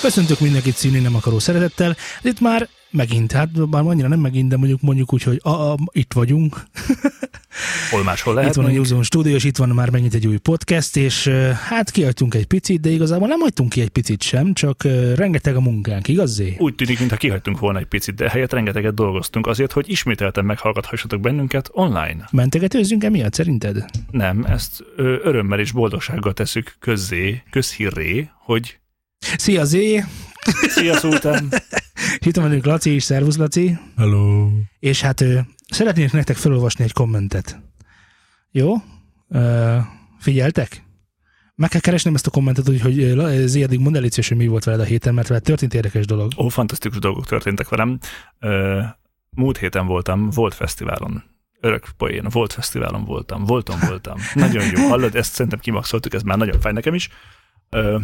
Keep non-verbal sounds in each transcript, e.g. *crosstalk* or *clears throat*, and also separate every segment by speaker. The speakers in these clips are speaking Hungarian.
Speaker 1: Köszöntök mindenkit színi nem akaró szeretettel. Hát Itt már megint, hát bár annyira nem megint, de mondjuk, mondjuk úgy, hogy a, a, itt vagyunk.
Speaker 2: Hol máshol
Speaker 1: Itt
Speaker 2: lehet?
Speaker 1: van a New Zone Studio, és itt van már megint egy új podcast, és ö, hát kiadtunk egy picit, de igazából nem hagytunk ki egy picit sem, csak ö, rengeteg a munkánk, igaz Zé?
Speaker 2: Úgy tűnik, mintha kihagytunk volna egy picit, de helyett rengeteget dolgoztunk azért, hogy ismételten meghallgathassatok bennünket online.
Speaker 1: Mentegetőzzünk emiatt szerinted?
Speaker 2: Nem, ezt ö, örömmel és boldogsággal tesszük közzé, közhírré, hogy
Speaker 1: Szia Zé!
Speaker 2: szia Szultán!
Speaker 1: És Itt van velünk Laci is, szervusz Laci!
Speaker 3: Hello.
Speaker 1: És hát ö, szeretnék nektek felolvasni egy kommentet. Jó? Ö, Figyeltek? Meg kell keresnem ezt a kommentet, úgyhogy ö, La- ö, Zé, addig mondd el, légy szíves, hogy mi volt veled a héten, mert veled történt érdekes dolog.
Speaker 2: Ó, fantasztikus dolgok történtek velem. Ö, múlt héten voltam, volt fesztiválon. Örök poén, volt fesztiválon voltam, voltam, voltam. Nagyon jó, hallod, ezt szerintem kimaxoltuk, ez már nagyon fáj nekem is. Ö,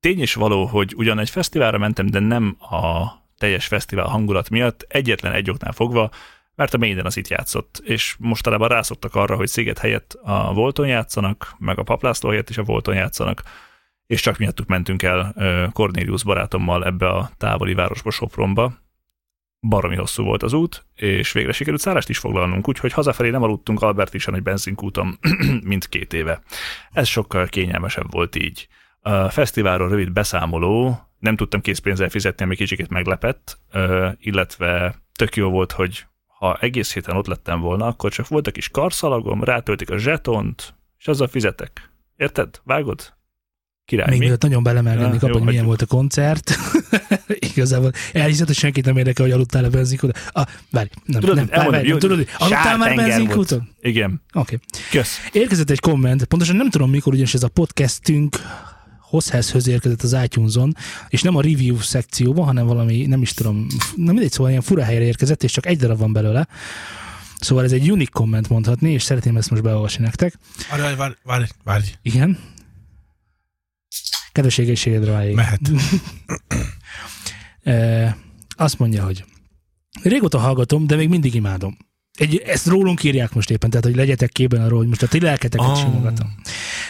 Speaker 2: tény is való, hogy ugyan egy fesztiválra mentem, de nem a teljes fesztivál hangulat miatt, egyetlen egy oknál fogva, mert a Maiden az itt játszott, és mostanában rászoktak arra, hogy Sziget helyett a Volton játszanak, meg a Paplászló helyett is a Volton játszanak, és csak miattuk mentünk el ö, Cornelius barátommal ebbe a távoli városba Sopronba. Baromi hosszú volt az út, és végre sikerült szállást is foglalnunk, úgyhogy hazafelé nem aludtunk Albert is egy benzinkúton, *clears throat* mint két éve. Ez sokkal kényelmesebb volt így. A fesztiválról rövid beszámoló, nem tudtam készpénzzel fizetni, ami kicsikét meglepett, ö, illetve tök jó volt, hogy ha egész héten ott lettem volna, akkor csak volt a kis karszalagom, rátöltik a zsetont, és azzal fizetek. Érted? Vágod? Király,
Speaker 1: Még
Speaker 2: mi?
Speaker 1: mielőtt nagyon belemelkednék
Speaker 2: Ah,
Speaker 1: abba,
Speaker 2: jó,
Speaker 1: hogy milyen volt
Speaker 2: hagyjuk.
Speaker 1: a koncert. *laughs* Igazából elhiszed, hogy senkit nem érdekel, hogy aludtál a benzinkúton. Ah, várj, nem,
Speaker 2: Tudod,
Speaker 1: nem, várj,
Speaker 2: elmondom,
Speaker 1: várj,
Speaker 2: jó,
Speaker 1: nem, tudod, hogy aludtál már
Speaker 2: sártenger volt.
Speaker 1: benzinkúton? Oké.
Speaker 2: Igen.
Speaker 1: Okay.
Speaker 2: Kösz.
Speaker 1: Érkezett egy komment, pontosan nem tudom mikor, ugyanis ez a podcastünk Hosszhezhöz érkezett az itunes és nem a review szekcióban, hanem valami, nem is tudom, f- na mindegy, szóval ilyen fura helyre érkezett, és csak egy darab van belőle. Szóval ez egy unik komment mondhatni, és szeretném ezt most beolvasni nektek.
Speaker 3: Várj, várj, várj, várj, várj.
Speaker 1: Igen. Kedves egészségedre váljék.
Speaker 3: Mehet.
Speaker 1: E, azt mondja, hogy régóta hallgatom, de még mindig imádom. Egy, ezt rólunk írják most éppen, tehát hogy legyetek képben arról, hogy most a ti lelketeket oh.
Speaker 3: Ah.
Speaker 1: simogatom.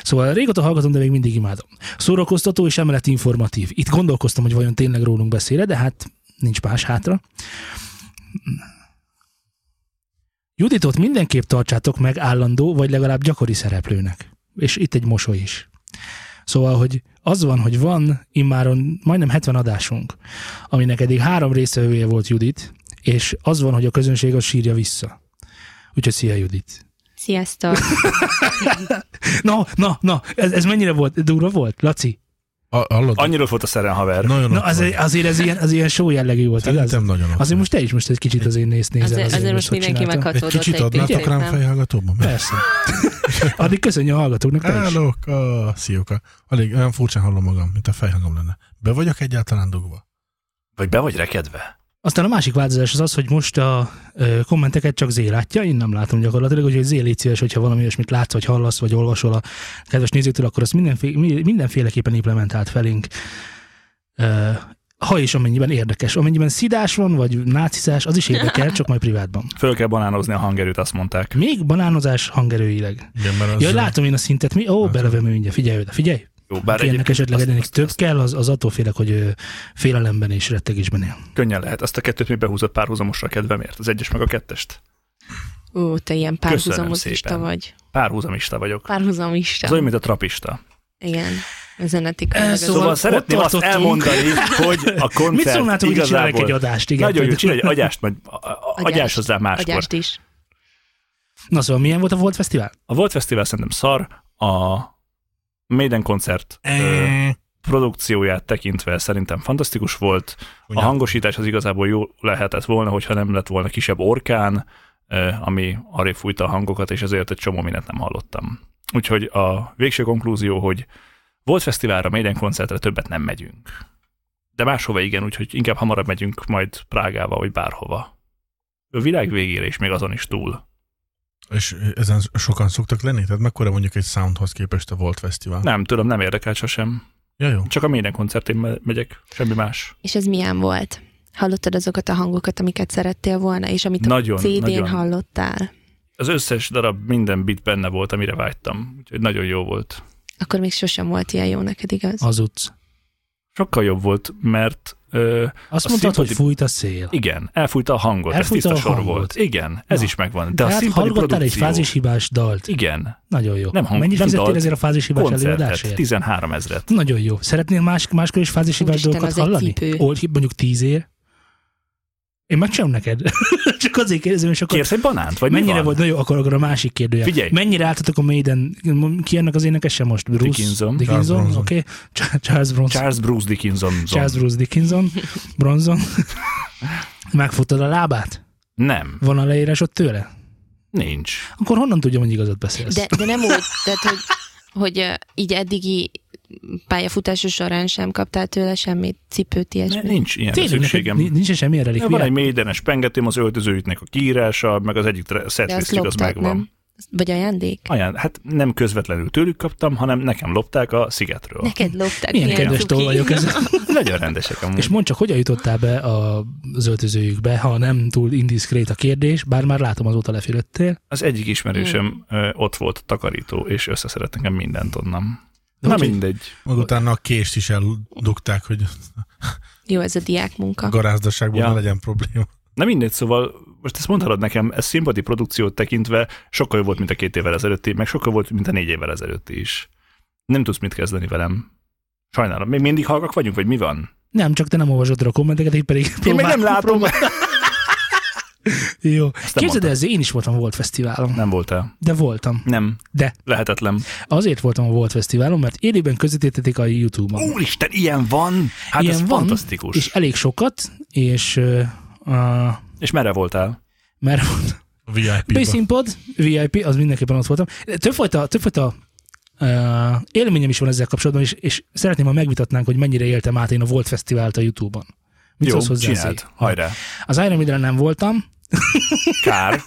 Speaker 1: Szóval régóta hallgatom, de még mindig imádom. Szórakoztató és emellett informatív. Itt gondolkoztam, hogy vajon tényleg rólunk beszéle, de hát nincs más hátra. Juditot mindenképp tartsátok meg állandó, vagy legalább gyakori szereplőnek. És itt egy mosoly is. Szóval, hogy az van, hogy van immáron majdnem 70 adásunk, aminek eddig három részvevője volt Judit, és az van, hogy a közönség az sírja vissza. Úgyhogy szia Judit.
Speaker 4: Sziasztok!
Speaker 1: Na, na, na, ez, ez mennyire volt? Durva volt, Laci?
Speaker 3: A, hallod?
Speaker 2: Annyira volt a szeren haver.
Speaker 3: Nagyon
Speaker 1: Na,
Speaker 3: ott vagy.
Speaker 1: azért, azért ez ilyen, az ilyen show jellegű volt, igaz?
Speaker 3: Szerintem nagyon ott
Speaker 1: Azért
Speaker 3: vagy.
Speaker 1: most te is most egy kicsit az én néz nézel.
Speaker 4: Azért, azért
Speaker 1: hogy
Speaker 4: most
Speaker 1: hogy
Speaker 4: mindenki
Speaker 1: csináltam.
Speaker 4: meghatódott
Speaker 3: Egy kicsit adnátok
Speaker 4: picit,
Speaker 3: rám
Speaker 4: nem?
Speaker 3: fejhallgatóba? Mert
Speaker 1: Persze. Addig köszönjük a hallgatóknak te is.
Speaker 3: Állóka, szióka. Alig olyan furcsán hallom magam, mint a fejhangom lenne. Be vagyok egyáltalán dugva?
Speaker 2: Vagy be vagy rekedve?
Speaker 1: Aztán a másik változás az az, hogy most a ö, kommenteket csak Zé látja, én nem látom gyakorlatilag, úgyhogy Zé légy szíves, hogyha valami olyasmit látsz, vagy hallasz, vagy olvasol a kedves nézőtől, akkor azt mindenfé- mi- mindenféleképpen implementált felénk. Ö, ha és amennyiben érdekes. Amennyiben szidás van, vagy nácizás, az is érdekel, csak majd privátban.
Speaker 2: Föl kell banánozni a hangerőt, azt mondták.
Speaker 1: Még banánozás hangerőileg.
Speaker 3: Igen, mert az...
Speaker 1: Jaj, látom én a szintet, mi? Ó, belevem mindjárt, figyelj oda, figyelj.
Speaker 2: Jó, Hát bár
Speaker 1: Ennek
Speaker 2: egyébként
Speaker 1: esetleg
Speaker 2: azt-
Speaker 1: ennek
Speaker 2: azt-
Speaker 1: több
Speaker 2: azt
Speaker 1: kell, az, az attól félek, hogy ö, félelemben és rettegésben él.
Speaker 2: Könnyen lehet. Azt a kettőt még behúzott párhuzamosra a kedvemért. Az egyes meg a kettest.
Speaker 4: Ú, te ilyen párhuzamosista
Speaker 2: szépen.
Speaker 4: vagy.
Speaker 2: Párhuzamista vagyok.
Speaker 4: Párhuzamista.
Speaker 2: Ez olyan, mint a trapista.
Speaker 4: Igen. Zenetika.
Speaker 1: Ez
Speaker 4: Ez
Speaker 1: szóval-
Speaker 4: szóval...
Speaker 2: Szóval szeretném
Speaker 1: ott
Speaker 2: azt
Speaker 1: tartottunk.
Speaker 2: elmondani, hogy a
Speaker 1: Mit
Speaker 2: koncert
Speaker 1: szólnátok, hogy csinálok
Speaker 2: igazából...
Speaker 1: egy adást? Igen,
Speaker 2: Nagyon jó,
Speaker 1: tehát-
Speaker 2: csinálj egy agyást, majd a- a- a-
Speaker 4: Agyást.
Speaker 2: agyás hozzá máskor.
Speaker 4: Agyást is.
Speaker 1: Na szóval milyen volt a Volt Fesztivál?
Speaker 2: A Volt Fesztivál szerintem szar, a Maiden koncert ö,
Speaker 3: Eh,
Speaker 2: produkcióját tekintve szerintem fantasztikus volt. A
Speaker 3: Ugye?
Speaker 2: hangosítás az igazából jó lehetett volna, hogyha nem lett volna kisebb orkán, ö, ami arra fújta a hangokat, és ezért egy csomó mindent nem hallottam. Úgyhogy a végső konklúzió, hogy volt fesztiválra, Maiden koncertre többet nem megyünk. De máshova igen, úgyhogy inkább hamarabb megyünk majd Prágába, vagy bárhova. A világ végére is, még azon is túl.
Speaker 3: És ezen sokan szoktak lenni? Tehát mekkora mondjuk egy soundhoz képest a Volt Fesztivál?
Speaker 2: Nem, tudom, nem érdekel sosem.
Speaker 3: Ja, jó.
Speaker 2: Csak a Maiden koncertén me- megyek, semmi más.
Speaker 4: És ez milyen volt? Hallottad azokat a hangokat, amiket szerettél volna, és amit a
Speaker 2: Nagyon,
Speaker 4: CD-n
Speaker 2: nagyon.
Speaker 4: hallottál?
Speaker 2: Az összes darab, minden bit benne volt, amire vágytam. Úgyhogy nagyon jó volt.
Speaker 4: Akkor még sosem volt ilyen jó neked, igaz?
Speaker 1: Az utc.
Speaker 2: Sokkal jobb volt, mert ö,
Speaker 1: Azt
Speaker 2: A
Speaker 1: a mondtad,
Speaker 2: színpadi-
Speaker 1: hogy fújt a szél.
Speaker 2: igen, elfújta a hangot,
Speaker 1: Elfújta
Speaker 2: ez
Speaker 1: a
Speaker 2: tiszta sor
Speaker 1: hangot.
Speaker 2: volt. Igen, ez
Speaker 1: Na.
Speaker 2: is megvan. De,
Speaker 1: De
Speaker 2: a
Speaker 1: hát
Speaker 2: színpadi
Speaker 1: hallgattál egy
Speaker 2: produkció...
Speaker 1: fázishibás dalt.
Speaker 2: Igen,
Speaker 1: Nagyon jó.
Speaker 2: Nem hangos,
Speaker 1: Mennyit
Speaker 2: nem
Speaker 1: fizettél
Speaker 2: dalt.
Speaker 1: ezért a fázishibás
Speaker 2: koncertet,
Speaker 1: előadásért?
Speaker 2: 13 ezret.
Speaker 1: Nagyon jó. Szeretnél más, máskor is fázisibás
Speaker 4: Úristen,
Speaker 1: dolgokat
Speaker 4: az egy
Speaker 1: hallani?
Speaker 4: cipő.
Speaker 1: Old, mondjuk tíz ér. Én megcsinálom neked. *laughs* Csak azért kérdezem, és akkor
Speaker 2: Kérsz egy banánt, vagy
Speaker 1: mennyire
Speaker 2: mi van?
Speaker 1: volt, nagyon akkor, akkor a másik kérdője.
Speaker 2: Figyelj!
Speaker 1: Mennyire álltatok a Maiden, ki ennek az énekese most? Bruce
Speaker 2: Dickinson.
Speaker 3: Charles
Speaker 1: Dickinson,
Speaker 3: Bronson.
Speaker 1: oké. Ch- Charles Bronson.
Speaker 2: Charles Bruce Dickinson.
Speaker 1: Charles Bruce Dickinson.
Speaker 2: *laughs*
Speaker 1: Bronson. Megfogtad a lábát?
Speaker 2: Nem,
Speaker 1: Van a leírás ott tőle?
Speaker 2: nincs.
Speaker 1: Akkor honnan tudjam, hogy igazat beszélsz?
Speaker 4: De, de nem úgy, tehát, hogy, hogy ö, így eddigi pályafutása során sem kaptál tőle semmit, cipőt,
Speaker 2: Ne,
Speaker 4: ilyesmit.
Speaker 2: nincs ilyen
Speaker 1: Tényleg, neked
Speaker 2: szükségem.
Speaker 1: ni- nincs semmilyen
Speaker 2: Ja, van
Speaker 1: relikvia?
Speaker 2: egy médenes pengetém, az öltözőjüknek a kiírása, meg az egyik tre-
Speaker 4: De azt
Speaker 2: setlistjük, az
Speaker 4: loptad,
Speaker 2: megvan.
Speaker 4: nem? Vagy ajándék?
Speaker 2: Aján, hát nem közvetlenül tőlük kaptam, hanem nekem lopták a szigetről.
Speaker 4: Neked lopták.
Speaker 1: Milyen kedves
Speaker 4: cuki.
Speaker 1: toll vagyok ez.
Speaker 2: Nagyon rendesek amúgy.
Speaker 1: És mondd csak, hogyan jutottál be a öltözőjükbe, ha nem túl indiszkrét a kérdés, bár már látom azóta lefülöttél.
Speaker 2: Az egyik ismerősöm ö, ott volt takarító, és összeszedett nekem mindent onnan.
Speaker 1: De
Speaker 2: Na
Speaker 1: hogy-
Speaker 2: mindegy.
Speaker 3: Maga utána a kést is eldugták, hogy
Speaker 4: Jó, ez a diák
Speaker 3: a
Speaker 4: munka.
Speaker 3: garázdasságból
Speaker 2: Ja.
Speaker 3: ne legyen probléma.
Speaker 2: Na mindegy, szóval most ezt mondhatod nekem, ez színpadi produkciót tekintve sokkal jobb volt, mint a két évvel ezelőtti, meg sokkal volt, mint a négy évvel ezelőtti is. Nem tudsz mit kezdeni velem. Sajnálom. Még mindig hallgak vagyunk, vagy mi van?
Speaker 1: Nem, csak te nem olvasod el a kommenteket, én pedig
Speaker 2: Én meg
Speaker 1: próbálom.
Speaker 2: nem látom.
Speaker 1: Jó.
Speaker 2: nem
Speaker 1: Képzeld
Speaker 2: mondtad.
Speaker 1: el, ezzel én is voltam a Volt Fesztiválon.
Speaker 2: Nem voltál.
Speaker 1: De voltam.
Speaker 2: Nem.
Speaker 1: De.
Speaker 2: Lehetetlen.
Speaker 1: Azért voltam a Volt Fesztiválon, mert élőben közvetítették a YouTube-on.
Speaker 2: Úristen, ilyen van! Hát
Speaker 1: Ilyen
Speaker 2: ez
Speaker 1: van,
Speaker 2: fantasztikus.
Speaker 1: És
Speaker 2: És,
Speaker 1: elég sokat, és ö, a,
Speaker 2: és merre voltál?
Speaker 1: mert
Speaker 3: A VIP-ba.
Speaker 1: Pészínpad, VIP, az mindenképpen ott voltam. De Többfajta, többfajta uh, élményem is van ezzel kapcsolatban, és, és szeretném, ha megvitatnánk, hogy mennyire éltem át én a Volt Fesztivált a YouTube-on. Mit
Speaker 2: Jó,
Speaker 1: szólsz hozzá,
Speaker 2: csináld.
Speaker 1: Szé?
Speaker 2: Hajrá.
Speaker 1: Az Iron Maiden-re nem voltam.
Speaker 2: Kár.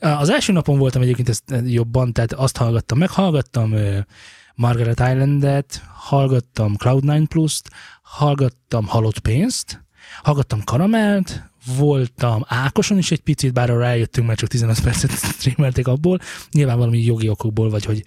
Speaker 1: Uh, Az első napon voltam egyébként ezt eh, jobban, tehát azt hallgattam meg, hallgattam uh, Margaret Islandet, hallgattam Cloud9 Plus-t, hallgattam Halott Pénzt, hallgattam Karamelt, voltam Ákoson is egy picit, bár arra eljöttünk, mert csak 15 percet *laughs* streamelték abból, nyilván valami jogi okokból, vagy hogy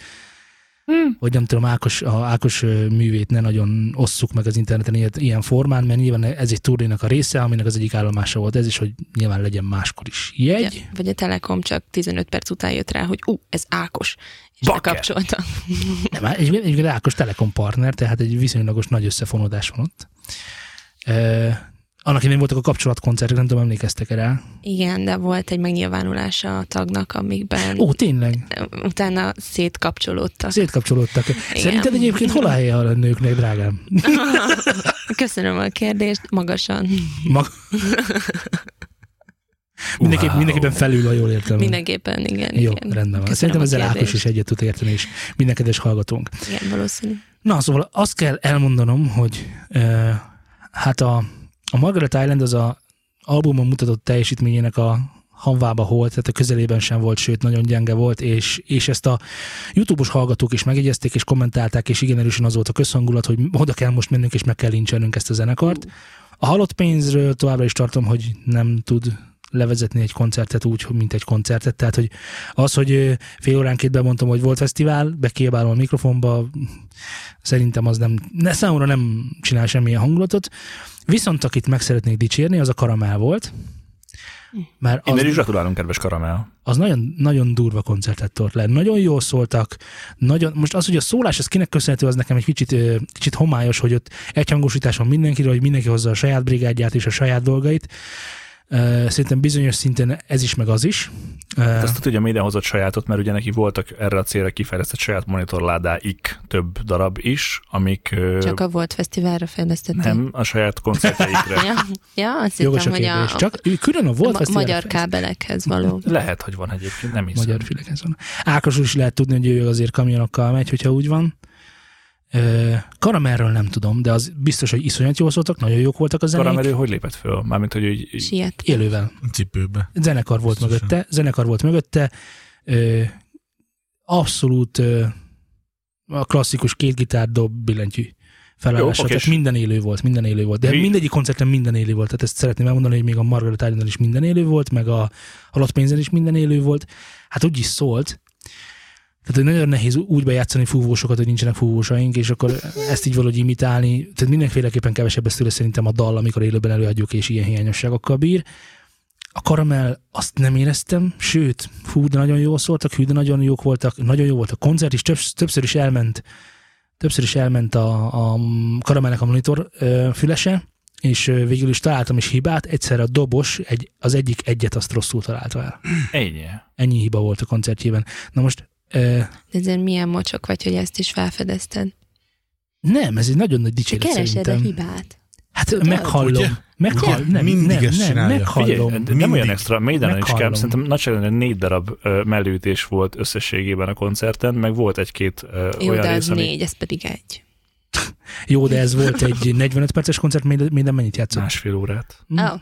Speaker 1: hogy nem tudom, Ákos, a Ákos ö, művét ne nagyon osszuk meg az interneten ilyet, ilyen formán, mert nyilván ez egy turnénak a része, aminek az egyik állomása volt ez is, hogy nyilván legyen máskor is jegy.
Speaker 4: Ja, vagy a Telekom csak 15 perc után jött rá, hogy ú, ez Ákos. És
Speaker 2: Bakker.
Speaker 4: bekapcsolta.
Speaker 1: Nem, hát egy, egy Ákos Telekom partner, tehát egy viszonylagos nagy összefonódás van ott. Ö, annak idején voltak a kapcsolatkoncertek, nem tudom, emlékeztek erre.
Speaker 4: Igen, de volt egy megnyilvánulása a tagnak, amikben
Speaker 1: Ó, tényleg,
Speaker 4: utána szétkapcsolódtak.
Speaker 1: szétkapcsolódtak. Szerinted egyébként hol a helye a nőknek, drágám?
Speaker 4: Köszönöm a kérdést, magasan.
Speaker 1: Mag- Mindenképp, mindenképpen felül, ha jól értem.
Speaker 4: Mindenképpen, igen.
Speaker 1: Jó,
Speaker 4: igen.
Speaker 1: rendben van.
Speaker 4: Köszönöm
Speaker 1: Szerintem
Speaker 4: a
Speaker 1: ezzel Ákos
Speaker 4: kérdést.
Speaker 1: is egyet tud érteni, és minden kedves hallgatónk.
Speaker 4: Igen, valószínű.
Speaker 1: Na, szóval azt kell elmondanom, hogy ö, hát a, a Margaret Island az a albumon mutatott teljesítményének a hanvába volt, tehát a közelében sem volt, sőt, nagyon gyenge volt, és, és ezt a YouTube-os hallgatók is megjegyezték, és kommentálták, és igen erősen az volt a közhangulat, hogy oda kell most mennünk, és meg kell lincselnünk ezt a zenekart. A halott pénzről továbbra is tartom, hogy nem tud levezetni egy koncertet úgy, hogy- mint egy koncertet. Tehát, hogy az, hogy ö, fél óránként bemondtam, hogy volt fesztivál, bekiabálom a mikrofonba, szerintem az nem, ne, számomra nem csinál semmilyen hangulatot. Viszont akit meg szeretnék dicsérni, az a karamell volt. Mert
Speaker 2: Innen is
Speaker 1: az,
Speaker 2: gratulálunk, kedves Karamel.
Speaker 1: az nagyon, nagyon durva koncertet tört le. Nagyon jól szóltak. Nagyon, most az, hogy a szólás, ez kinek köszönhető, az nekem egy kicsit, ö, kicsit homályos, hogy ott egyhangosítás van mindenkiről, hogy mindenki hozza a saját brigádját és a saját dolgait. Ö, Szerintem bizonyos szinten ez is, meg az is. Ö,
Speaker 2: Ezt tudja, minden hozott sajátot, mert ugye neki voltak erre a célra kifejlesztett saját monitorládáik több darab is, amik ö,
Speaker 4: Csak a Volt Fesztiválra fejlesztették.
Speaker 2: nem a saját koncertjeikre.
Speaker 4: *laughs* Ja, ja azt
Speaker 1: Jogos
Speaker 4: hittem,
Speaker 1: a
Speaker 4: hogy a,
Speaker 1: kérdés. Csak ő külön a volt
Speaker 4: ma-
Speaker 1: fesztiválra
Speaker 4: magyar
Speaker 1: fel-
Speaker 4: kábelekhez való.
Speaker 2: Lehet, hogy van egyébként, nem hiszem.
Speaker 1: magyar fülekhez van. Ákos is lehet tudni, hogy ő azért kamionokkal megy, hogyha úgy van. Ö, Karamelről nem tudom, de az biztos, hogy iszonyat jól szóltak, nagyon jók voltak a zenék.
Speaker 2: Karamel, ő hogy lépett föl? Mármint, hogy így, így
Speaker 4: Siet.
Speaker 1: Élővel.
Speaker 3: Cipőbe.
Speaker 1: zenekar volt
Speaker 3: Biztosan.
Speaker 1: mögötte, zenekar volt mögötte, ö, abszolút ö, a klasszikus két gitár dob billentyű
Speaker 2: Jó,
Speaker 1: felállása,
Speaker 2: oké.
Speaker 1: tehát minden élő volt, minden élő volt, de
Speaker 2: Mi-
Speaker 1: Mi? mindegyik koncerten minden élő volt, tehát ezt szeretném elmondani, hogy még a Margaret Island-en is minden élő volt, meg a Halott Pénzen is minden élő volt, hát úgy is szólt, Tehát hogy nagyon nehéz úgy bejátszani fúvósokat, hogy nincsenek fúvósaink, és akkor ezt így valahogy imitálni. Tehát mindenféleképpen kevesebb ez tőle szerintem a dal, amikor élőben előadjuk, és ilyen hiányosságokkal bír. A karamell azt nem éreztem, sőt, fú, de nagyon jól szóltak, hű, de nagyon jók voltak, nagyon jó volt a koncert, és többsz- többször is elment, többször is elment a, a karamellnek a monitor ö, fülese, és ö, végül is találtam is hibát, egyszer a dobos egy, az egyik egyet azt rosszul találta el.
Speaker 2: Ennyi.
Speaker 1: Ennyi hiba volt a koncertjében. Na most ö,
Speaker 4: De ezért milyen mocsok vagy, hogy ezt is felfedezted.
Speaker 1: nem, ez egy nagyon nagy
Speaker 4: Te
Speaker 1: dicséret
Speaker 4: keresed
Speaker 1: szerintem.
Speaker 4: a hibát.
Speaker 1: Hát
Speaker 4: Tudod?
Speaker 3: Ugye?
Speaker 1: meghallom. Meghall,
Speaker 3: Ugye?
Speaker 1: nem,
Speaker 3: Mindig
Speaker 1: nem,
Speaker 3: ezt
Speaker 1: nem,
Speaker 3: csinálja.
Speaker 1: meghallom.
Speaker 2: Figyelj, de nem olyan
Speaker 3: Mindig.
Speaker 2: extra, Maiden is kell,
Speaker 1: Meghallom.
Speaker 2: szerintem nagyságrendben négy darab ö, mellőütés volt összességében a koncerten, meg volt egy-két ö,
Speaker 4: Jó,
Speaker 2: olyan
Speaker 4: de az
Speaker 2: rész, ami
Speaker 4: négy, ez pedig egy.
Speaker 1: Jó, de ez volt egy 45 perces koncert, minden minden mennyit játszott?
Speaker 2: másfél órát.
Speaker 1: Mm.
Speaker 4: Ah,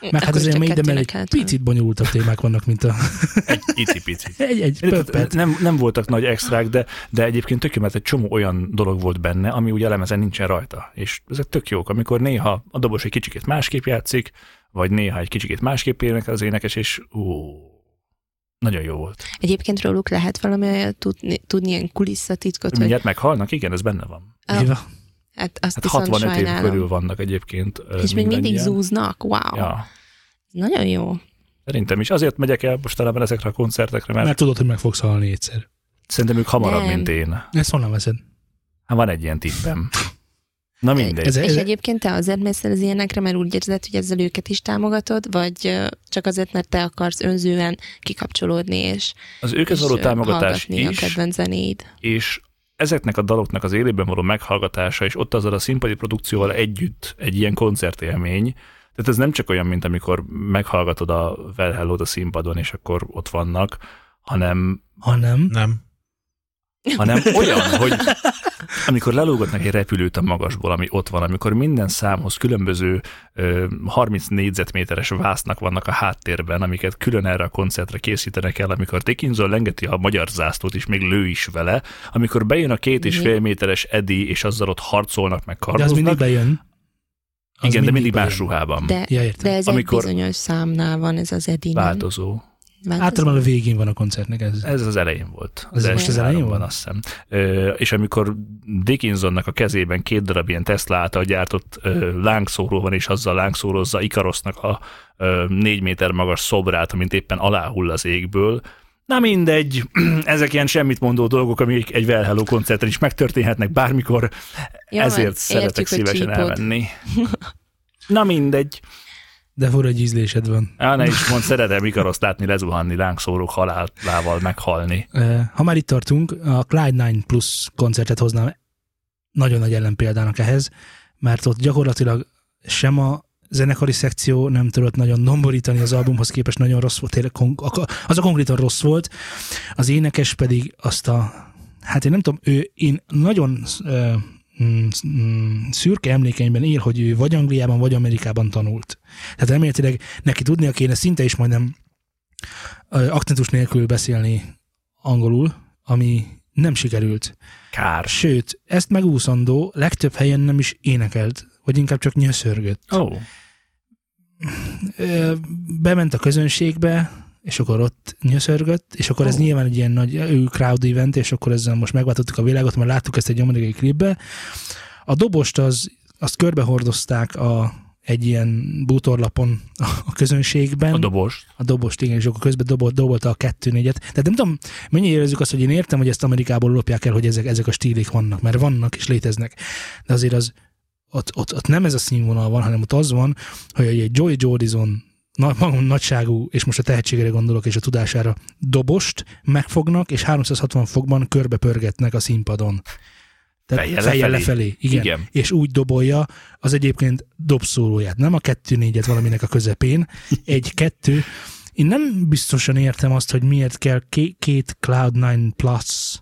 Speaker 1: Meg hát
Speaker 4: Akkor
Speaker 1: azért
Speaker 4: csak
Speaker 1: mély, de
Speaker 4: kettőnek
Speaker 1: mellé
Speaker 4: kellett volna.
Speaker 1: picit bonyolultabb témák vannak, mint a... *laughs*
Speaker 2: Egy icipici.
Speaker 1: Egy, egy
Speaker 2: Én-
Speaker 1: pöppet.
Speaker 2: Nem, nem voltak nagy extrák, de, de egyébként tök jó, mert egy csomó olyan dolog volt benne, ami ugye a lemezen nincsen rajta. És ezek tök jók, amikor néha a dobos egy kicsikét másképp játszik, vagy néha egy kicsikét másképp érnek az énekes, és ó, nagyon jó volt.
Speaker 4: Egyébként róluk lehet valami olyat tudni, tudni ilyen kulisszatitkot, hogy
Speaker 2: Mindjárt meghalnak, igen, ez benne van.
Speaker 4: Ah,
Speaker 1: Éva,
Speaker 4: hát azt
Speaker 2: Hát
Speaker 4: viszont
Speaker 2: 65 év
Speaker 4: sajnálom.
Speaker 2: körül vannak egyébként. ö,
Speaker 4: És még mindig
Speaker 2: mindannyian.
Speaker 4: zúznak, wow.
Speaker 2: Ja,
Speaker 4: Nagyon jó.
Speaker 2: szerintem is. Azért megyek el mostanában ezekre a koncertekre, mert,
Speaker 1: Mert
Speaker 2: mert
Speaker 1: tudod, hogy meg fogsz halni egyszer.
Speaker 2: szerintem ők hamarabb,
Speaker 4: Nem.
Speaker 2: mint én. Hát
Speaker 1: Ezt honnan veszed?
Speaker 2: van egy ilyen tippem. Na mindegy.
Speaker 1: Ez-
Speaker 4: És egyébként te azért mész el az ilyenekre, mert úgy érzed, hogy ezzel őket is támogatod, vagy ö, csak azért, mert te akarsz önzően kikapcsolódni, és,
Speaker 2: Az őket
Speaker 4: és
Speaker 2: való
Speaker 4: ö,
Speaker 2: támogatás
Speaker 4: hallgatni a
Speaker 2: is,
Speaker 4: kedvenc zenéid.
Speaker 2: és ezeknek a daloknak az élőben való meghallgatása, és ott azzal a színpadi produkcióval együtt egy ilyen koncertélmény. Tehát ez nem csak olyan, mint amikor meghallgatod a Well hello a színpadon, és akkor ott vannak, hanem,
Speaker 1: Ha nem,
Speaker 3: Nem.
Speaker 2: hanem olyan, hogy amikor lelógatnak egy repülőt a magasból, ami ott van, amikor minden számhoz különböző ö, 30 négyzetméteres vásznak vannak a háttérben, amiket külön erre a koncertre készítenek el, amikor Dickinson lengeti a magyar zászlót, és még lő is vele, amikor bejön a két és
Speaker 4: Mhm.
Speaker 2: fél méteres Edi, és azzal ott harcolnak meg
Speaker 1: de az mindig
Speaker 2: kardoznak.
Speaker 1: bejön. Az
Speaker 2: Igen, de mindig más
Speaker 1: bejön.
Speaker 2: ruhában.
Speaker 4: De,
Speaker 1: Ja, értem.
Speaker 4: de
Speaker 1: De
Speaker 4: ez
Speaker 2: Hmm. Amikor-
Speaker 4: egy bizonyos számnál van ez az Edi, nem?
Speaker 2: Változó.
Speaker 4: Változó?
Speaker 1: Általában a végén van a koncertnek ez.
Speaker 2: Ez az elején volt.
Speaker 1: Ez most az elején
Speaker 2: van,
Speaker 1: volt?
Speaker 2: azt hiszem. Ö, és amikor Dickinsonnak a kezében két darab ilyen Tesla által gyártott ö, lángszóró van, és azzal lángszórozza Ikarosznak a ö, négy méter magas szobrát, amint éppen aláhull az égből, Na mindegy, *clears throat* ezek ilyen semmit mondó dolgok, amik egy Well Hello koncerten is megtörténhetnek bármikor,
Speaker 4: Jó,
Speaker 2: ezért
Speaker 4: van,
Speaker 2: szeretek
Speaker 4: értjük, hogy
Speaker 2: szívesen
Speaker 4: csípod.
Speaker 2: elmenni. Na mindegy.
Speaker 1: De fura egy ízlésed van.
Speaker 2: Á, ne is mond, szeretem Ikaroszt látni lezuhanni, lángszórók halálával meghalni.
Speaker 1: Ö, Ha már itt tartunk, a Clyde 9 Plus koncertet hoznám nagyon nagy ellenpéldának ehhez, mert ott gyakorlatilag sem a zenekari szekció nem tudott nagyon domborítani az albumhoz képest, nagyon rossz volt, tényleg kon- ak- az a konkrétan rossz volt, az énekes pedig azt a, hát én nem tudom, ő, én nagyon ö, mm, mm, szürke emlékeimben él, hogy ő vagy Angliában, vagy Amerikában tanult. Tehát elméletileg neki tudnia kéne szinte is majdnem ö, akcentus nélkül beszélni angolul, ami nem sikerült.
Speaker 2: Kár.
Speaker 1: Sőt, ezt megúszandó legtöbb helyen nem is énekelt, vagy inkább csak nyöszörgött.
Speaker 2: Ó, oh,
Speaker 1: Ö, Bement a közönségbe, és akkor ott nyöszörgött, és akkor ez
Speaker 2: Ó.
Speaker 1: nyilván egy ilyen nagy ő crowd event, és akkor ezzel most megváltottuk a világot, mert láttuk ezt egy amerikai klipbe. A dobost az, azt körbehordozták a, egy ilyen bútorlapon a közönségben.
Speaker 2: a dobos.
Speaker 1: a dobost, igen, és akkor közben dobolt, dobolta a kettő négyet. Tehát nem tudom, mennyire érezzük azt, hogy én értem, hogy ezt Amerikából lopják el, hogy ezek, ezek a stílék vannak, mert vannak és léteznek. De azért az, ott, ott, ott nem ez a színvonal van, hanem ott az van, hogy egy Joy Jordison na- magam nagyságú, és most a tehetségére gondolok, és a tudására dobost megfognak, és 360 fokban körbe pörgetnek a színpadon.
Speaker 2: Fejjel
Speaker 1: fejjel
Speaker 2: lefelé.
Speaker 1: lefelé. Igen.
Speaker 2: Igen.
Speaker 1: Igen. És úgy dobolja az egyébként dobszólóját, nem a kettő-négyet valaminek a közepén, egy-kettő. Én nem biztosan értem azt, hogy miért kell ké- két Cloud9 Plus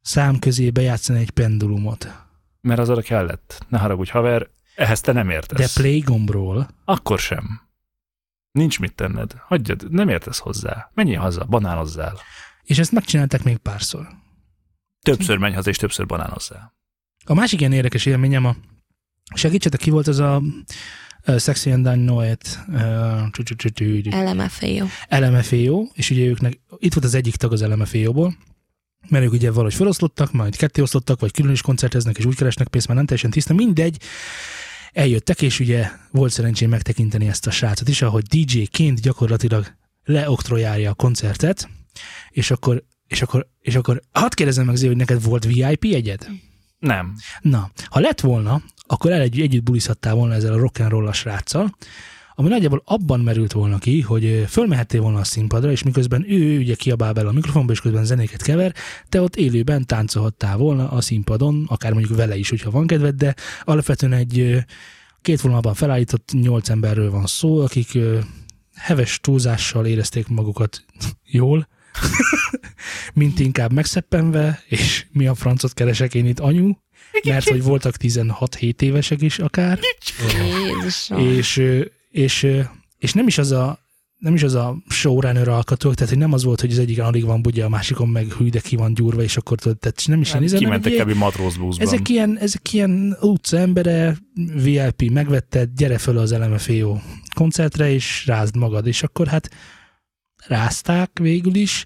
Speaker 1: szám közé bejátszani egy pendulumot.
Speaker 2: Mert az arra kellett. Ne haragudj, haver, ehhez te nem
Speaker 1: De
Speaker 2: értesz.
Speaker 1: Play gombról
Speaker 2: Akkor sem. Nincs mit tenned. Hagyjad, nem értesz hozzá. Menjél haza, banánozzál.
Speaker 1: És ezt megcsinálták még párszor.
Speaker 2: Többször menj haza, és többször banánozzál.
Speaker 1: A másik ilyen érdekes élményem a... Segítsetek, ki volt az a ö, Sexy and I Know It ö, csü- csü- csü- csü-
Speaker 4: LMFAO.
Speaker 1: LMFAO, és ugye őknek itt volt az egyik tag az LMFAO-ból, mert ők ugye valahogy feloszlottak, majd ketté oszlottak, vagy külön is koncerteznek, és úgy keresnek pénzt, már nem teljesen tiszta, mindegy. Eljöttek, és ugye volt szerencsém megtekinteni ezt a srácot is, ahogy DJ-ként gyakorlatilag leoktrojálja a koncertet, és akkor, és akkor, és akkor hadd kérdezem meg, Zé, hogy neked volt VIP egyed?
Speaker 2: Nem.
Speaker 1: Na, ha lett volna, akkor el egy, együtt bulizhattál volna ezzel a rock'n'roll sráccal, ami nagyjából abban merült volna ki, hogy ö, fölmehettél volna a színpadra, és miközben ő, ő ugye kiabál bele a mikrofonba, és közben zenéket kever, te ott élőben táncolhattál volna a színpadon, akár mondjuk vele is, hogyha van kedved, de alapvetően egy ö, két vonalban felállított nyolc emberről van szó, akik ö, heves túlzással érezték magukat jól, *laughs* mint inkább megszeppenve, és mi a francot keresek én itt, anyu, mert hogy voltak 16-7 évesek is akár,
Speaker 4: Jézusom.
Speaker 1: és, ö, és, ö, és nem is az a nem is az a showrunner alkatók, tehát hogy nem az volt, hogy az egyiken alig van budja, a másikon meg hű, de ki van gyúrva, és akkor tudod, tehát nem is
Speaker 2: nem
Speaker 1: ilyen izé, hanem
Speaker 2: kimentek
Speaker 1: egy-
Speaker 2: kb. matróz bluesban.
Speaker 1: ezek ilyen, ezek ilyen utca embere, VIP megvetted, gyere föl az LMFAO koncertre, és rázd magad, és akkor hát rázták végül is.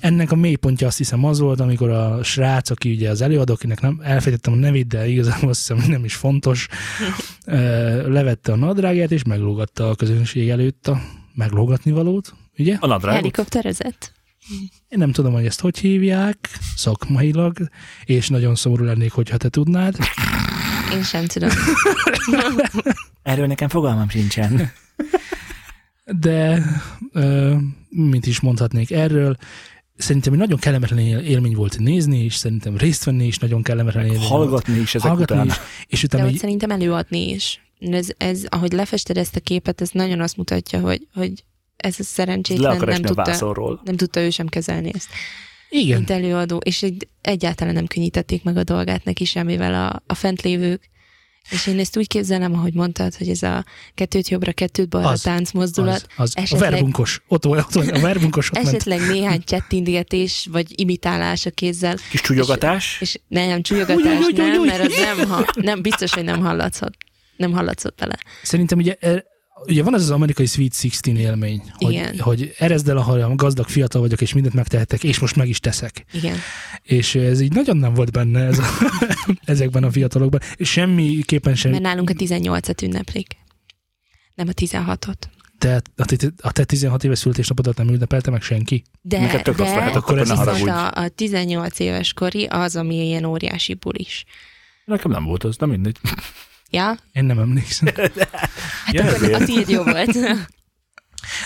Speaker 1: Ennek a mélypontja azt hiszem az volt, amikor a srác, aki ugye az előadó, akinek nem elfejtettem a nevét, de igazából azt hiszem, hogy nem is fontos, ö, levette a nadrágját, és meglógatta a közönség előtt a meglógatni valót, ugye?
Speaker 2: A nadrágot?
Speaker 4: Helikopterezett?
Speaker 1: Én nem tudom, hogy ezt hogy hívják szakmailag, és nagyon szomorú lennék, hogyha te tudnád.
Speaker 4: Én sem
Speaker 2: *laughs*
Speaker 4: tudom.
Speaker 2: Erről nekem fogalmam sincsen.
Speaker 1: de ö, mint is mondhatnék erről, szerintem egy nagyon kellemetlen él- élmény volt nézni, és szerintem részt venni is nagyon kellemetlen élmény volt.
Speaker 2: Hallgatni is ezek
Speaker 1: Hallgatni
Speaker 2: után.
Speaker 1: is, és
Speaker 4: De
Speaker 1: utána
Speaker 4: ott
Speaker 1: egy,
Speaker 4: szerintem előadni is. Ez, ez, ahogy lefested ezt a képet, ez nagyon azt mutatja, hogy, hogy ez a
Speaker 2: Le
Speaker 4: szerencsétlen
Speaker 2: akar
Speaker 4: nem
Speaker 2: esni a
Speaker 4: tudta,
Speaker 2: vászonról.
Speaker 4: nem tudta ő sem kezelni ezt,
Speaker 1: igen,
Speaker 4: mint előadó, és egy, egyáltalán nem könnyítették meg a dolgát neki semmivel a, a fentlévők. És én ezt úgy képzelem, ahogy mondtad, hogy ez a kettőt jobbra, kettőt balra
Speaker 1: Az,
Speaker 4: az, tánc mozdulat,
Speaker 1: az, az a
Speaker 4: esetleg-
Speaker 1: verbunkos, ott volt, ott volt a verbunkos, ott ment.
Speaker 4: esetleg néhány csettindítés, vagy imitálás a kézzel,
Speaker 2: Kis csúgyogatás.
Speaker 4: és ne, nem csúlyogatás,
Speaker 1: Úgy, úgy, úgy,
Speaker 4: nem,
Speaker 1: úgy.
Speaker 4: mert az nem, ha, nem, biztos, hogy nem hallatszott. Nem hallatszott bele.
Speaker 1: Szerintem ugye, er, ugye van ez az amerikai Sweet 16 élmény, hogy,
Speaker 4: Igen.
Speaker 1: hogy erezd el a hajam, gazdag fiatal vagyok, és mindent megtehetek, és most meg is teszek.
Speaker 4: Igen.
Speaker 1: És ez így nagyon nem volt benne ez a, *laughs* ezekben a fiatalokban. Semmiképpen sem
Speaker 4: Mert nálunk a 18-at ünneplik. Nem a 16-ot.
Speaker 1: te, a, te, a te 16 éves születésnapodat nem ünnepelte meg senki.
Speaker 4: De,
Speaker 2: Neked hát tök
Speaker 4: de
Speaker 2: az lehet,
Speaker 1: akkor ez
Speaker 2: ne
Speaker 1: viszont
Speaker 4: viszont
Speaker 2: haragudj.
Speaker 4: a, a 18 éves kori az, ami ilyen óriási bulis.
Speaker 2: Nekem nem volt az, de mindegy.
Speaker 4: Ja?
Speaker 1: Én nem emlékszem.
Speaker 4: Hát
Speaker 2: Ja,
Speaker 4: akkor
Speaker 2: ezért.
Speaker 4: az így jó
Speaker 2: *laughs*
Speaker 4: volt.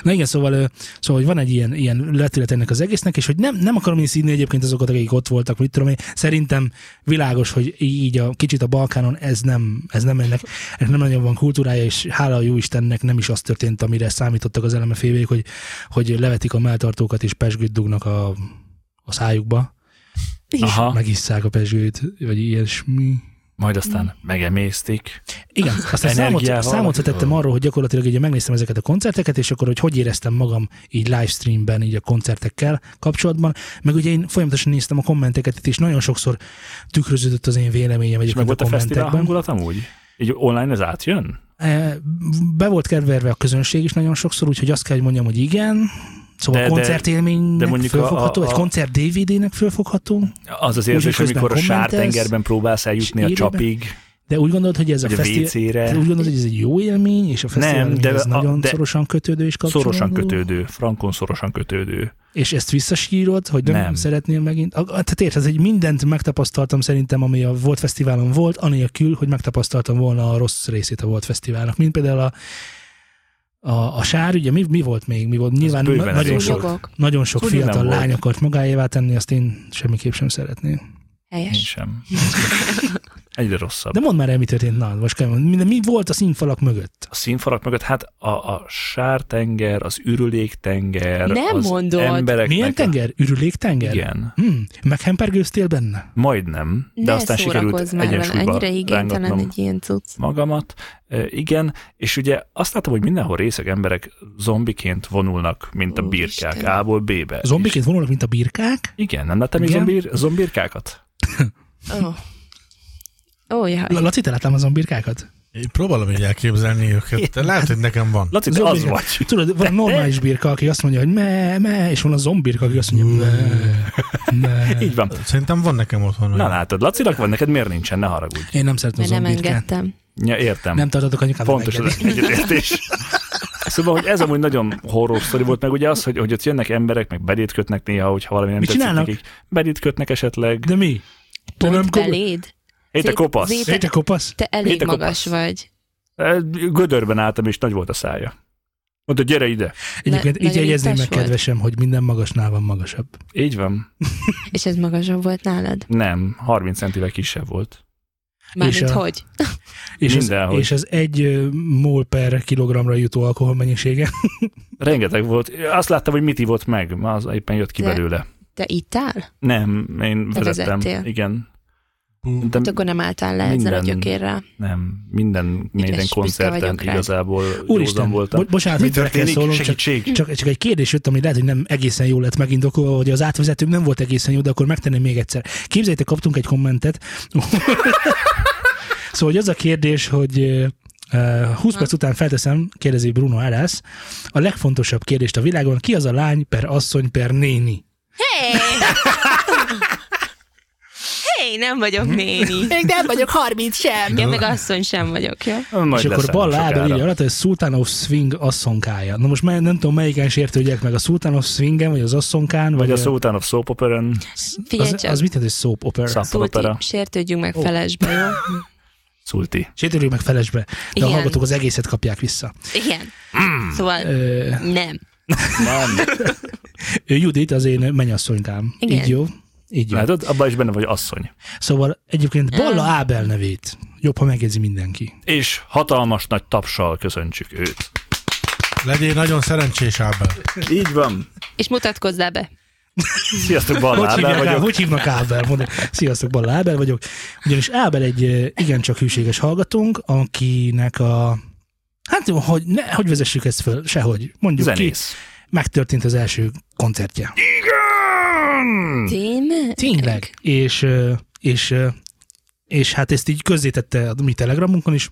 Speaker 1: Na igen, szóval, ö, szóval hogy van egy ilyen, ilyen letület ennek az egésznek, és hogy nem, nem akarom én színi egyébként azokat, akik ott voltak, mit tudom én. Szerintem világos, hogy így a kicsit a Balkánon ez nem, ez nem ennek, ennek nem nagyon van kultúrája, és hála a jó Istennek nem is az történt, amire számítottak az elemefévék, hogy, hogy levetik a melltartókat és pesgőt dugnak a, a szájukba,
Speaker 2: Aha,
Speaker 1: megisszák a pesgőt, vagy ilyesmi.
Speaker 2: majd aztán
Speaker 4: Mm.
Speaker 2: megemésztik.
Speaker 1: Igen, aztán számot,
Speaker 2: Energiával.
Speaker 1: számot vetettem arról, hogy gyakorlatilag ugye megnéztem ezeket a koncerteket, és akkor hogy hogy éreztem magam így livestreamben, így a koncertekkel kapcsolatban, meg ugye én folyamatosan néztem a kommenteket itt, és nagyon sokszor tükröződött az én véleményem
Speaker 2: És meg
Speaker 1: egyébként
Speaker 2: volt
Speaker 1: a
Speaker 2: a fesztivál
Speaker 1: kommentekben.
Speaker 2: hangulat amúgy? Így online ez átjön?
Speaker 1: E, Be volt kedverve a közönség is nagyon sokszor, úgyhogy azt kell, hogy mondjam, hogy igen, Szóval
Speaker 2: De-
Speaker 1: de,
Speaker 2: de-
Speaker 1: koncertélménynek
Speaker 2: de
Speaker 1: de
Speaker 2: mondjuk a-
Speaker 1: fölfogható,
Speaker 2: a-
Speaker 1: egy
Speaker 2: a-
Speaker 1: koncert DVD-nek fölfogható,
Speaker 2: Az az
Speaker 1: Úgyhogy
Speaker 2: érzés,
Speaker 1: közben
Speaker 2: amikor a sár
Speaker 1: kommentelsz,
Speaker 2: tengerben próbálsz eljutni a
Speaker 1: és írod be.
Speaker 2: csapig,
Speaker 1: de úgy gondolod, hogy ez a
Speaker 2: vagy a
Speaker 1: fesztivál... Te
Speaker 2: WC-re.
Speaker 1: úgy gondolod, hogy ez egy jó élmény, és a fesztivál
Speaker 2: de
Speaker 1: ez
Speaker 2: a-
Speaker 1: nagyon
Speaker 2: de-
Speaker 1: szorosan kötődő és kapcsolódó?
Speaker 2: Szorosan kötődő, frankon szorosan kötődő.
Speaker 1: És ezt visszasírod, hogy nem, nem.
Speaker 2: Nem.
Speaker 1: szeretnél megint? A- a- Tehát érted, hogy mindent megtapasztaltam szerintem, ami a Volt Fesztiválon volt, anélkül, hogy megtapasztaltam volna a rossz részét a Volt Fesztiválnak. Mint például a, a, a sár, ugye mi, mi volt még? Mi volt? Nyilván
Speaker 2: bőven
Speaker 1: na-
Speaker 2: elég
Speaker 1: nagyon
Speaker 2: volt.
Speaker 1: sok,
Speaker 4: Jogok.
Speaker 1: nagyon sok
Speaker 2: Tudni nem
Speaker 1: fiatal
Speaker 2: volt.
Speaker 1: lány akart magáévá tenni, azt én semmiképp sem szeretném.
Speaker 2: Én
Speaker 4: Helyes.
Speaker 2: sem. Egyre rosszabb.
Speaker 1: De mondd már el, mi történt, na, most kell mondani. Mi, mi volt a színfalak mögött?
Speaker 2: a színfalak mögött, hát a, a sártenger, az ürüléktenger,
Speaker 4: Nem
Speaker 2: az
Speaker 4: mondod.
Speaker 2: embereknek...
Speaker 1: Milyen tenger? Ürüléktenger?
Speaker 2: Igen.
Speaker 1: Hmm, meghempergőztél benne?
Speaker 2: Majdnem, de
Speaker 4: ne
Speaker 2: aztán sikerült
Speaker 4: szórakozz már vele,
Speaker 2: egyensúlyba
Speaker 4: annyira igénytelen
Speaker 2: rángatnom
Speaker 4: egy ilyen cucc.
Speaker 2: magamat. E, igen, és ugye azt látom, hogy mindenhol részeg emberek zombiként vonulnak, mint a
Speaker 4: Úristen.
Speaker 2: birkák A-ból B-be.
Speaker 1: Zombiként vonulnak, mint a birkák?
Speaker 2: És, igen, nem láttam még
Speaker 1: Igen.
Speaker 2: zombir, zombirkákat?
Speaker 4: Ó, oh. oh, jaj.
Speaker 1: La- Laci, te láttam a zombirkákat?
Speaker 3: Én próbálom így elképzelni őket, de lehet, hogy nekem van.
Speaker 2: Laci, te
Speaker 1: Zombi-
Speaker 2: az vagy. *laughs*
Speaker 1: Tudod, van a normális birka, aki azt mondja, hogy me, me, és van a zombirka, aki azt mondja, me, me.
Speaker 2: Így van.
Speaker 3: Szerintem van nekem otthon.
Speaker 2: Na
Speaker 3: olyan.
Speaker 2: látod, Lacinak van, neked miért nincsen, ne haragudj.
Speaker 1: Én nem szeretem
Speaker 4: Mert nem
Speaker 1: zombirkát.
Speaker 4: engedtem.
Speaker 2: Ja, értem.
Speaker 1: Nem tartatok anyukám.
Speaker 2: Fontos
Speaker 1: nem
Speaker 2: az
Speaker 1: *laughs*
Speaker 2: egyetértés. Szóval, hogy ez amúgy nagyon horror sztori volt, meg ugye az, hogy, hogy ott jönnek emberek, meg bedét kötnek néha, hogyha valami nem
Speaker 1: Mit
Speaker 2: tetszik
Speaker 1: csinálnak?
Speaker 2: nekik. Bedét kötnek esetleg.
Speaker 1: De mi? Te nem
Speaker 4: Pont
Speaker 1: kopasz?
Speaker 4: beléd.
Speaker 2: Hé, te
Speaker 4: Zét-
Speaker 2: kopasz.
Speaker 4: zét-
Speaker 1: Én te kopasz?
Speaker 4: Te elég
Speaker 2: Héte kopasz.
Speaker 4: magas vagy.
Speaker 2: Gödörben álltam, és nagy volt a szája. Mondta, gyere ide.
Speaker 1: Egyébként így
Speaker 4: nagyon
Speaker 1: jegyezném
Speaker 4: intes
Speaker 1: meg,
Speaker 4: volt.
Speaker 1: kedvesem, hogy minden magasnál van magasabb.
Speaker 2: Így van.
Speaker 4: És ez magasabb volt nálad?
Speaker 2: Nem, 30 centivel kisebb volt.
Speaker 4: Mármint
Speaker 1: a-
Speaker 4: hogy?
Speaker 1: És az,
Speaker 2: Mindenhogy.
Speaker 1: és az egy ö, mol per kilogramra jutó alkohol mennyisége.
Speaker 2: Rengeteg volt. Azt láttam, hogy mit ivott meg. Ma az éppen jött ki
Speaker 4: De-
Speaker 2: belőle.
Speaker 4: Te ittál?
Speaker 2: Nem, én
Speaker 4: Te
Speaker 2: vezettem.
Speaker 4: vezettél?
Speaker 2: Igen.
Speaker 3: Bú.
Speaker 2: De
Speaker 4: Hát akkor nem álltál le ezzel a
Speaker 2: Minden.
Speaker 4: gyökérrel.
Speaker 2: nem, minden
Speaker 4: büszke
Speaker 2: néden
Speaker 4: vagyok
Speaker 2: koncerten
Speaker 4: rád.
Speaker 2: igazából józan
Speaker 1: Úristen,
Speaker 2: voltam.
Speaker 1: bo- bocsánat, hogy bele kell szólnom, csak, csak, csak egy kérdés jött, ami lehet, hogy nem egészen jól lett megindokolva, hogy az átvezetőm nem volt egészen jó, de akkor megtenném még egyszer. Képzeljétek, kaptunk egy kommentet. *laughs* szóval hogy az a kérdés, hogy uh, 20 perc után felteszem, kérdezi Bruno Arász, a legfontosabb kérdést a világon, ki az a lány per asszony per néni? *laughs*
Speaker 4: Hey! hey, nem vagyok néni. Még nem vagyok 30 sem. Én meg asszony sem vagyok, jó?
Speaker 2: Majd
Speaker 1: és akkor
Speaker 2: leszállunk
Speaker 1: bal
Speaker 2: sokára.
Speaker 1: lábel írja alatt, hogy Sultan of Swing asszonkája. Na most már nem tudom, melyiken sértődjek meg, a Sultan of Swingen, vagy az asszonkán, vagy,
Speaker 2: Vagy a szó után a soap opera
Speaker 4: Figyelj
Speaker 1: az,
Speaker 4: csak.
Speaker 1: az mit jelent, hogy soap opera?
Speaker 2: Szap.
Speaker 4: Szulti,
Speaker 2: opera.
Speaker 4: sértődjünk meg felesbe,
Speaker 1: *laughs*
Speaker 4: jó?
Speaker 2: Szulti.
Speaker 1: Sértődjük meg felesbe, de
Speaker 4: Igen.
Speaker 1: a hallgatók az egészet kapják vissza.
Speaker 4: Igen. Szóval
Speaker 1: Mm. Ö,
Speaker 4: nem.
Speaker 2: Nem.
Speaker 1: Judit az én mennyasszonykám.
Speaker 4: Igen.
Speaker 1: Így jó? Így jó.
Speaker 2: Látod, abban is benne vagy asszony.
Speaker 1: Szóval egyébként Balla Ábel nevét jobb, ha megjegyzi mindenki.
Speaker 2: És hatalmas nagy tapsal köszöntsük őt.
Speaker 3: Legyél nagyon szerencsés, Ábel.
Speaker 2: Így van.
Speaker 4: És mutatkozzál be.
Speaker 2: Sziasztok, bal
Speaker 1: Hogy
Speaker 2: lábel
Speaker 1: hívják, Á-
Speaker 2: vagyok.
Speaker 1: hogy hívnak Ábel? Mondom, sziasztok, Balla Ábel vagyok. Ugyanis Ábel egy ö, igencsak hűséges hallgatónk, akinek a... Hát jó, hogy, ne, hogy vezessük ezt föl? Sehogy. Mondjuk ki,
Speaker 2: Zenész.
Speaker 1: megtörtént az első koncertje.
Speaker 4: Tényleg?
Speaker 1: Mm. Tényleg. És, ö, és, ö, és hát ezt így közzétette a mi telegramunkon is,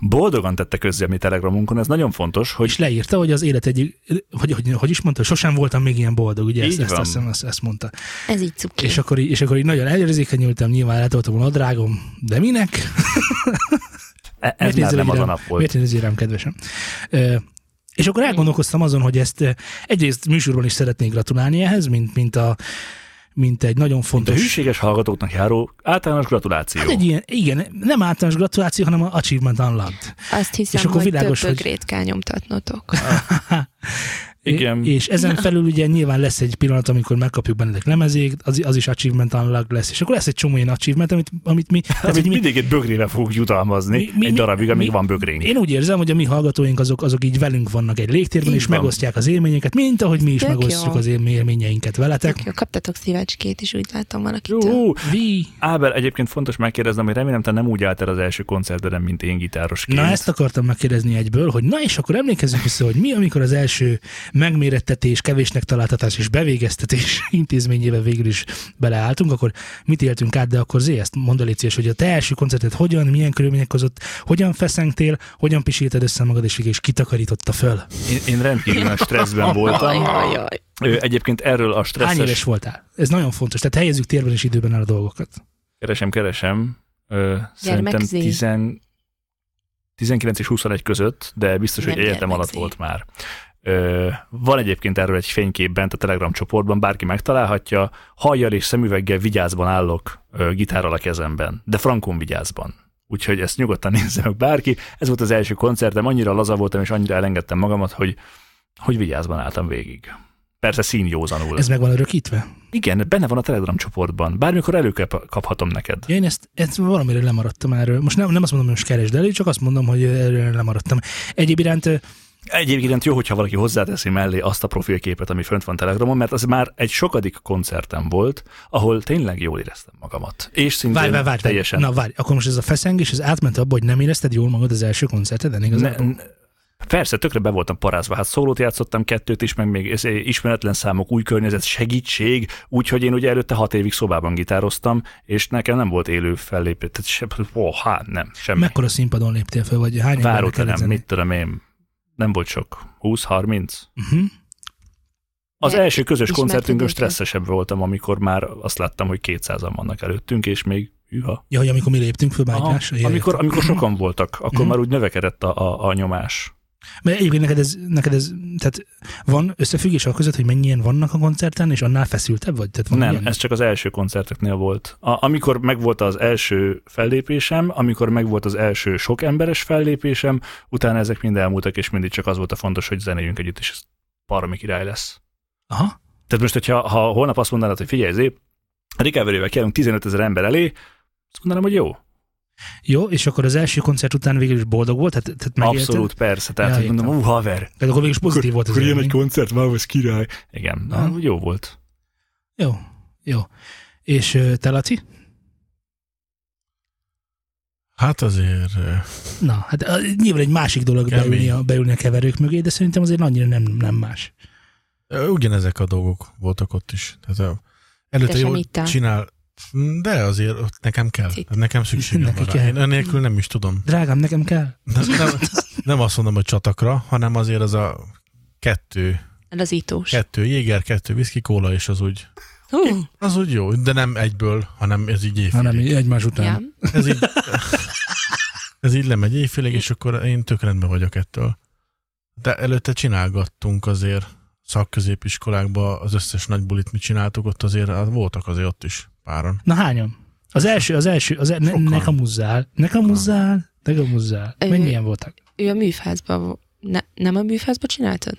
Speaker 2: Boldogan tette közzé a mi telegramunkon, ez nagyon fontos, hogy
Speaker 1: és leírta, hogy az élet egyik, hogy, hogy, hogy is mondta, sosem voltam még ilyen boldog, ugye ezt,
Speaker 2: Így
Speaker 1: ezt,
Speaker 2: van.
Speaker 1: azt hiszem, ezt, ezt mondta.
Speaker 4: Ez így cuki.
Speaker 1: És akkor, így, és akkor így nagyon előrzékenyültem, nyilván letoltam volna a drágom, de minek?
Speaker 2: e- ez
Speaker 1: nézel
Speaker 2: már nem
Speaker 1: így
Speaker 2: az a
Speaker 1: rám?
Speaker 2: nap volt.
Speaker 1: Miért nézzél rám, kedvesem? Ö, és akkor elgondolkoztam azon, hogy ezt ö, egyrészt műsorban is szeretnék gratulálni ehhez, mint, mint, a, mint egy nagyon
Speaker 2: A
Speaker 1: fontos...
Speaker 2: hűséges hallgatóknak járó általános gratuláció.
Speaker 1: Hát egy ilyen, igen, nem általános gratuláció, hanem a Achievement Unlocked.
Speaker 4: Azt hiszem,
Speaker 1: és akkor
Speaker 4: hogy
Speaker 1: világos,
Speaker 4: több
Speaker 1: hogy-
Speaker 4: bögrét kell nyomtatnotok.
Speaker 2: Igen.
Speaker 1: É- És ezen felül ugye nyilván lesz egy pillanat, amikor megkapjuk bennetek lemezét, az, az is achievement unlocked lesz, és akkor lesz egy csomó ilyen achievement, amit, amit mi... Tehát,
Speaker 2: Hát, Amit
Speaker 1: hogy mi
Speaker 2: mindig egy bögrével fogunk jutalmazni,
Speaker 1: Mi- mi-
Speaker 2: egy
Speaker 1: mi-
Speaker 2: darabig, amíg
Speaker 1: mi-
Speaker 2: van bögrénk.
Speaker 1: én úgy érzem, hogy a mi hallgatóink azok, azok így velünk vannak egy légtérben,
Speaker 2: Így
Speaker 1: és
Speaker 2: van.
Speaker 1: megosztják az élményeket, mint ahogy mi is
Speaker 4: Tök
Speaker 1: megosztjuk
Speaker 4: jó.
Speaker 1: az élmi- élményeinket veletek.
Speaker 4: Tök jó, kaptatok szívecskét is, úgy látom valakitől.
Speaker 2: Ú,
Speaker 1: Vi.
Speaker 2: Ábel, egyébként fontos megkérdeznem, hogy remélem te nem úgy álltál az első koncerteden, mint én gitárosként.
Speaker 1: Na ezt akartam megkérdezni egyből, hogy na és akkor emlékezzünk vissza, hogy mi, amikor az első megmérettetés, kevésnek találtatás és bevégeztetés *laughs* intézményével végül is beleálltunk, akkor mit éltünk át, de akkor Zé, ezt mondd el, légy szíves, hogy a te első koncertet hogyan, milyen körülmények között, hogyan feszengtél, hogyan pisilted össze magad, és végül is kitakarította föl.
Speaker 2: Én, én rendkívül nagy stresszben voltam.
Speaker 4: Ajajaj.
Speaker 2: Ö, Egyébként erről a
Speaker 1: Hány éves
Speaker 2: stresszes...
Speaker 1: voltál? Ez nagyon fontos, tehát helyezzük térben és időben el a dolgokat.
Speaker 2: Keresem, keresem. Ö, Szerintem
Speaker 4: Zé.
Speaker 2: 10, 19 és 21 között, de biztos, hogy
Speaker 4: Nem
Speaker 2: egyetem
Speaker 4: gyermek
Speaker 2: alatt
Speaker 4: Zé.
Speaker 2: volt már. Ö, van egyébként erről egy fénykép bent a Telegram csoportban, bárki megtalálhatja. Hajjal és szemüveggel vigyázban állok, ö, gitárral a kezemben, de frankon vigyázban. Úgyhogy ezt nyugodtan *laughs* nézze meg bárki. Ez volt az első koncertem, annyira laza voltam, és annyira elengedtem magamat, hogy, hogy vigyázban álltam végig. Persze színjózanul.
Speaker 1: Ez meg van örökítve?
Speaker 2: Igen, benne van a Telegram csoportban. Bármikor előkaphatom neked.
Speaker 1: Ja, én ezt, ezt valamire lemaradtam erről. Most nem, nem azt mondom, hogy most keresd elő, csak azt mondom, hogy erről lemaradtam. Egyéb iránt ö,
Speaker 2: Egyébként jó, hogyha valaki hozzáteszi mellé azt a profilképet, ami fönt van Telegramon, mert az már egy sokadik koncertem volt, ahol tényleg jól éreztem magamat. És szintén
Speaker 1: Várj, várj, várj.
Speaker 2: teljesen...
Speaker 1: Na várj, akkor most ez a feszengés, ez átment abba, hogy nem érezted jól magad az első koncerteden, igazán?
Speaker 2: ne, Persze, tökre be voltam parázva, hát szólót játszottam kettőt is, meg még ez- ismeretlen számok, új környezet, segítség, úgyhogy én ugye előtte hat évig szobában gitároztam, és nekem nem volt élő fellépő, tehát se, ó, hát nem, semmi. Meg
Speaker 1: Mekkora színpadon léptél fel, vagy hány embernek
Speaker 2: Váróterem,
Speaker 1: kellett
Speaker 2: mit tudom én, nem volt sok, 20-30.
Speaker 1: zenélni? Mhm.
Speaker 2: Az
Speaker 4: De
Speaker 2: első közös
Speaker 4: ismerkedőkkel.
Speaker 2: koncertünkön stresszesebb voltam, amikor már azt láttam, hogy 200-an vannak előttünk, és még üha.
Speaker 1: Ja, hogy amikor mi léptünk föl, már
Speaker 2: Aha,
Speaker 1: egymás, ja,
Speaker 2: Amikor,
Speaker 1: értem.
Speaker 2: amikor sokan voltak, akkor
Speaker 1: Mhm.
Speaker 2: már úgy növekedett a, a, a nyomás.
Speaker 1: Mert egyébként neked ez, neked ez, tehát van összefüggés a között, hogy mennyien vannak a koncerten, és annál feszültebb vagy? Tehát van
Speaker 2: Nem,
Speaker 1: ilyen?
Speaker 2: ez csak az első koncerteknél volt. A, amikor megvolt az első fellépésem, amikor megvolt az első sok emberes fellépésem, utána ezek mind elmúltak, és mindig csak az volt a fontos, hogy zenéljünk együtt, és ez baromi király lesz.
Speaker 1: Aha.
Speaker 2: Tehát most, hogyha ha holnap azt mondanád, hogy figyelj, Zé, recovery-vel kellünk 15 ezer ember elé, azt mondanám, hogy jó.
Speaker 1: Jó, és akkor az első koncert után végül is boldog volt? Tehát, tehát megélted?
Speaker 2: Abszolút, persze. Tehát,
Speaker 1: Ja,
Speaker 2: hogy mondom,
Speaker 1: értem.
Speaker 2: ú, haver.
Speaker 1: Tehát akkor végül is pozitív volt az élmény.
Speaker 2: koncert, már ez király. Igen, na,
Speaker 1: Aha.
Speaker 2: jó volt.
Speaker 1: Jó, jó. És ö, te, Laci?
Speaker 3: Hát azért ö,
Speaker 1: Na, hát ö, nyilván egy másik dolog
Speaker 3: Kemény.
Speaker 1: beülni a, beülni a keverők mögé, de szerintem azért annyira nem, nem más.
Speaker 3: ö, ugyanezek a dolgok voltak ott is. Tehát ö, előtte
Speaker 4: Te sem
Speaker 3: jól
Speaker 4: ittál.
Speaker 3: csinál, de azért ott nekem kell,
Speaker 4: Itt.
Speaker 3: nekem szükségem
Speaker 1: Neki
Speaker 3: van rá.
Speaker 1: kell.
Speaker 3: Én Enélkül nem is tudom.
Speaker 1: Drágám, nekem kell?
Speaker 3: Nem, nem, nem azt mondom, hogy csatakra, hanem azért az a kettő,
Speaker 4: Az itós.
Speaker 3: kettő jéger, kettő viszki, kóla, és az úgy,
Speaker 4: Hú,
Speaker 3: az úgy jó, de nem egyből, hanem ez így
Speaker 1: Hanem
Speaker 3: évfélig.
Speaker 1: így egymás után.
Speaker 4: ja.
Speaker 1: Ja.
Speaker 3: Ez így, *laughs* ez így lemegy évfélig, és akkor én tök rendben vagyok ettől. De előtte csinálgattunk azért szakközépiskolákba az összes nagy bulit, mit csináltuk, ott azért hát voltak azért ott is páran.
Speaker 1: Na hányan? Az első, az első, az e- ne,
Speaker 3: Sokan.
Speaker 1: ne kamuzzál, ne kamuzzál, ne kamuzzál.
Speaker 4: Ö,
Speaker 1: Mennyien voltak?
Speaker 4: Ő a műfázba, vo- ne, nem a műfázba csináltad?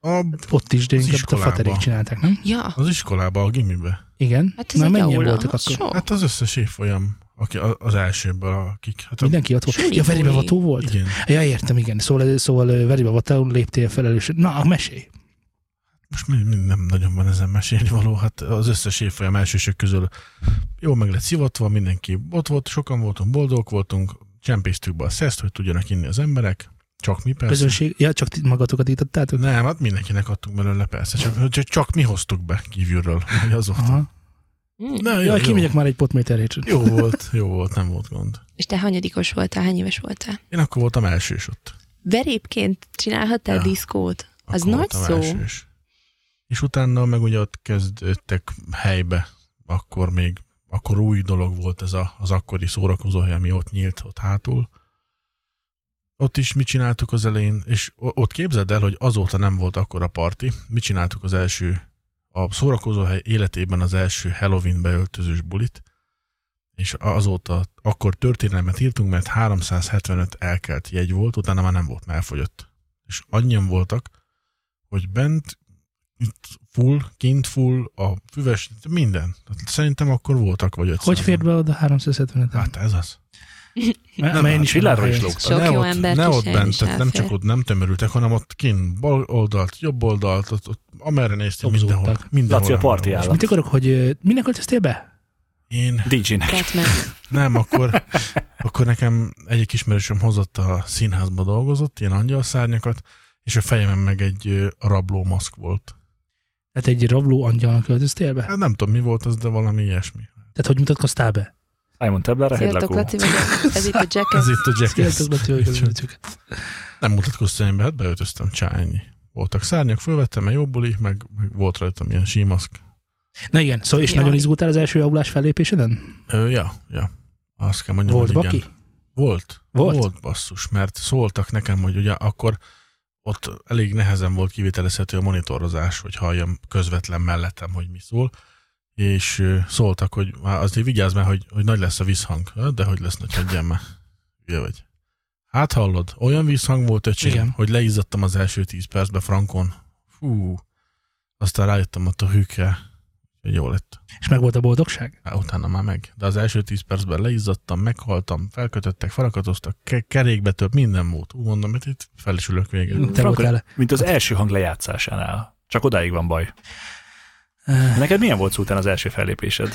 Speaker 3: A,
Speaker 1: Ott is, de
Speaker 3: az
Speaker 1: inkább ott a
Speaker 3: iskolában.
Speaker 1: faterék csinálták, nem?
Speaker 4: Ja,
Speaker 3: az iskolába, a gimibe.
Speaker 1: Igen.
Speaker 4: hát ez
Speaker 1: Na,
Speaker 4: egy
Speaker 1: mennyien
Speaker 4: aula,
Speaker 1: voltak
Speaker 4: az
Speaker 1: akkor?
Speaker 4: sok.
Speaker 3: Hát az összes évfolyam, aki a- az elsőből, akik. Hát a,
Speaker 1: Mindenki ott volt.
Speaker 4: Suli
Speaker 1: Ja, Veribe
Speaker 4: buli.
Speaker 1: Vató volt?
Speaker 3: igen.
Speaker 1: Ja, értem, igen. Szóval, szóval ö, Veribe Vató léptél felelős. Na, a mesélj.
Speaker 3: Most mi, mi nem nagyon van ezen mesélni való, hát az összes évfolyam elsősök közül jó meg lett szivatva, mindenki ott volt, sokan voltunk, boldogok voltunk, csempésztük be a szeszt, hogy tudjanak inni az emberek, csak mi persze.
Speaker 1: Közönség. Ja, csak ti magatokat ítottátok?
Speaker 3: Nem, hát mindenkinek adtunk belőle persze, csak, csak, csak mi hoztuk be kívülről, hogy az volt.
Speaker 1: Aha.
Speaker 4: Mm.
Speaker 3: Na, jó,
Speaker 1: Jaj,
Speaker 3: jó, Szóval.
Speaker 1: kimegyek már egy potméterét.
Speaker 3: jó volt, jó volt, nem volt gond.
Speaker 4: És te hanyadikos voltál, hány éves voltál?
Speaker 3: Én akkor voltam elsős ott.
Speaker 4: Verépként csinálhattál
Speaker 3: Ja.
Speaker 4: ja. diszkót?
Speaker 3: Akkor
Speaker 4: Az nagy
Speaker 3: voltam
Speaker 4: szó.
Speaker 3: Elsős. És utána meg ugye ott kezdődtek helybe, akkor még, akkor új dolog volt ez a, az akkori szórakozóhely, ami ott nyílt, ott hátul. Ott is mit csináltuk az elején, és o- ott képzeld el, hogy azóta nem volt akkor a parti. Mit csináltuk az első, a szórakozóhely életében az első Halloween beöltözős bulit, és azóta akkor történelmet írtunk, mert 375 elkelt jegy volt, utána már nem volt, mert elfogyott. És annyian voltak, hogy bent, itt full, kint full, a füves, minden. Tehát szerintem akkor voltak, vagy ötszázan.
Speaker 1: Hogy fér be oda 375 en
Speaker 3: Hát ez az.
Speaker 1: Mert
Speaker 3: nem, hát
Speaker 1: én is
Speaker 2: Villárról is
Speaker 1: elhelyeztem.
Speaker 2: lógtam.
Speaker 4: Sok
Speaker 3: ne
Speaker 4: jó
Speaker 3: ott,
Speaker 4: embert
Speaker 3: ne
Speaker 4: is
Speaker 3: ott
Speaker 4: el
Speaker 3: bent,
Speaker 4: is
Speaker 3: tehát nem
Speaker 4: elfér.
Speaker 3: csak ott nem tömörültek, hanem ott kint, bal oldalt, jobb oldalt, ott, ott amerre néztem,
Speaker 1: Dobzódtak.
Speaker 3: mindenhol. mindenhol
Speaker 2: Laci, a
Speaker 3: elmennem.
Speaker 2: parti állat.
Speaker 1: Mit akarok, hogy ö, minek költöztél be?
Speaker 3: Én
Speaker 2: DJ-nek.
Speaker 4: Batman.
Speaker 3: Nem, akkor, akkor nekem egyik ismerősöm hozott a színházba dolgozott, ilyen angyalszárnyakat, és a fejemen meg egy ö, rabló maszk volt.
Speaker 1: Tehát Hát egy rabló angyalnak költöztél be?
Speaker 3: Hát nem tudom, mi volt az, de valami ilyesmi.
Speaker 1: Tehát hogy mutatkoztál be?
Speaker 2: Simon Tebler, hegylakó.
Speaker 4: Sziasztok, Laci vagyok. Ez itt a
Speaker 3: Ez *laughs*
Speaker 4: Jackass.
Speaker 3: itt a Jackass.
Speaker 1: Sziasztok, Laci, hogy
Speaker 3: Micsoda.
Speaker 1: közöltük.
Speaker 3: Nem mutatkoztam én be, hát beöltöztem, csá, ennyi. Voltak szárnyak, fölvettem, mert jobb buli, meg, meg volt rajtam ilyen símaszk.
Speaker 1: Na igen, szóval és
Speaker 4: Jaj.
Speaker 1: nagyon izgultál az első javulás fellépéseden?
Speaker 3: Ö, ja, ja. Azt kell mondjam,
Speaker 1: Volt
Speaker 3: hogy igen.
Speaker 1: baki?
Speaker 3: Volt.
Speaker 1: Volt?
Speaker 3: Volt basszus, mert szóltak nekem, hogy ugye akkor ott elég nehezen volt kivitelezhető a monitorozás, hogy halljam közvetlen mellettem, hogy mi szól, és ö, szóltak, hogy "Á, azért vigyázz már, hogy, hogy nagy lesz a visszhang. Ö, De hogy lesz nagy, hagyjam már. Ugye vagy. Hát hallod, olyan visszhang volt, öcsém,
Speaker 1: Igen.
Speaker 3: hogy leizzadtam az első tíz percben frankon. Fú, aztán rájöttem ott a hűkre, hogy jó lett.
Speaker 1: És meg volt a boldogság?
Speaker 3: Á, utána már meg. De az első tíz percben leizzadtam, meghaltam, felkötöttek, felakatoztak, ke- kerékbe több, minden volt. Úgy mondom, hogy itt fel is ülök végül.
Speaker 1: Te
Speaker 2: Frankon-
Speaker 1: voltál.
Speaker 2: Mint az első hang lejátszásánál. Csak odáig van baj.
Speaker 1: Eh,
Speaker 2: Neked milyen volt szó után az első fellépésed?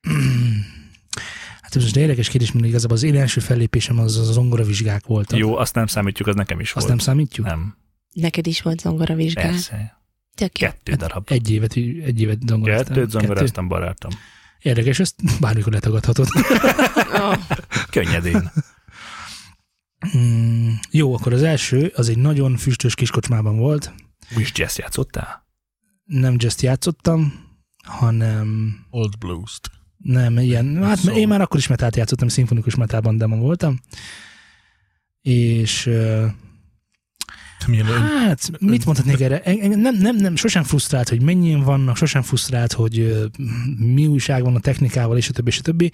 Speaker 1: *clears throat* Hát ez most egy érdekes kérdés, mert igazából az én első fellépésem az az zongoravizsgák voltak.
Speaker 2: Jó, azt nem számítjuk, az nekem is
Speaker 1: Azt nem
Speaker 2: volt.
Speaker 1: számítjuk?
Speaker 2: nem,
Speaker 4: Neked is volt zongora vizsgál.
Speaker 2: persze.
Speaker 4: Tök jó.
Speaker 2: Kettő darab.
Speaker 1: Egy évet, egy évet zongoráztam.
Speaker 2: Kettőt zongoráztam, barátom.
Speaker 1: Hát, Kettő? Érdekes, ezt bármikor letagadhatod.
Speaker 4: Oh,
Speaker 1: *laughs*
Speaker 2: Könnyedén.
Speaker 1: Mm, jó, akkor az első, az egy nagyon füstös kiskocsmában volt.
Speaker 2: Új is jazz játszottál?
Speaker 1: Nem just játszottam, hanem
Speaker 3: Old Blues-t.
Speaker 1: nem, ilyen, hát
Speaker 3: Szóval.
Speaker 1: én már akkor is metát játszottam, szimfonikus metában demon voltam. És ö,
Speaker 3: Milyen ön...
Speaker 1: hát, mit mondhatnék erre? En- engem Nem, nem, nem, sosem frusztrált, hogy mennyien vannak, sosem frusztrált, hogy ö, mi újság van a technikával, és a többi, és a többi.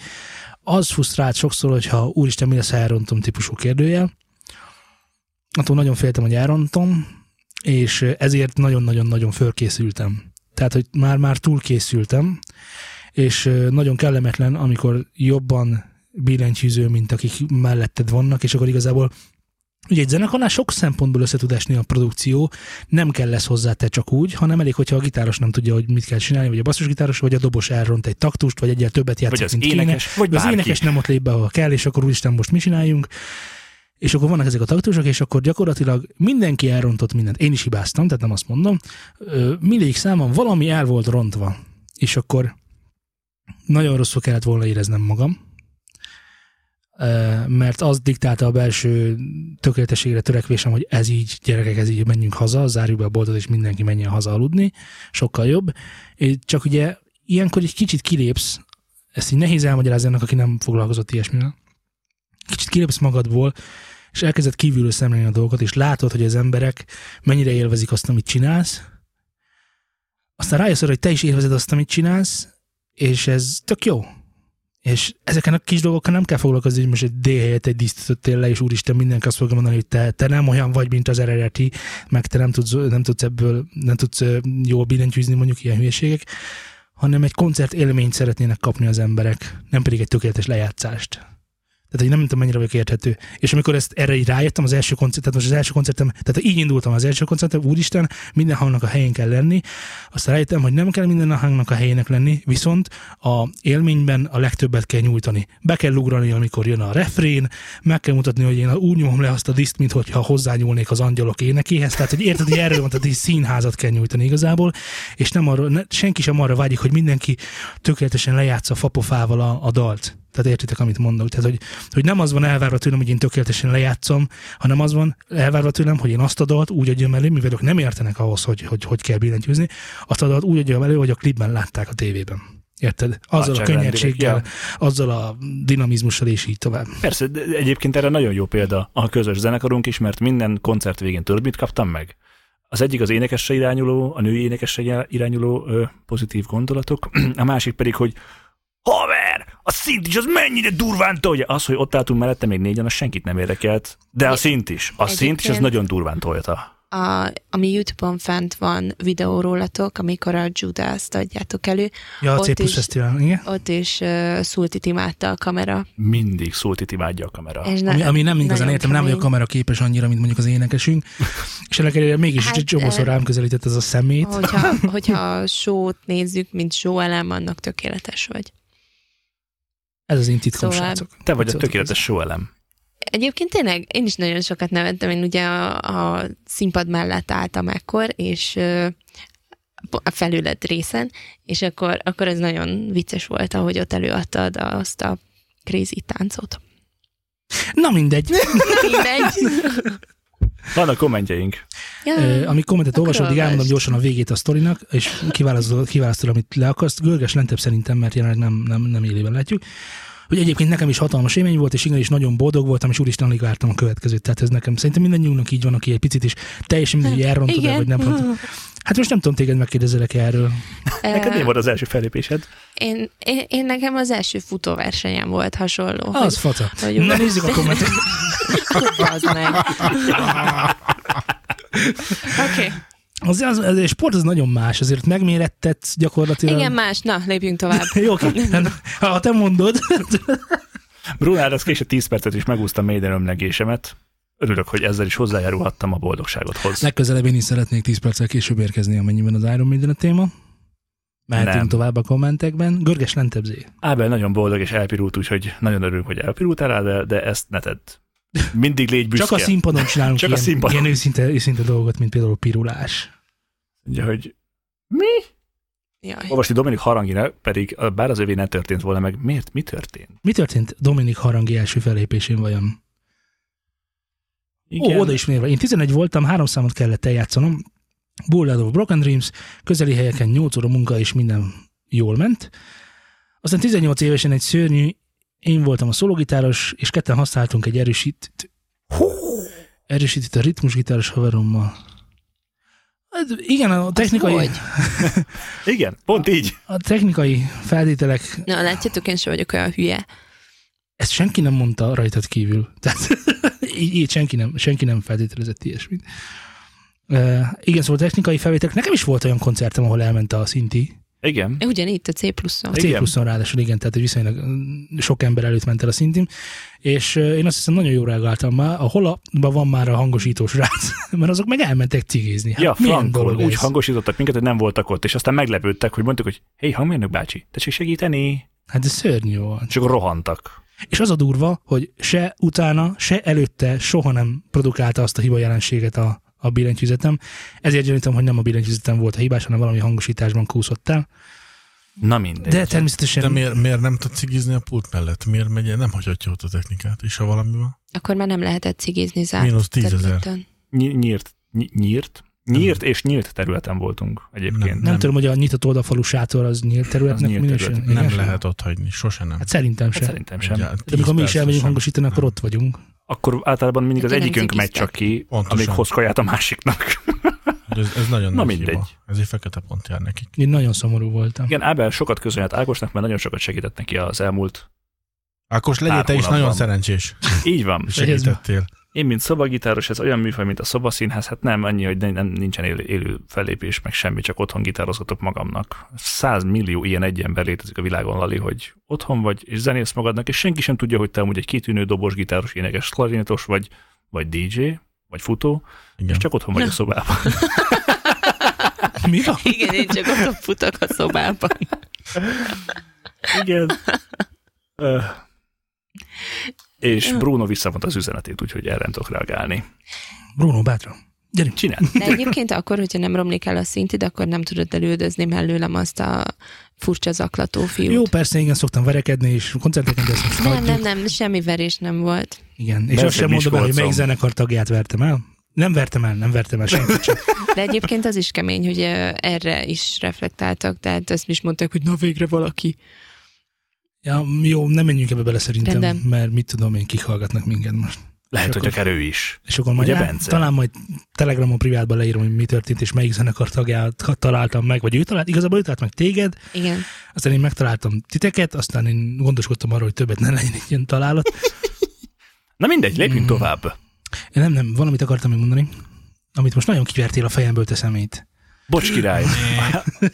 Speaker 1: Az frusztrált sokszor, hogyha úristen, mi lesz, ha elrontom típusú kérdőjel. Attól nagyon féltem, hogy elrontom, és ezért nagyon-nagyon-nagyon fölkészültem. Tehát, hogy már-már túlkészültem, és ö, nagyon kellemetlen, amikor jobban billentyűző, mint akik melletted vannak, és akkor igazából Ugye egy zenekarnál sok szempontból össze tud esni a produkció, nem kell lesz hozzá te csak úgy, hanem elég, hogyha a gitáros nem tudja, hogy mit kell csinálni, vagy a basszusgitáros, vagy a dobos elront egy taktust, vagy egyel többet játszik,
Speaker 2: Vagy az
Speaker 1: mint kéne
Speaker 2: énekes, vagy
Speaker 1: vagy az
Speaker 2: bárki.
Speaker 1: énekes nem ott lép be, ahol kell, és akkor úristen, most mi csináljunk? És akkor vannak ezek a taktusok, és akkor gyakorlatilag mindenki elrontott mindent. Én is hibáztam, tehát nem azt mondom. Ö, Mindegyik számon valami el volt rontva. És akkor nagyon rosszul kellett volna éreznem magam, Ö, mert az diktálta a belső tökéletességre törekvésem, hogy ez így, gyerekek, ez így, menjünk haza, zárjuk be a boltot, és mindenki menjen haza aludni, sokkal jobb. Ö, Csak ugye ilyenkor egy kicsit kilépsz ezt így nehéz elmagyarázni annak, aki nem foglalkozott ilyesmivel. Kicsit kilépsz magadból, és elkezded kívülről szemlélni a dolgot, és látod, hogy az emberek mennyire élvezik azt, amit csinálsz. Aztán rájössz arra, hogy te is élvezed azt, amit csinálsz, és ez tök jó. És ezeken a kis dolgokkal nem kell foglalkozni, hogy most egy D helyett egy díszt ütöttél le, és úristen, mindenki azt fogja mondani, hogy te, te nem olyan vagy, mint az eredeti, meg te nem tudsz, nem tudsz ebből, nem tudsz ö, jól billentyűzni mondjuk ilyen hülyeségek hanem egy koncert élményt szeretnének kapni az emberek, nem pedig egy tökéletes lejátszást. Tehát, hogy nem tudom, mennyire vagyok érthető. És amikor ezt erre így rájöttem, az első koncert, tehát most az első koncertem, tehát így indultam az első koncertem, úristen, minden hangnak a helyén kell lenni, azt rájöttem, hogy nem kell minden a hangnak a helyének lenni, viszont a élményben a legtöbbet kell nyújtani. Be kell ugrani, amikor jön a refrén, meg kell mutatni, hogy én úgy nyomom le azt a diszt, mintha hozzányúlnék az angyalok énekéhez. Tehát, hogy érted, hogy erről van, tehát így színházat kell nyújtani igazából, és nem arra, ne, senki sem arra vágyik, hogy mindenki tökéletesen lejátsza fapofával a, a dalt. Tehát értitek, amit mondok. Tehát, hogy, hogy nem az van elvárva tőlem, hogy én tökéletesen lejátszom, hanem az van elvárva tőlem, hogy én azt a dalt úgy adjam elő, mivel ők nem értenek ahhoz, hogy hogy, hogy kell billentyűzni, azt a dalt úgy adjam elő, hogy a klipben látták a tévében. Érted? Azzal a
Speaker 2: Nagyságrendileg,
Speaker 1: könnyedséggel,
Speaker 2: ja.
Speaker 1: azzal a dinamizmussal, és így tovább.
Speaker 2: Persze, de egyébként erre nagyon jó példa a közös zenekarunk is, mert minden koncert végén tudod, mit kaptam meg? Az egyik az énekesre irányuló, a női énekesre irányuló ö, pozitív gondolatok, *clears throat* a másik pedig, hogy haver, a szint is az mennyire durván tolja. Az, hogy ott álltunk mellette még négyen, az senkit nem érdekelt, de a
Speaker 4: É,
Speaker 2: szint is. A szint is az
Speaker 4: egyébként-
Speaker 2: nagyon durván tolta.
Speaker 4: a, ami YouTube-on fent van videó rólatok, amikor a Judas-t adjátok elő,
Speaker 1: Ja, a
Speaker 4: Ott
Speaker 1: C plusz
Speaker 4: is.
Speaker 1: fesztivál, igen.
Speaker 4: ott is uh, Szultit imádta a kamera.
Speaker 2: Mindig szóltit imádja a kamera.
Speaker 4: És
Speaker 1: Ami, ami nem igazán
Speaker 4: nagyon
Speaker 1: értem, nem vagyok
Speaker 4: kemény.
Speaker 1: kamera képes annyira, mint mondjuk az énekesünk, és ennek ellenére mégis
Speaker 4: Hát,
Speaker 1: egy csomószor
Speaker 4: ö,
Speaker 1: rám közelített ez a szemét.
Speaker 4: Hogyha, hogyha a sót nézzük, mint só elem, annak tökéletes vagy.
Speaker 1: Ez az én titkom,
Speaker 4: Szóval-
Speaker 1: srácok.
Speaker 2: Te vagy a
Speaker 1: Szóval-
Speaker 2: tökéletes sóelem.
Speaker 4: Egyébként tényleg én is nagyon sokat nevettem, én ugye a, a színpad mellett álltam ekkor, és ö, a felület részen, és akkor, akkor ez nagyon vicces volt, ahogy ott előadtad azt a crazy táncot.
Speaker 1: Na mindegy.
Speaker 4: *laughs* Mindegy.
Speaker 2: Vannak kommentjeink.
Speaker 1: Ö, Ami kommentet
Speaker 4: Akkor
Speaker 1: olvasod, addig elmondom
Speaker 4: olvasd.
Speaker 1: gyorsan a végét a sztorinak, és kiválasztod, kiválasztod amit le akarsz. Görges lentebb szerintem, mert jelenleg nem, nem, nem élőben látjuk. Hogy egyébként nekem is hatalmas élmény volt, és igenis nagyon boldog voltam, és úristen, alig vártam a következőt. Tehát ez nekem szerintem mindannyiunknak így van, aki egy picit is teljesen mindegy, hogy elrontod el,
Speaker 4: Hát, Igen.
Speaker 1: vagy nem rontod. Hát most nem tudom, téged megkérdezelek erről.
Speaker 2: Neked mi volt az első fellépésed?
Speaker 4: Én, én, én nekem az első futóversenyem volt hasonló.
Speaker 1: Az faca.
Speaker 4: hogy-
Speaker 1: Na nézzük a kommentet.
Speaker 4: hogy az meg. Oké. Okay.
Speaker 1: Az, az, az, a sport az nagyon más, azért megmérettet gyakorlatilag.
Speaker 4: Igen, más. Na, lépjünk tovább.
Speaker 1: Jó, oké. Hát, Ha te mondod,
Speaker 2: Brunár, az késő 10 percet is megúsztam mélyden ömlegésemet. Örülök, hogy ezzel is hozzájárulhattam a boldogságodhoz.
Speaker 1: Legközelebb én is szeretnék 10 perccel később érkezni, amennyiben az Iron Maiden a téma. Mehetünk
Speaker 2: Nem.
Speaker 1: tovább a kommentekben. Görges lentebzé.
Speaker 2: Ábel nagyon boldog és elpirult, úgyhogy nagyon örülünk, hogy elpirultál, Ábel, de ezt ne tedd. Mindig légy büszke.
Speaker 1: Csak a színpadon csinálunk
Speaker 2: *laughs* Csak a
Speaker 1: ilyen,
Speaker 2: színpadon.
Speaker 1: ilyen őszinte, őszinte dolgot, mint például pirulás.
Speaker 2: Ugye, hogy
Speaker 4: Jaj.
Speaker 2: olvasni Dominik Harangina, pedig ö, bár az övé ne történt volna meg, miért? Mi történt?
Speaker 1: Mi történt Dominik Harangi első fellépésén vajon? Ó, oda is mérve. Én 11 voltam, három számot kellett eljátszanom. Bullard of Broken Dreams, közeli helyeken 8 óra munka, és minden jól ment. Aztán 18 évesen egy szörnyű, én voltam a szologitáros, és ketten használtunk egy erősítőt. Erősítőt a ritmusgitáros haverommal. Hát igen, a technikai,
Speaker 4: hogy?
Speaker 2: Igen, pont így.
Speaker 1: a technikai feltételek,
Speaker 4: Na, látjátok, én sem vagyok olyan hülye.
Speaker 1: ezt senki nem mondta rajtad kívül. *laughs* Tehát így, így senki, nem, senki nem feltételezett ilyesmit. Uh, igen, szóval technikai felvételek. Nekem is volt olyan koncertem, ahol elment a szinti.
Speaker 2: Igen.
Speaker 1: Hát
Speaker 4: Ugyanígy a C pluszon.
Speaker 1: A C
Speaker 2: Igen.
Speaker 1: pluszon ráadásul, igen, tehát hogy viszonylag mm, sok ember előtt ment el a szintim, és ö, én azt hiszem nagyon jól reagáltam már, a holabban van már a hangosítós rác, *laughs* mert azok meg elmentek cigizni. Hát
Speaker 2: Ja,
Speaker 1: milyen
Speaker 2: Frankon
Speaker 1: dolog
Speaker 2: úgy
Speaker 1: ez?
Speaker 2: hangosítottak minket, hogy nem voltak ott, és aztán meglepődtek, hogy mondtuk, hogy hé, hangmérnök bácsi, tessék segíteni,
Speaker 1: Hát ez szörnyű volt.
Speaker 2: és akkor rohantak.
Speaker 1: És az a durva, hogy se utána, se előtte soha nem produkálta azt a hiba jelenséget a, a billentyűzetem. Ezért gyanítom, hogy nem a billentyűzetem volt a hibás, hanem valami hangosításban kúszott el.
Speaker 2: Na mindegy.
Speaker 1: De természetesen...
Speaker 3: De miért, miért nem tud cigizni a pult mellett? Miért megy? Nem hagyhatja ott a technikát. És ha valami van?
Speaker 4: Akkor már nem lehetett cigizni
Speaker 1: Hát,
Speaker 4: zárt.
Speaker 3: Mínusz 10 ezer.
Speaker 4: területen.
Speaker 2: Ny- nyírt, ny- nyírt, nyírt és nyílt területen voltunk egyébként.
Speaker 1: nem,
Speaker 3: nem.
Speaker 1: nem, tudom, hogy a nyitott oldalfalú sátor az nyílt területnek
Speaker 2: nyílt
Speaker 1: minősül.
Speaker 2: terület.
Speaker 1: Igen?
Speaker 3: Nem lehet ott hagyni. Sose nem.
Speaker 1: Hát szerintem
Speaker 2: Hát
Speaker 1: sem.
Speaker 2: szerintem sem.
Speaker 3: Ugye,
Speaker 1: De amikor mi is
Speaker 3: 10
Speaker 1: elmegyünk
Speaker 3: percre
Speaker 1: hangosítani, akkor
Speaker 3: Nem.
Speaker 1: ott vagyunk.
Speaker 2: Akkor általában mindig az
Speaker 4: Hát igen,
Speaker 2: egyikünk megy
Speaker 4: cigiztek.
Speaker 2: csak ki,
Speaker 3: Pontosan.
Speaker 2: amíg hoz kaját a másiknak.
Speaker 3: sem. Ez, ez nagyon
Speaker 2: Na
Speaker 3: nagy
Speaker 2: mindegy.
Speaker 3: hiba. Ez egy fekete pont jár nekik.
Speaker 1: Én nagyon szomorú voltam.
Speaker 2: Igen, Ábel sokat köszönhet Ágosnak, mert nagyon sokat segített neki az elmúlt.
Speaker 3: Ákos, legyél
Speaker 2: Pár
Speaker 3: te is
Speaker 2: hónapban.
Speaker 3: nagyon szerencsés.
Speaker 2: Így van.
Speaker 3: Segítettél.
Speaker 2: Én, mint szobagitáros, ez olyan műfaj, mint a szobaszínház, hát nem annyi, hogy nem, nem nincsen élő, élő fellépés, meg semmi, csak otthon gitározhatok magamnak. Száz millió ilyen egy ember létezik a világon, Lali, hogy otthon vagy, és zenész magadnak, és senki sem tudja, hogy te amúgy egy kitűnő dobos, gitáros, énekes, klarinetos vagy, vagy DJ, vagy futó, és
Speaker 3: Igen.
Speaker 2: csak otthon vagy a szobában.
Speaker 1: Mi van?
Speaker 4: Igen, én csak ott futok a szobában.
Speaker 2: Igen. Öh. És Bruno visszavont az üzenetét, úgyhogy erre nem tudok reagálni.
Speaker 1: Bruno, bátran. Gyerünk.
Speaker 2: Csinál.
Speaker 4: De egyébként akkor, hogyha nem romlik el a szintid, akkor nem tudod elődözni mellőlem azt a furcsa zaklató fiút.
Speaker 1: Jó, persze, igen, szoktam verekedni, és koncerteken, de ezt most
Speaker 4: nem,
Speaker 1: hagyjuk.
Speaker 4: nem, nem, semmi verés nem volt.
Speaker 1: Igen, és
Speaker 2: Bence
Speaker 1: azt sem mondom el, hogy melyik
Speaker 2: Miskolcon.
Speaker 1: zenekar tagját vertem el. Nem vertem el, nem vertem el senkit sem.
Speaker 4: De egyébként az is kemény, hogy ö, erre is reflektáltak, tehát azt is mondták, hogy na végre valaki.
Speaker 1: Ja, jó, nem menjünk ebbe bele szerintem,
Speaker 4: Rendben.
Speaker 1: mert mit tudom én, kik hallgatnak minket most.
Speaker 2: Lehet,
Speaker 1: És
Speaker 2: hogy akár ő is.
Speaker 1: És akkor majd
Speaker 2: Ugye,
Speaker 1: á,
Speaker 2: Bence?
Speaker 1: talán majd Telegramon privátban leírom, hogy mi történt, és melyik zenekar tagját ha- találtam meg, vagy ő talált, igazából ő talált meg téged,
Speaker 4: Igen.
Speaker 1: aztán én megtaláltam titeket, aztán én gondoskodtam arról, hogy többet ne legyen egy ilyen találat.
Speaker 2: Na mindegy, lépjünk
Speaker 1: Mm.
Speaker 2: tovább.
Speaker 1: Én nem, nem, valamit akartam még mondani, amit most nagyon kivertél a fejemből, te szemét.
Speaker 2: Bocs király.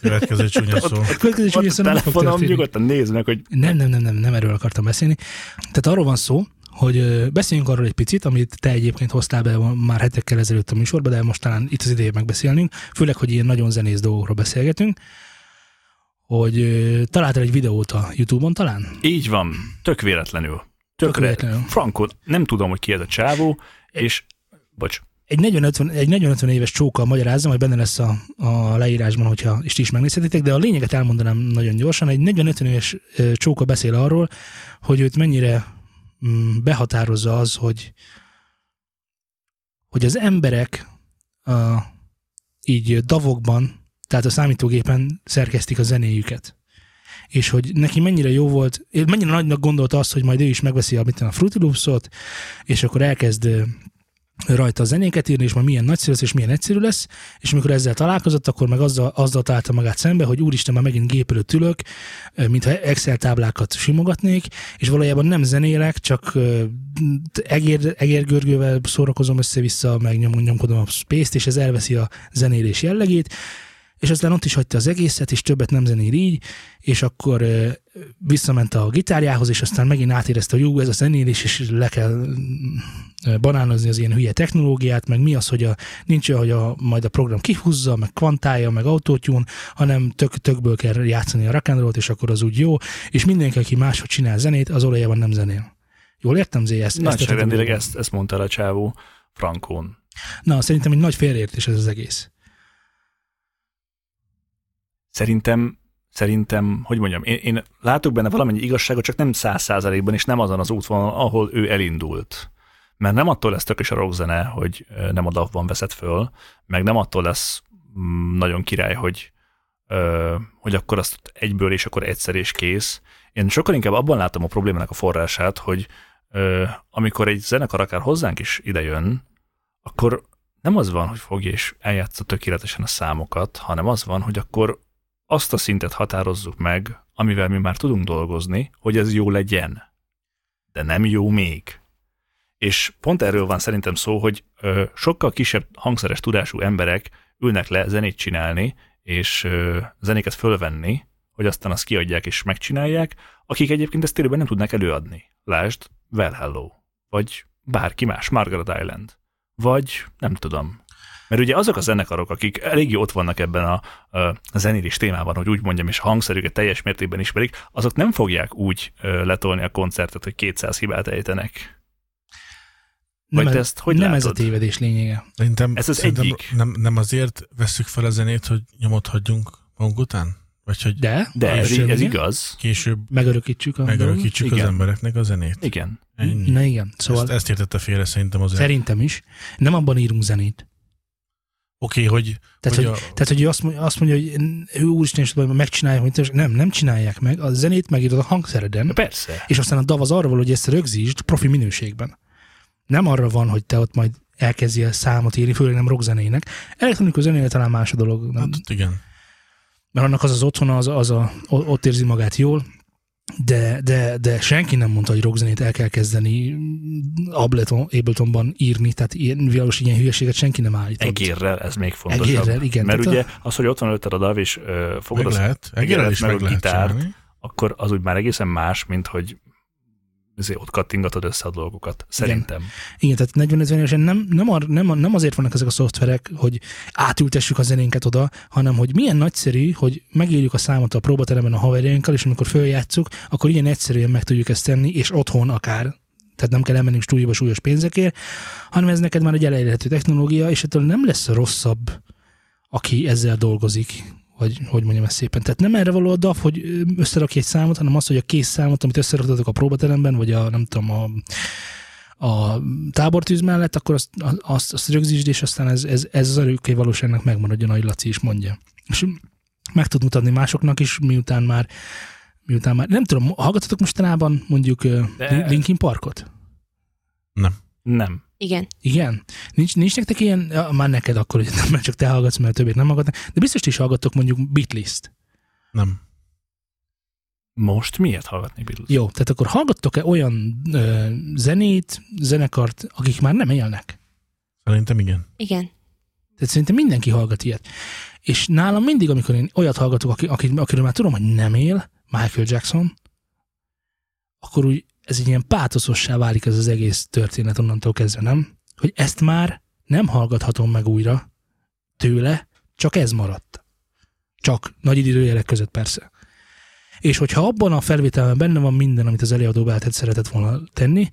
Speaker 3: Következő csúnya szó.
Speaker 1: A következő
Speaker 2: Ott a
Speaker 1: csúnya szó nem fog
Speaker 2: telefonom,
Speaker 1: történni.
Speaker 2: nyugodtan nézd meg, hogy
Speaker 1: Nem, nem, nem, nem, nem erről akartam beszélni. Tehát arról van szó, hogy ö, beszéljünk arról egy picit, amit te egyébként hoztál be már hetekkel ezelőtt a műsorba, de most talán itt az ideje megbeszélnünk, főleg, hogy ilyen nagyon zenész dolgokról beszélgetünk, hogy ö, találtál egy videót a YouTube-on talán?
Speaker 2: így van, tök véletlenül. Tökre.
Speaker 1: Tök véletlenül.
Speaker 2: Frankon, nem tudom, hogy ki ez a csávó, és bocs,
Speaker 1: Egy 40-50 egy 40-50 éves csókkal magyarázom, hogy benne lesz a, a leírásban, hogyha és ti is megnézhetitek, de a lényeget elmondanám nagyon gyorsan. Egy 40-50 éves ö, csóka beszél arról, hogy őt mennyire mm, behatározza az, hogy hogy az emberek a, így ö, davokban, tehát a számítógépen szerkesztik a zenéjüket. És hogy neki mennyire jó volt, ö, mennyire nagynak gondolta azt, hogy majd ő is megveszi a, mit tudom, a Fruity Loops-ot, és akkor elkezd ö, rajta a zenéket írni, és már milyen nagyszerű lesz, és milyen egyszerű lesz, és amikor ezzel találkozott, akkor meg azzal, azzal találta magát szembe, hogy úristen, már megint gép előtt ülök, ö, mintha Excel táblákat simogatnék, és valójában nem zenélek, csak ö, egér, egérgörgővel szórakozom össze-vissza, meg nyom, nyomkodom a space-t, és ez elveszi a zenélés jellegét, és aztán ott is hagyta az egészet, és többet nem zenél így, és akkor ö, visszament a gitárjához, és aztán megint átérezte, hogy jó, ez a zenélés, és le kell ö, banánozni az ilyen hülye technológiát, meg mi az, hogy a, nincs olyan, hogy a, majd a program kihúzza, meg kvantálja, meg autótyún, hanem tök, tökből kell játszani a rock'n'rollt, és akkor az úgy jó, és mindenki, aki máshogy csinál zenét, az olajában nem zenél. Jól értem, Zé? Ezt,
Speaker 2: Nagyságrendileg
Speaker 1: tettem?
Speaker 2: ezt, ezt mondta el a csávó Frankon.
Speaker 1: Na, szerintem egy nagy félreértés ez az egész.
Speaker 2: Szerintem, szerintem, hogy mondjam, én, én látok benne valamennyi igazságot, csak nem száz százalékban, és nem azon az útvonalon, ahol ő elindult. Mert nem attól lesz tökös a rockzene, hogy ö, nem a davban veszed föl, meg nem attól lesz mm, nagyon király, hogy, ö, hogy akkor azt egyből és akkor egyszer és kész. Én sokkal inkább abban látom a problémának a forrását, hogy ö, amikor egy zenekar akár hozzánk is idejön, akkor nem az van, hogy fogja és eljátsza tökéletesen a számokat, hanem az van, hogy akkor azt a szintet határozzuk meg, amivel mi már tudunk dolgozni, hogy ez jó legyen. De nem jó még. És pont erről van szerintem szó, hogy ö, sokkal kisebb hangszeres tudású emberek ülnek le zenét csinálni, és ö, zenéket fölvenni, hogy aztán azt kiadják és megcsinálják, akik egyébként ezt élőben nem tudnak előadni. Lásd, Well Hello, vagy bárki más, Margaret Island, vagy nem tudom. Mert ugye azok a zenekarok, akik eléggé ott vannak ebben a, ö, a zenélés témában, hogy úgy mondjam, és a hangszerüket teljes mértékben ismerik, azok nem fogják úgy ö, letolni a koncertet, hogy 200 hibát ejtenek. Vagy
Speaker 1: nem
Speaker 2: te
Speaker 1: ez-
Speaker 2: ezt hogy
Speaker 1: nem
Speaker 2: látod?
Speaker 1: ez a tévedés lényege.
Speaker 3: Szerintem,
Speaker 2: Ez az
Speaker 3: szerintem
Speaker 2: egyik.
Speaker 3: Nem, nem azért vesszük fel a zenét, hogy nyomot hagyjunk magunk után? Vagy hogy
Speaker 1: De,
Speaker 2: De ez,
Speaker 3: Később,
Speaker 2: ez
Speaker 1: ugye?
Speaker 2: igaz.
Speaker 3: később
Speaker 1: megörökítsük a
Speaker 3: megörökítsük az
Speaker 2: Igen.
Speaker 3: embereknek a zenét?
Speaker 2: Igen.
Speaker 3: Ennyi.
Speaker 1: Na igen, szóval
Speaker 3: Ezt, ezt értette félre szerintem az Szerint...
Speaker 1: szerintem is. Nem abban írunk zenét.
Speaker 3: Oké, okay, hogy,
Speaker 1: Tehát, hogy,
Speaker 3: hogy,
Speaker 1: hogy,
Speaker 3: a,
Speaker 1: tehát, hogy ő azt mondja, azt mondja hogy ő úristen, és tudom, megcsinálja, hogy te- nem, nem csinálják meg. A zenét megírod a hangszereden,
Speaker 2: Persze.
Speaker 1: és aztán a DAV az arra való, hogy ezt rögzítsd profi minőségben. Nem arra van, hogy te ott majd elkezdjél számot írni, főleg nem rockzenének. Elektronikus zenénél talán más a dolog. Nem?
Speaker 3: hát ott igen.
Speaker 1: mert annak az az otthona, az, az a, o- ott érzi magát jól, de, de, de senki nem mondta, hogy rockzenét el kell kezdeni Ableton, Abletonban írni, tehát ilyen, világos ilyen hülyeséget senki nem állított.
Speaker 2: Egérrel, ez még fontosabb.
Speaker 1: Egérrel, igen,
Speaker 2: Mert
Speaker 1: tehát
Speaker 2: ugye az, hogy ott van előtted a dal, és ö,
Speaker 3: Meg
Speaker 2: fogod azt,
Speaker 3: lehet, egérrel is
Speaker 2: meg a
Speaker 3: meg lehet
Speaker 2: gitárt.
Speaker 3: csinálni.
Speaker 2: akkor az úgy már egészen más, mint hogy azért ott kattingatod össze a dolgokat. Szerintem. Igen.
Speaker 1: Igen, tehát 40 50 évesen nem, nem, ar, nem, nem, azért vannak ezek a szoftverek, hogy átültessük a zenénket oda, hanem hogy milyen nagyszerű, hogy megírjuk a számot a próbateremben a haverjainkkal, és amikor följátszuk, akkor ilyen egyszerűen meg tudjuk ezt tenni, és otthon akár tehát nem kell elmennünk stúdióba súlyos pénzekért, hanem ez neked már egy elérhető technológia, és ettől nem lesz rosszabb, aki ezzel dolgozik, vagy hogy mondjam ezt szépen. Tehát nem erre való a DAV, hogy ö, összerakj egy számot, hanem az, hogy a kész számot, amit összeraktatok a próbateremben, vagy a, nem tudom, a a tábortűz mellett, akkor azt, azt, azt rögzítsd, és aztán ez, ez, ez az örökké valóságnak megmaradjon, ahogy Laci is mondja. És meg tud mutatni másoknak is, miután már miután már, nem tudom, hallgatotok mostanában mondjuk ö,
Speaker 2: De-
Speaker 1: Linkin Parkot?
Speaker 2: Nem.
Speaker 4: Igen.
Speaker 1: Igen. Nincs, nincs nektek ilyen, ja, már neked akkor, hogy nem, mert csak te hallgatsz, mert a többiek nem hallgatnak, de biztos ti is hallgattok mondjuk Beatlist.
Speaker 3: Nem.
Speaker 2: Most miért hallgatni Beatles?
Speaker 1: Jó, tehát akkor hallgattok-e olyan ö, zenét, zenekart, akik már nem élnek?
Speaker 3: Szerintem igen.
Speaker 4: Igen.
Speaker 1: Tehát szerintem mindenki hallgat ilyet. És nálam mindig, amikor én olyat hallgatok, aki, aki, akiről már tudom, hogy nem él, Michael Jackson, akkor úgy ez egy ilyen pátoszossá válik ez az egész történet onnantól kezdve, nem? Hogy ezt már nem hallgathatom meg újra tőle, csak ez maradt. Csak nagy időjelek között persze. És hogyha abban a felvételben benne van minden, amit az előadó beállt szeretett volna tenni,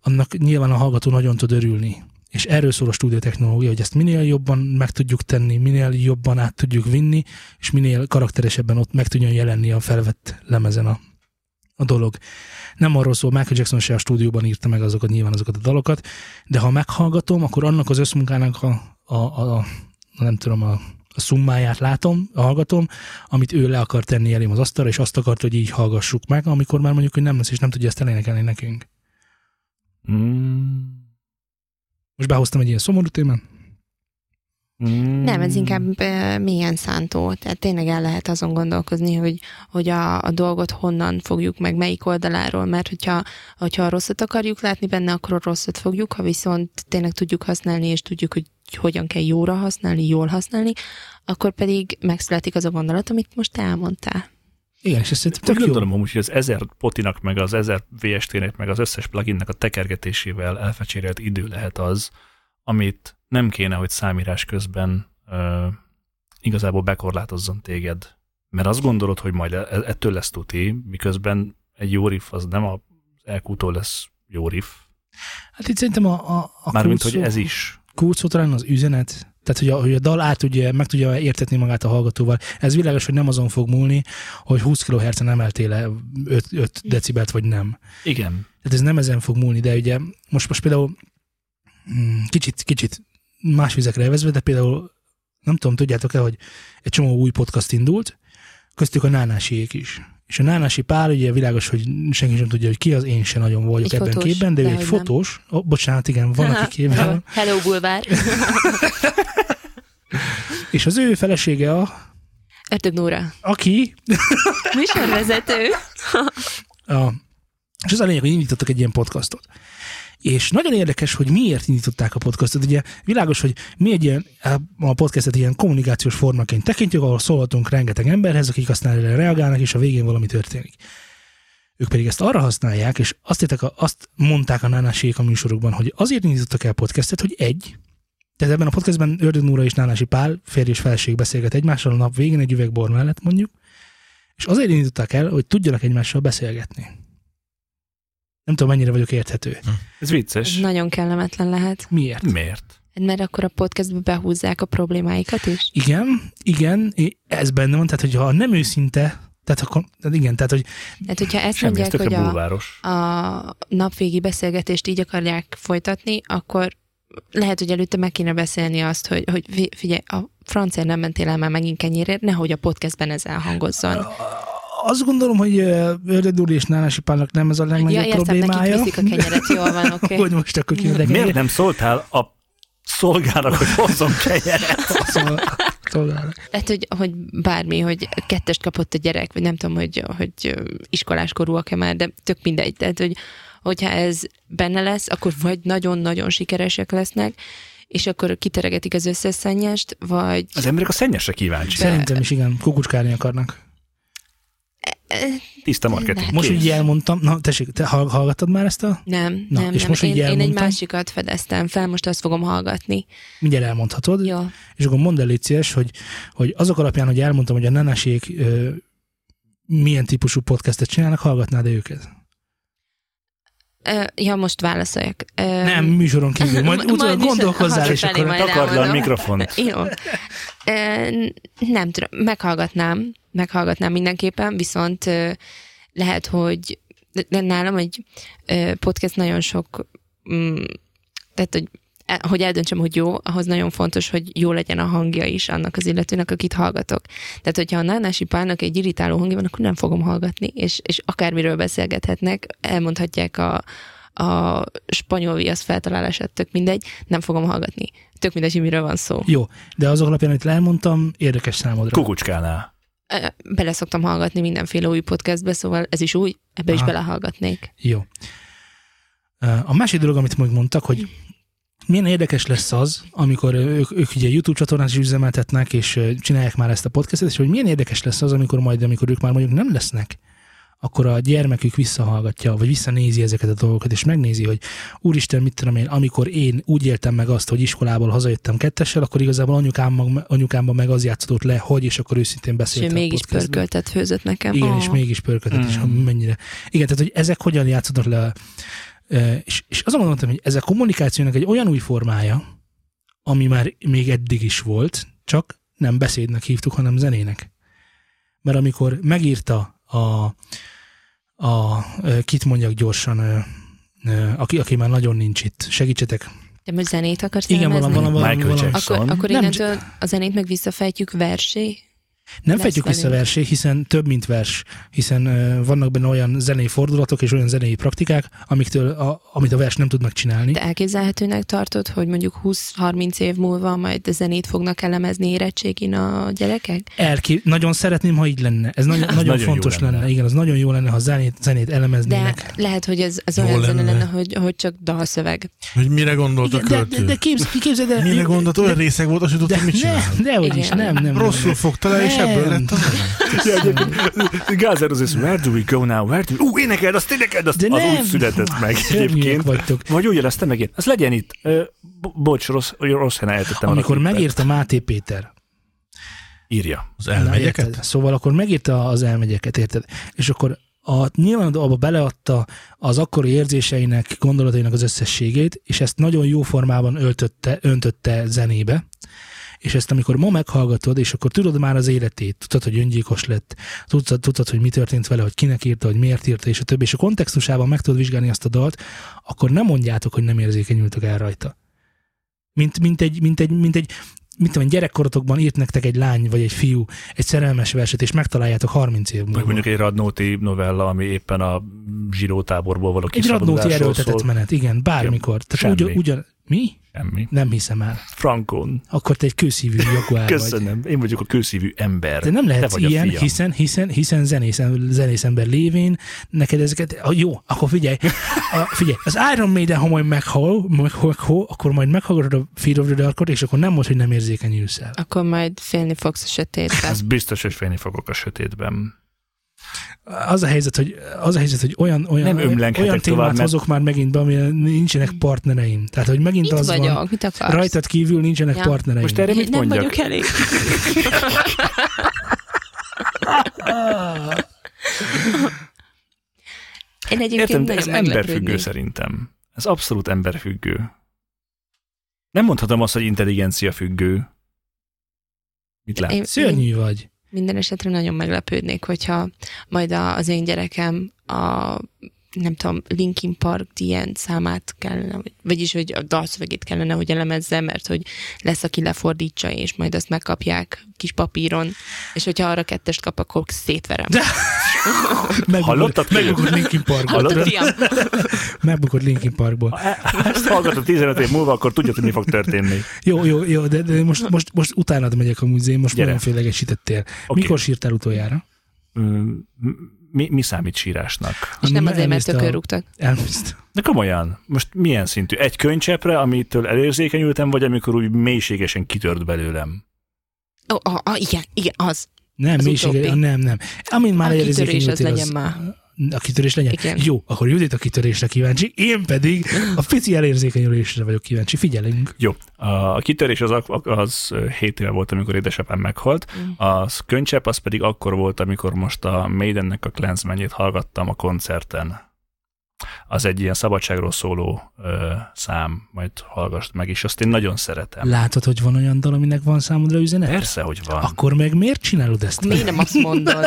Speaker 1: annak nyilván a hallgató nagyon tud örülni. És erről szól a stúdió technológia, hogy ezt minél jobban meg tudjuk tenni, minél jobban át tudjuk vinni, és minél karakteresebben ott meg tudjon jelenni a felvett lemezen a, a dolog. Nem arról szól, Michael Jackson se a stúdióban írta meg azokat, nyilván azokat a dalokat, de ha meghallgatom, akkor annak az összmunkának a, a, a, a nem tudom, a, a szummáját látom, hallgatom, amit ő le akar tenni elém az asztalra, és azt akart, hogy így hallgassuk meg, amikor már mondjuk, hogy nem lesz, és nem tudja ezt elénekelni nekünk.
Speaker 2: Mm.
Speaker 1: Most behoztam egy ilyen szomorú témát.
Speaker 2: Mm.
Speaker 4: Nem, ez inkább e, mélyen szántó. Tehát tényleg el lehet azon gondolkozni, hogy, hogy a, a dolgot honnan fogjuk meg, melyik oldaláról, mert hogyha, hogyha a rosszat akarjuk látni benne, akkor a rosszat fogjuk, ha viszont tényleg tudjuk használni, és tudjuk, hogy hogyan kell jóra használni, jól használni, akkor pedig megszületik az a gondolat, amit most te elmondtál.
Speaker 1: Igen, és ez szerintem
Speaker 2: Tök
Speaker 1: tök jó.
Speaker 2: gondolom amúgy, hogy az 1000 potinak, meg az 1000 VST-nek, meg az összes pluginnek a tekergetésével elfecsérélt idő lehet az, amit nem kéne, hogy számírás közben ö, igazából bekorlátozzon téged. Mert azt gondolod, hogy majd e- ettől lesz tuti, miközben egy jó riff az nem az EQ-tól lesz jó riff.
Speaker 1: Hát itt szerintem a, a, a
Speaker 2: Mármint,
Speaker 1: kulcs
Speaker 2: hogy
Speaker 1: szó-
Speaker 2: ez is.
Speaker 1: kulcs szó talán az üzenet, tehát hogy a, hogy a dal át tudja, meg tudja értetni magát a hallgatóval. Ez világos, hogy nem azon fog múlni, hogy 20 kHz-en emeltél 5, 5 decibelt, vagy nem.
Speaker 2: Igen.
Speaker 1: Tehát Hát ez nem ezen fog múlni, de ugye most, most például mm, kicsit, kicsit más vizekre elvezve, de például nem tudom, tudjátok-e, hogy egy csomó új podcast indult, köztük a nánásiék is. És a nánási pár, ugye világos, hogy senki sem tudja, hogy ki az, én sem nagyon vagyok
Speaker 4: Egy
Speaker 1: ebben
Speaker 4: fotós,
Speaker 1: képben, de ő egy
Speaker 4: dehogy nem.
Speaker 1: fotós, oh, bocsánat, igen, van,
Speaker 4: *laughs*
Speaker 1: aki képben van,
Speaker 4: Hello, *laughs* bulvár!
Speaker 1: és az ő felesége, a,
Speaker 4: Ördög Nóra.
Speaker 1: aki
Speaker 4: Műsorvezető.
Speaker 1: A, és az a lényeg, hogy indítottak egy ilyen podcastot. És nagyon érdekes, hogy miért indították a podcastot. Ugye világos, hogy mi egy ilyen, hát a podcastet ilyen kommunikációs formaként tekintjük, ahol szólhatunk rengeteg emberhez, akik aztán erre reagálnak, és a végén valami történik. Ők pedig ezt arra használják, és azt, értek, a- azt mondták a nánásiék a műsorukban, hogy azért indítottak el podcastet, hogy egy, tehát ebben a podcastben Ördög Nóra és Nánási Pál férj és feleség beszélget egymással a nap végén egy üveg bor mellett mondjuk, és azért indították el, hogy tudjanak egymással beszélgetni. Nem tudom, mennyire vagyok érthető.
Speaker 2: Ez vicces.
Speaker 4: Nagyon kellemetlen lehet.
Speaker 1: Miért?
Speaker 2: Miért?
Speaker 4: Hát Mert akkor a podcastbe behúzzák a problémáikat is.
Speaker 1: Igen, igen, é- ez benne van, tehát hogyha nem őszinte, tehát akkor, tehát igen, tehát hogy
Speaker 4: Tehát, hogyha ezt
Speaker 2: Semmi, ez
Speaker 4: mondják, hogy
Speaker 2: tökre
Speaker 4: a,
Speaker 2: bulváros.
Speaker 4: a napvégi beszélgetést így akarják folytatni, akkor lehet, hogy előtte meg kéne beszélni azt, hogy, hogy fi- figyelj, a francért nem mentél el már megint kenyérért, nehogy a podcastben ez elhangozzon.
Speaker 1: azt gondolom, hogy ö, Ördög Úr és Nánási Pálnak nem ez a
Speaker 4: Ja,
Speaker 1: legnagyobb
Speaker 4: értem, nekik
Speaker 1: problémája.
Speaker 4: viszik a
Speaker 1: *laughs*
Speaker 4: kenyeret, jól van,
Speaker 2: *laughs*
Speaker 4: oké.
Speaker 1: hogy most akkor kéne
Speaker 2: De miért nem szóltál a szolgának, hogy hozzon kenyeret?
Speaker 1: Szóval, szóval,
Speaker 4: Lehet, hogy, hogy bármi, hogy kettest kapott a gyerek, vagy nem tudom, hogy, hogy iskoláskorúak-e már, de tök mindegy. Tehát, hogy, hogyha ez benne lesz, akkor vagy nagyon-nagyon sikeresek lesznek, és akkor kiteregetik az összes szennyest, vagy
Speaker 2: Az emberek a szennyesre kíváncsi.
Speaker 1: szerintem is igen, kukucskálni akarnak.
Speaker 2: Tiszta marketing.
Speaker 1: Most
Speaker 2: Kész.
Speaker 1: úgy elmondtam, na tessék, te hall- hallgattad már ezt a?
Speaker 4: nem,
Speaker 1: Na,
Speaker 4: nem,
Speaker 1: és
Speaker 4: nem.
Speaker 1: most, hogy
Speaker 4: én, én egy
Speaker 1: elmondtam?
Speaker 4: másikat fedeztem fel, most azt fogom hallgatni.
Speaker 1: Mindjárt elmondhatod.
Speaker 4: Jó.
Speaker 1: És akkor mondd el, légy szíves, hogy, hogy azok alapján, hogy elmondtam, hogy a nenesék ö, milyen típusú podcastet csinálnak, hallgatnád -e őket?
Speaker 4: Ö, Ja, most válaszoljak. Ö,
Speaker 1: Nem, műsoron kívül. Majd
Speaker 4: Majd
Speaker 1: utólag
Speaker 4: is-
Speaker 1: gondolkozzál, és
Speaker 4: hazafelé
Speaker 1: akkor...
Speaker 4: majd
Speaker 2: Takard le a
Speaker 4: elmondom.
Speaker 2: mikrofont.
Speaker 4: Jó. Ö, n- Nem tudom, meghallgatnám, meghallgatnám mindenképpen, viszont ö, lehet, hogy de- de nálam egy ö, podcast nagyon sok, mm, tehát, hogy e- hogy eldöntsem, hogy jó, ahhoz nagyon fontos, hogy jó legyen a hangja is annak az illetőnek, akit hallgatok. Tehát, hogyha a Nánási Pálnak egy irritáló hangja van, akkor nem fogom hallgatni, és, és akármiről beszélgethetnek, elmondhatják a, a spanyol viasz feltalálását, tök mindegy, nem fogom hallgatni. Tök mindegy, hogy miről van szó.
Speaker 1: Jó, de azok alapján, amit elmondtam, érdekes számodra.
Speaker 2: Kukucskánál.
Speaker 4: Ö, Bele szoktam hallgatni mindenféle új podcastbe, szóval ez is új, ebbe is
Speaker 1: Aha.
Speaker 4: belehallgatnék.
Speaker 1: Jó. Ö, A másik dolog, amit még mondtak, hogy milyen érdekes lesz az, amikor ők, ők ugye YouTube csatornát is üzemeltetnek, és ö, csinálják már ezt a podcastet, és hogy milyen érdekes lesz az, amikor majd, amikor ők már mondjuk nem lesznek, akkor a gyermekük visszahallgatja, vagy visszanézi ezeket a dolgokat, és megnézi, hogy úristen, mit tudom én, amikor én úgy éltem meg azt, hogy iskolából hazajöttem kettessel, akkor igazából anyukám, mag- anyukámban meg az játszódott le, hogy, és akkor őszintén
Speaker 4: És ő
Speaker 1: beszéltem. a
Speaker 4: mégis
Speaker 1: podcastben.
Speaker 4: pörköltet főzött nekem.
Speaker 1: Igen,
Speaker 4: Ó,
Speaker 1: és mégis pörköltet, mm. és ha mennyire. Igen, tehát, hogy ezek hogyan játszódnak le. Ö, És, és azon gondoltam, hogy ez a kommunikációnak egy olyan új formája, ami már még eddig is volt, csak nem beszédnek hívtuk, hanem zenének. Mert amikor megírta a, a ö, kit mondjak gyorsan, ö, ö, aki, aki már nagyon nincs itt, segítsetek.
Speaker 4: De most zenét akarsz
Speaker 1: Igen,
Speaker 4: elemezni?
Speaker 1: valami, valami,
Speaker 2: Michael
Speaker 1: valami, valami.
Speaker 2: Jackson.
Speaker 4: Akkor,
Speaker 2: Jackson.
Speaker 4: akkor
Speaker 1: Nem,
Speaker 4: innentől a zenét meg visszafejtjük versé?
Speaker 1: Nem
Speaker 4: Lesz
Speaker 1: fedjük vissza
Speaker 4: velünk.
Speaker 1: versé, hiszen több, mint vers, hiszen ö, vannak benne olyan zenei fordulatok és olyan zenei praktikák, amiktől a, amit a vers nem tud megcsinálni.
Speaker 4: Te elképzelhetőnek tartod, hogy mondjuk 20-30 év múlva majd a zenét fognak elemezni érettségin a gyerekek?
Speaker 1: Elké... Nagyon szeretném, ha így lenne. Ez nagyon, nagyon,
Speaker 2: nagyon
Speaker 1: nagyon
Speaker 2: jó
Speaker 1: fontos
Speaker 2: lenne.
Speaker 1: lenne. lenne. Igen, az nagyon jó lenne, ha zenét, zenét
Speaker 4: De
Speaker 1: elemeznének.
Speaker 4: lehet, hogy ez az
Speaker 3: Jó
Speaker 4: olyan zene
Speaker 3: lenne.
Speaker 4: lenne, hogy, hogy csak dalszöveg.
Speaker 3: Hogy mire gondolt a
Speaker 1: Igen, de, de,
Speaker 3: költő?
Speaker 1: de képz, képzeld el.
Speaker 3: Mire gondolt? Olyan részeg volt, azt hogy tudtam,
Speaker 1: de,
Speaker 3: mit csinál.
Speaker 1: ne, de, hogy is,
Speaker 4: Igen.
Speaker 1: nem, nem, nem.
Speaker 3: Rosszul
Speaker 1: nem.
Speaker 3: fogta le, és
Speaker 1: Nem.
Speaker 3: ebből lett a zene.
Speaker 2: Ja, egyébként Gázer az is, where do we go now, where do we... Ú, énekeld azt, énekeld azt,
Speaker 1: De
Speaker 2: az
Speaker 1: nem.
Speaker 2: úgy született meg
Speaker 1: Szörnyűek
Speaker 2: egyébként.
Speaker 1: vagytok.
Speaker 2: Vagy úgy éreztem meg én, az legyen itt. Ö, bo- bocs, rossz, rossz helyen eltettem. a
Speaker 1: Amikor
Speaker 2: klippet.
Speaker 1: megírta Máté Péter,
Speaker 2: Írja.
Speaker 3: Az
Speaker 1: Na,
Speaker 3: elmegyeket?
Speaker 1: érted? Szóval akkor megírta az elmegyeket, érted? És akkor a, nyilván abba beleadta az akkori érzéseinek, gondolatainak az összességét, és ezt nagyon jó formában öltötte, öntötte zenébe. És ezt amikor ma meghallgatod, és akkor tudod már az életét, tudod, hogy öngyilkos lett, tudod, tudod, hogy mi történt vele, hogy kinek írta, hogy miért írta, és a többi, és a kontextusában meg tudod vizsgálni azt a dalt, akkor nem mondjátok, hogy nem érzékenyültök el rajta. Mint, mint egy, mint egy, mint egy, mit tudom, én, gyerekkorotokban írt nektek egy lány vagy egy fiú egy szerelmes verset, és megtaláljátok 30 év múlva.
Speaker 2: Vagy mondjuk egy radnóti novella, ami éppen a zsirótáborból való
Speaker 1: egy radnóti
Speaker 2: kiszabadulásról
Speaker 1: erőltetett
Speaker 2: szól.
Speaker 1: menet, igen, bármikor. Tehát
Speaker 2: Semmi.
Speaker 1: ugyan, ugyan, mi?
Speaker 2: Semmi.
Speaker 1: Nem hiszem el.
Speaker 2: Frankon.
Speaker 1: Akkor te egy kőszívű jaguár vagy.
Speaker 2: Köszönöm. Én vagyok a kőszívű ember.
Speaker 1: De nem
Speaker 2: Te
Speaker 1: lehetsz
Speaker 2: vagy a
Speaker 1: ilyen,
Speaker 2: fiam.
Speaker 1: hiszen, hiszen, hiszen zenész, zenész ember lévén, neked ezeket, ah, jó, akkor figyelj, a, figyelj, az Iron Maiden, ha majd meghal, meghal, meghal akkor majd meghallgatod a Fear of the Darkot, és akkor nem mondd, hogy nem érzékenyülsz el.
Speaker 4: Akkor majd félni fogsz a
Speaker 1: *laughs*
Speaker 4: sötétbe.
Speaker 2: Ez biztos, hogy félni fogok a sötétben.
Speaker 1: Az a helyzet, hogy, az a helyzet, hogy olyan, olyan,
Speaker 2: Nem
Speaker 1: olyan
Speaker 2: ömlenkedek
Speaker 1: témát
Speaker 2: tovább, mert-
Speaker 1: hozok már megint be, amire nincsenek partnereim. Tehát, hogy megint
Speaker 4: Itt
Speaker 1: az
Speaker 4: vagyok,
Speaker 1: van,
Speaker 4: mit akarsz?
Speaker 1: rajtad kívül nincsenek
Speaker 4: Ja.
Speaker 1: partnereim.
Speaker 2: Most er- erre
Speaker 4: Én
Speaker 2: mit
Speaker 4: nem
Speaker 2: mondjak?
Speaker 4: vagyok elég. Én egyébként
Speaker 2: Értem, de
Speaker 4: nagyon
Speaker 2: ez emberfüggő
Speaker 4: meglepődnék.
Speaker 2: szerintem. Ez abszolút emberfüggő. Nem mondhatom azt, hogy intelligencia függő. Mit lát?
Speaker 4: Én-
Speaker 1: Szörnyű vagy.
Speaker 4: Minden esetre nagyon meglepődnék, hogyha majd a, az én gyerekem a nem tudom, Linkin Park ilyen számát kellene, vagy- vagyis hogy a dalszövegét kellene, hogy elemezze, mert hogy lesz, aki lefordítsa, és majd azt megkapják kis papíron, és hogyha arra kettest kap, akkor szétverem.
Speaker 1: De- Megbukod,
Speaker 2: Hallottad, fiú?
Speaker 1: megbukod Linkin Parkból.
Speaker 4: Hallott, fiam?
Speaker 1: Megbukod Linkin Parkból.
Speaker 2: Ha ezt hallgatod 15 év múlva, akkor tudja, hogy mi fog történni.
Speaker 1: Jó, jó, jó, de, de most, most, most utánad megyek a múzeum, most
Speaker 2: Gyere.
Speaker 1: nagyon félegesítettél.
Speaker 2: Oké.
Speaker 1: Okay. Mikor sírtál utoljára?
Speaker 2: Ö, Mi, mi számít sírásnak?
Speaker 4: És nem azért, mert
Speaker 1: Elnézte a-
Speaker 4: tökör rúgtak.
Speaker 1: Elmész.
Speaker 2: De komolyan, most milyen szintű? Egy könycsepre, amitől elérzékenyültem, vagy amikor úgy mélységesen kitört belőlem?
Speaker 4: Ó, oh, oh, igen, igen, az.
Speaker 1: Nem,
Speaker 4: Az
Speaker 1: mélység,
Speaker 4: utóbbi.
Speaker 1: nem, nem. Amin már
Speaker 4: Már a kitörés
Speaker 1: érzékenyültél,
Speaker 4: az legyen már.
Speaker 1: A kitörés legyen.
Speaker 4: Igen.
Speaker 1: Jó, akkor Judit a kitörésre kíváncsi, én pedig a pici elérzékenyülésre vagyok kíváncsi. Figyelünk.
Speaker 2: Jó, a kitörés az, ak- az 7 éve volt, amikor édesapám meghalt,
Speaker 4: Mm.
Speaker 2: a könycsepp az pedig akkor volt, amikor most a Maidennek a Clansmanjét hallgattam a koncerten. Az egy ilyen szabadságról szóló ö, szám, majd hallgass meg, és azt én nagyon szeretem.
Speaker 1: Látod, hogy van olyan dal, aminek van számodra üzenet?
Speaker 2: Persze, hogy van.
Speaker 1: Akkor meg miért csinálod ezt?
Speaker 4: Miért nem azt mondod?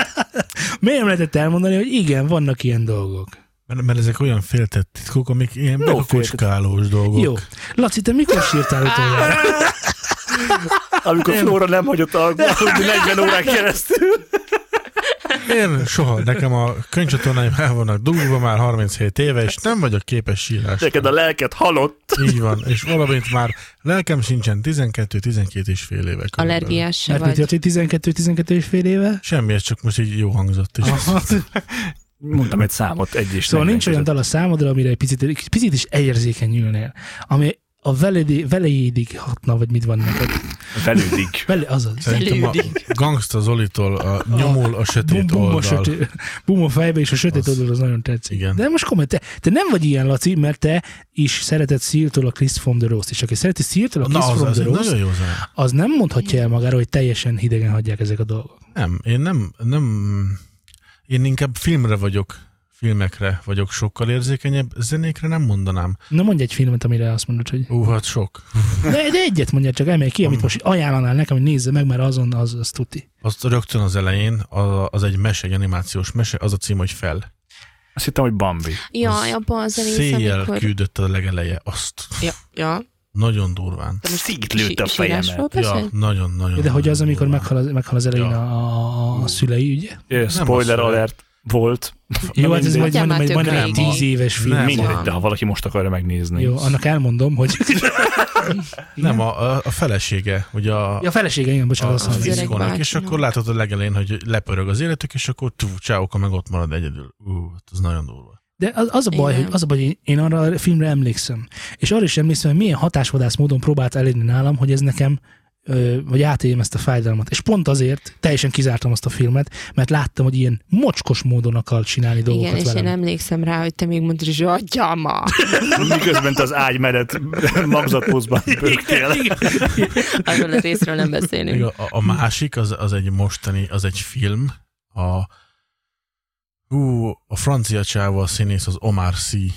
Speaker 1: Miért nem lehetett elmondani, hogy igen, vannak ilyen dolgok?
Speaker 3: Mert, mert ezek olyan féltett titkok, amik ilyen
Speaker 2: No,
Speaker 3: no, kocskálós dolgok.
Speaker 1: Jó. Laci, te mikor sírtál utoljára?
Speaker 2: Amikor Flóra nem hagyott alkalmazni 40 órán keresztül.
Speaker 3: Én soha, nekem a könyvcsatornáim el vannak dugva már 37 éve, és nem vagyok képes sírásra.
Speaker 2: Neked a lelked halott.
Speaker 3: Így van, és valamint már lelkem sincsen 12-12 és fél éve. körülbelül.
Speaker 4: Allergiás se
Speaker 1: Mert mi
Speaker 4: vagy.
Speaker 1: történt 12-12 és fél éve?
Speaker 3: Semmi, ez csak most így jó hangzott is.
Speaker 1: Aha.
Speaker 2: Mondtam egy számot, egy és
Speaker 1: Szóval
Speaker 2: 40
Speaker 1: nincs olyan
Speaker 2: között.
Speaker 1: dal a számodra, amire egy picit, picit is érzékenyülnél, ami a veledi, velejédig hatna, vagy mit van neked.
Speaker 2: Velődik.
Speaker 1: Vele, azaz.
Speaker 3: Szerintem a
Speaker 4: Felüldik.
Speaker 3: Gangsta Zolitól a nyomul a
Speaker 1: Bum,
Speaker 3: sötét
Speaker 1: bum, a
Speaker 3: oldal.
Speaker 1: sötét, bum a fejbe, és a sötét
Speaker 3: Az.
Speaker 1: oldal az nagyon tetszik.
Speaker 3: Igen.
Speaker 1: De most komoly, te, te, nem vagy ilyen, Laci, mert te is szereted Seal-től a Chris from the Rose-t, és aki szereti Seal-től a
Speaker 3: Na,
Speaker 1: Chris
Speaker 3: az,
Speaker 1: from
Speaker 3: az
Speaker 1: the
Speaker 3: egy
Speaker 1: Rose,
Speaker 3: nagyon jó zene.
Speaker 1: az nem mondhatja el magára, hogy teljesen hidegen hagyják ezek a dolgok.
Speaker 3: Nem, én nem, nem, én inkább filmre vagyok, filmekre vagyok sokkal érzékenyebb, zenékre nem mondanám.
Speaker 1: Na mondj egy filmet, amire azt mondod,
Speaker 3: *laughs*
Speaker 1: hogy...
Speaker 3: Ú, hát sok.
Speaker 1: De, de egyet mondja, csak emelj ki, amit most ajánlanál nekem, hogy nézze meg, mert azon az, az tuti.
Speaker 3: Azt rögtön az elején, az, az egy mese, egy animációs mese, az a cím, hogy fel.
Speaker 2: Azt hittem, hogy Bambi.
Speaker 4: Jaj, abban az a rész,
Speaker 3: Széjjel
Speaker 4: amikor...
Speaker 3: küldött a legeleje, azt
Speaker 4: Ja, ja.
Speaker 3: Nagyon durván.
Speaker 4: De
Speaker 2: Szígt lőtt a
Speaker 4: sí- sírásról
Speaker 2: fejemet.
Speaker 3: Ja,
Speaker 4: beszél?
Speaker 3: nagyon, nagyon.
Speaker 1: De hogy az, amikor
Speaker 3: durván.
Speaker 1: meghal az, meghal az elején
Speaker 3: Ja.
Speaker 1: a, a, a szülei, ugye?
Speaker 2: Ö, Spoiler
Speaker 3: az-
Speaker 2: alert volt.
Speaker 1: Jó,
Speaker 2: Na
Speaker 1: hát ez
Speaker 2: mindegy.
Speaker 1: majd
Speaker 4: Atyám,
Speaker 1: majdnem egy,
Speaker 4: hát
Speaker 1: majdnem
Speaker 3: ők
Speaker 1: egy
Speaker 3: régi.
Speaker 1: tíz éves film.
Speaker 3: Nem,
Speaker 2: Mindegy,
Speaker 4: van.
Speaker 2: de ha valaki most akarja megnézni.
Speaker 1: Jó, annak elmondom, hogy
Speaker 3: Nem, a, a- a felesége, ugye a,
Speaker 1: Ja, a felesége, igen,
Speaker 3: a,
Speaker 1: bocsánat,
Speaker 3: a
Speaker 1: azt mondom.
Speaker 4: az öreg
Speaker 3: fickónak, és
Speaker 4: bácsinak.
Speaker 3: akkor látod a legelén, hogy lepörög az életük, és akkor tú, csáóka meg ott marad egyedül. Ú, hát az nagyon durva.
Speaker 1: De az, az a baj,
Speaker 4: Igen.
Speaker 1: hogy az a baj, hogy én- én arra a filmre emlékszem. És arra is emlékszem, hogy milyen hatásvadász módon próbált elérni nálam, hogy ez nekem ö, vagy átéljem ezt a fájdalmat. És pont azért teljesen kizártam azt a filmet, mert láttam, hogy ilyen mocskos módon akar csinálni dolgokat
Speaker 4: Igen, és
Speaker 1: velem.
Speaker 4: én emlékszem rá, hogy te még mondtad, hogy atyám a
Speaker 2: Miközben te az ágy mellett magzatpózban pörögtél.
Speaker 4: Arról a részről nem beszélünk.
Speaker 3: Még a, a másik, az, az egy mostani, az egy film, a ú, a francia csávó a színész, az Omar Sy,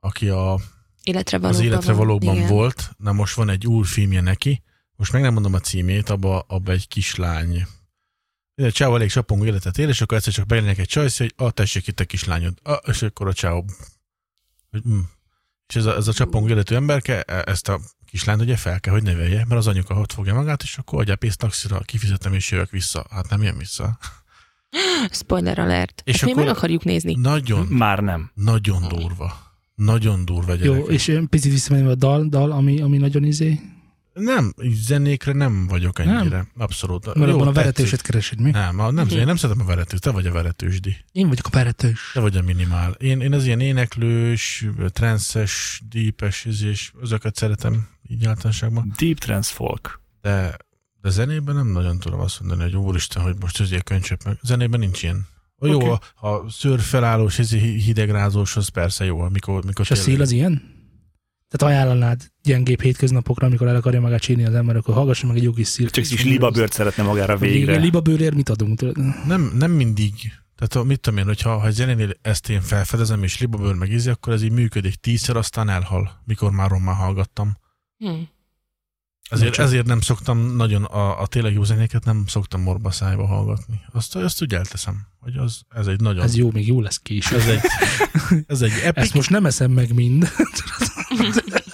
Speaker 3: aki a
Speaker 4: Életre valóban
Speaker 3: az életre
Speaker 4: van.
Speaker 3: valóban
Speaker 4: Igen.
Speaker 3: volt. Na most van egy új filmje neki, most meg nem mondom a címét, abba, abba egy kislány. Egy csáv elég sapongó életet él, és akkor egyszer csak bejönnek egy csajsz, hogy a tessék itt a kislányod. A, és akkor a csáv. Hogy, mm. És ez a, ez a csapongó életű emberke e- ezt a kislányt ugye fel kell, hogy nevelje, mert az anyuka ott fogja magát, és akkor adjál pénzt taxira, kifizetem és jövök vissza. Hát nem jön vissza.
Speaker 4: Spoiler alert.
Speaker 3: És
Speaker 4: És akkor... mi
Speaker 3: akkor-
Speaker 4: meg akarjuk nézni.
Speaker 3: Nagyon,
Speaker 2: Már nem.
Speaker 3: nagyon durva. Nagyon durva
Speaker 1: Jó,
Speaker 3: gyerekek.
Speaker 1: és én picit visszamenve a dal, dal ami, ami nagyon izé,
Speaker 3: Nem, így zenékre nem vagyok
Speaker 1: Nem?
Speaker 3: ennyire. Nem? Abszolút.
Speaker 1: mert
Speaker 3: Jó, Hát.
Speaker 1: abban a
Speaker 3: tetszik.
Speaker 1: veretőset keresed, mi?
Speaker 3: Nem, a, nem,
Speaker 4: Mhm.
Speaker 3: én nem szeretem a veretős, te vagy a veretősdi.
Speaker 1: Én vagyok a veretős.
Speaker 3: Te vagy a minimál. Én, én az ilyen éneklős, transzes, deepes, és ezeket szeretem így általánosságban.
Speaker 2: Deep Trans Folk.
Speaker 3: De, de zenében nem nagyon tudom azt mondani, hogy úristen, hogy most ez ilyen könycsöp meg. Zenében nincs ilyen. Ó, Jó,
Speaker 2: Oké.
Speaker 3: okay. ha szőrfelállós, ez hidegrázós, az persze jó, amikor, mikor
Speaker 1: És a szél az ilyen? Tehát ajánlanád gyengébb hétköznapokra, amikor el akarja magát csinálni az ember, akkor hallgasson meg egy jó kis szílt.
Speaker 2: Csak is libabőrt szeretne magára
Speaker 1: Végre.
Speaker 2: végre.
Speaker 1: Liba bőrért mit adunk? Tudod?
Speaker 3: nem, nem mindig. Tehát a- mit tudom én, hogyha ha egy zenénél ezt én felfedezem, és libabőr meg ízi, akkor ez így működik tízszer, aztán elhal, mikor már rommá hallgattam.
Speaker 4: Hm.
Speaker 3: Ezért,
Speaker 2: Nincsen.
Speaker 3: ezért nem szoktam nagyon a, a tényleg jó zenéket nem szoktam morba szájba hallgatni. Azt, azt úgy elteszem, hogy az, ez egy nagyon...
Speaker 1: Ez jó, még jó lesz később.
Speaker 3: Ez egy,
Speaker 1: *laughs*
Speaker 3: ez egy epic,
Speaker 1: Ezt most nem eszem meg mind.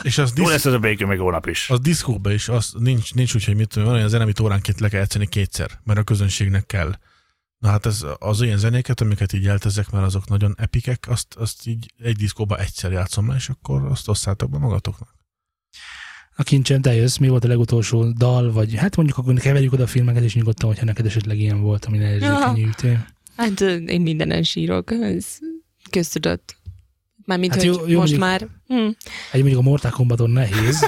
Speaker 3: és az,
Speaker 2: Jó
Speaker 3: disz,
Speaker 2: lesz ez a bacon meg holnap is.
Speaker 3: az diszkóba is, az nincs, nincs úgy, hogy mit tudom, én, van olyan zene, amit óránként le kell játszani kétszer, mert a közönségnek kell. Na hát ez, az olyan zenéket, amiket így eltezek, mert azok nagyon epikek, azt, azt így egy diszkóba egyszer játszom le, és akkor azt osszátok be magatoknak.
Speaker 1: A kincsem, te jössz, mi volt a legutolsó dal, vagy hát mondjuk akkor keverjük oda a filmeket, és nyugodtan, hogyha neked esetleg ilyen volt, ami érzékenyültél.
Speaker 4: Hát ö, én mindenen sírok. Ez köztudott. Mármint,
Speaker 1: Hát
Speaker 4: hát
Speaker 1: jó-
Speaker 4: jó,
Speaker 1: jó
Speaker 4: hogy most
Speaker 1: mondjuk.
Speaker 4: már... Hm.
Speaker 1: Egy mondjuk a Mortal Kombaton nehéz.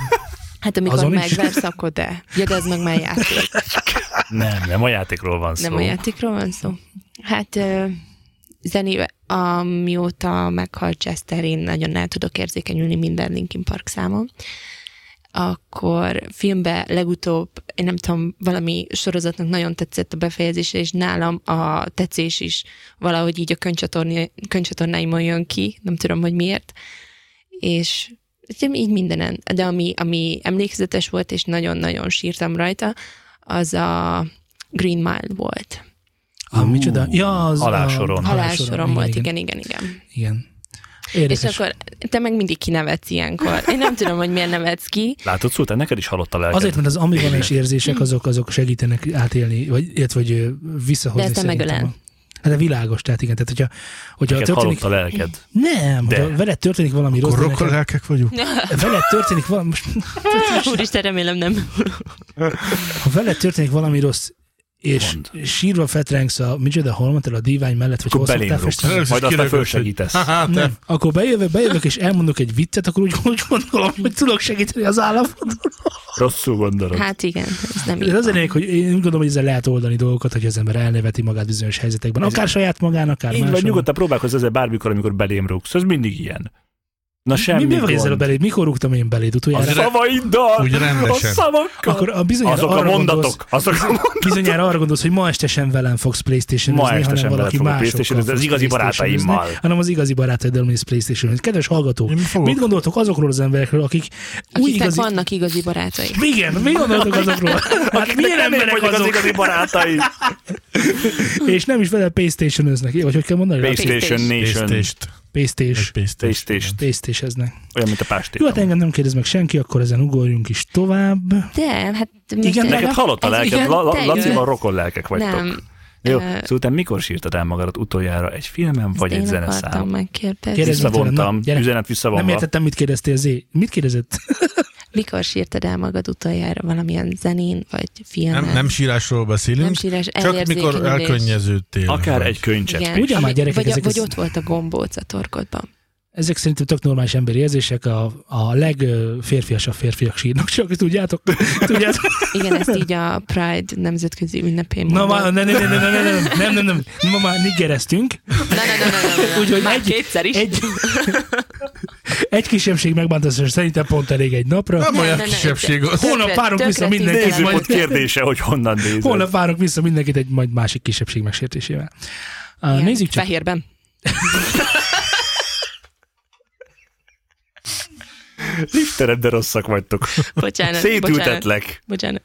Speaker 4: Hát amikor
Speaker 1: Azon
Speaker 4: Azon
Speaker 1: is?
Speaker 4: megversz, akkor de. Ja, de ez meg már játék.
Speaker 2: Nem, nem a játékról van szó.
Speaker 4: Nem a játékról van szó. Hát ö, zenével, amióta meghalt Chester, én nagyon el tudok érzékenyülni minden Linkin Park számon. Akkor filmbe legutóbb, én nem tudom, valami sorozatnak nagyon tetszett a befejezése, és nálam a tetszés is valahogy így a könycsatorni- könycsatornáimon jön ki, nem tudom, hogy miért. És így mindenen. De ami, ami emlékezetes volt, és nagyon-nagyon sírtam rajta, az a Green Mile volt.
Speaker 1: Ah, micsoda? Ja, az a-
Speaker 2: Halálsoron.
Speaker 4: Halálsorom volt, igen, igen, igen.
Speaker 1: Igen.
Speaker 4: És
Speaker 1: Érdekes.
Speaker 4: akkor te meg mindig kinevetsz ilyenkor. Én nem tudom, hogy miért nevetsz ki.
Speaker 2: Látod, Szultán, neked is halott a lelked.
Speaker 1: Azért, mert az ambivalens érzések azok, azok segítenek átélni, vagy, illetve hogy ö, visszahozni
Speaker 4: De ez nem
Speaker 1: szerintem
Speaker 4: megölel.
Speaker 1: a- Hát de világos, tehát igen, tehát hogyha, hogyha
Speaker 2: neked
Speaker 1: történik...
Speaker 2: halott a lelked.
Speaker 1: Nem,
Speaker 2: De.
Speaker 1: hogyha veled történik valami rossz, de
Speaker 3: Korokkal
Speaker 1: neked,
Speaker 3: lelkek vagyunk?
Speaker 1: veled történik valami, most
Speaker 4: Úristen, remélem nem.
Speaker 1: ha veled történik valami rossz, és
Speaker 2: Mond.
Speaker 1: sírva fetrengsz a micsoda holmatel a divány mellett, vagy
Speaker 2: Akkor
Speaker 1: hol
Speaker 2: belém
Speaker 1: szoktál
Speaker 2: rúgsz.
Speaker 1: festeni?
Speaker 3: Először
Speaker 2: Majd aztán
Speaker 3: kirögöd,
Speaker 2: fölsegítesz.
Speaker 3: hogy- Ha, hát ha, te
Speaker 1: Nem. Akkor bejövök, bejövök, és elmondok egy viccet, akkor úgy, úgy gondolom, hogy tudok segíteni az állapoton.
Speaker 2: Rosszul gondolod.
Speaker 4: Hát igen, ez nem így
Speaker 1: Ez az a
Speaker 4: van.
Speaker 1: lényeg, hogy én úgy gondolom, hogy ezzel lehet oldani dolgokat, hogy az ember elneveti magát bizonyos helyzetekben. Akár saját magán, akár
Speaker 2: Így
Speaker 1: máson.
Speaker 2: vagy nyugodtan próbálkozz ezzel bármikor, amikor belém rúgsz. Ez mindig ilyen. Na semmi
Speaker 1: Mi, mi van
Speaker 2: gond.
Speaker 1: ezzel a beléd? Mikor rúgtam én beléd
Speaker 2: A
Speaker 1: utoljára?
Speaker 3: Az-
Speaker 2: szavaiddal,
Speaker 3: Úgy rendesen.
Speaker 2: a szavakkal.
Speaker 1: akkor a bizonyára
Speaker 2: azok a
Speaker 1: arra
Speaker 2: mondatok, azok a mondatok.
Speaker 1: Gondolsz, Hát bizonyára arra gondolsz, hogy ma este sem velem fogsz playstation
Speaker 2: Ma este sem
Speaker 1: hanem
Speaker 2: veled
Speaker 1: valaki
Speaker 2: fogok
Speaker 1: másokkal
Speaker 2: PlayStation-özni, az
Speaker 1: fogsz
Speaker 2: igazi
Speaker 1: PlayStation-özni,
Speaker 2: barátaimmal.
Speaker 1: Hanem az igazi barátaiddal mész playstation Kedves hallgatók,
Speaker 3: Én fogok.
Speaker 1: mit gondoltok azokról az emberekről, akik, új
Speaker 4: Akiknek
Speaker 1: igazi...
Speaker 4: vannak igazi barátai.
Speaker 1: Igen, mit gondoltok azokról? Hát milyen
Speaker 2: Akiknek nem én
Speaker 1: emberek
Speaker 2: vagyok az
Speaker 1: azok?
Speaker 2: igazi barátai.
Speaker 1: és nem is vele playstation öznek vagy hogy kell mondani?
Speaker 2: PlayStation Nation.
Speaker 3: Pésztést.
Speaker 1: Playstation.
Speaker 2: PlayStation.
Speaker 1: Playstation-eznek.
Speaker 2: Olyan, mint a
Speaker 1: Jó, hát
Speaker 2: pástéta.
Speaker 1: engem nem kérdez meg senki, akkor ezen ugorjunk is tovább.
Speaker 4: De, hát...
Speaker 1: Igen,
Speaker 2: Neked halott a
Speaker 4: Ez
Speaker 2: lelked,
Speaker 4: ugyan
Speaker 2: La- La-
Speaker 4: te
Speaker 2: Lacival
Speaker 4: jössz.
Speaker 2: rokon lelkek vagytok.
Speaker 4: Nem,
Speaker 2: Jó,
Speaker 4: Ö,
Speaker 2: szóval utána mikor sírtad el magadat utoljára egy filmen, vagy
Speaker 4: ezt
Speaker 2: egy
Speaker 4: én akartam
Speaker 2: zeneszámon?
Speaker 4: megkérdezni.
Speaker 1: Kérdezni tőlem,
Speaker 2: Visszavontam,
Speaker 1: na, gyere.
Speaker 2: üzenet
Speaker 1: Nem
Speaker 2: visszavonva.
Speaker 1: értettem, mit kérdeztél, Zé. Mit kérdezett?
Speaker 4: Mikor sírtad el magad utoljára valamilyen zenén, vagy filmen?
Speaker 3: Nem, nem sírásról beszélünk,
Speaker 4: Nem sírás,
Speaker 3: csak mikor
Speaker 4: elérzékenyülés.
Speaker 3: elkönnyeződtél.
Speaker 2: Akár
Speaker 3: vagy.
Speaker 2: egy könycsepp.
Speaker 1: Ugye már
Speaker 4: Ami-
Speaker 1: gyerekek,
Speaker 4: vagy,
Speaker 1: ezek
Speaker 4: vagy
Speaker 1: az-
Speaker 4: ott volt a gombóc a torkodban.
Speaker 1: Ezek szerintem tök normális emberi érzések, a, a legférfiasabb férfiak sírnak, csak tudjátok? tudjátok?
Speaker 4: Igen, ezt így a Pride nemzetközi ünnepén
Speaker 1: Na,
Speaker 4: mondom.
Speaker 1: ma, ne, ne, ne, ne, ne, ne, ne, nem, nem, nem, ma már niggereztünk,
Speaker 4: Na, na, na, na, na, na, na.
Speaker 1: Úgyhogy
Speaker 4: Már
Speaker 1: egy-
Speaker 4: kétszer is.
Speaker 1: egy, egy kisebbség megbántása, szerintem pont elég egy napra.
Speaker 3: Nem
Speaker 4: Ne,
Speaker 3: olyan
Speaker 4: ne, ne,
Speaker 3: kisebbség az.
Speaker 1: Holnap
Speaker 4: Tökre-
Speaker 1: várunk vissza
Speaker 4: tökre
Speaker 1: mindenkit,
Speaker 4: tisztelem.
Speaker 1: majd-
Speaker 2: Nézőpont kérdése, hogy honnan nézed.
Speaker 1: Holnap várok vissza mindenkit egy majd másik kisebbség megsértésével. Uh,
Speaker 4: Igen,
Speaker 1: nézzük csak.
Speaker 4: Fehérben.
Speaker 2: Liftered, de rosszak vagytok.
Speaker 4: Bocsánat. bocsánat,
Speaker 2: Szétültetlek.
Speaker 4: Bocsánat.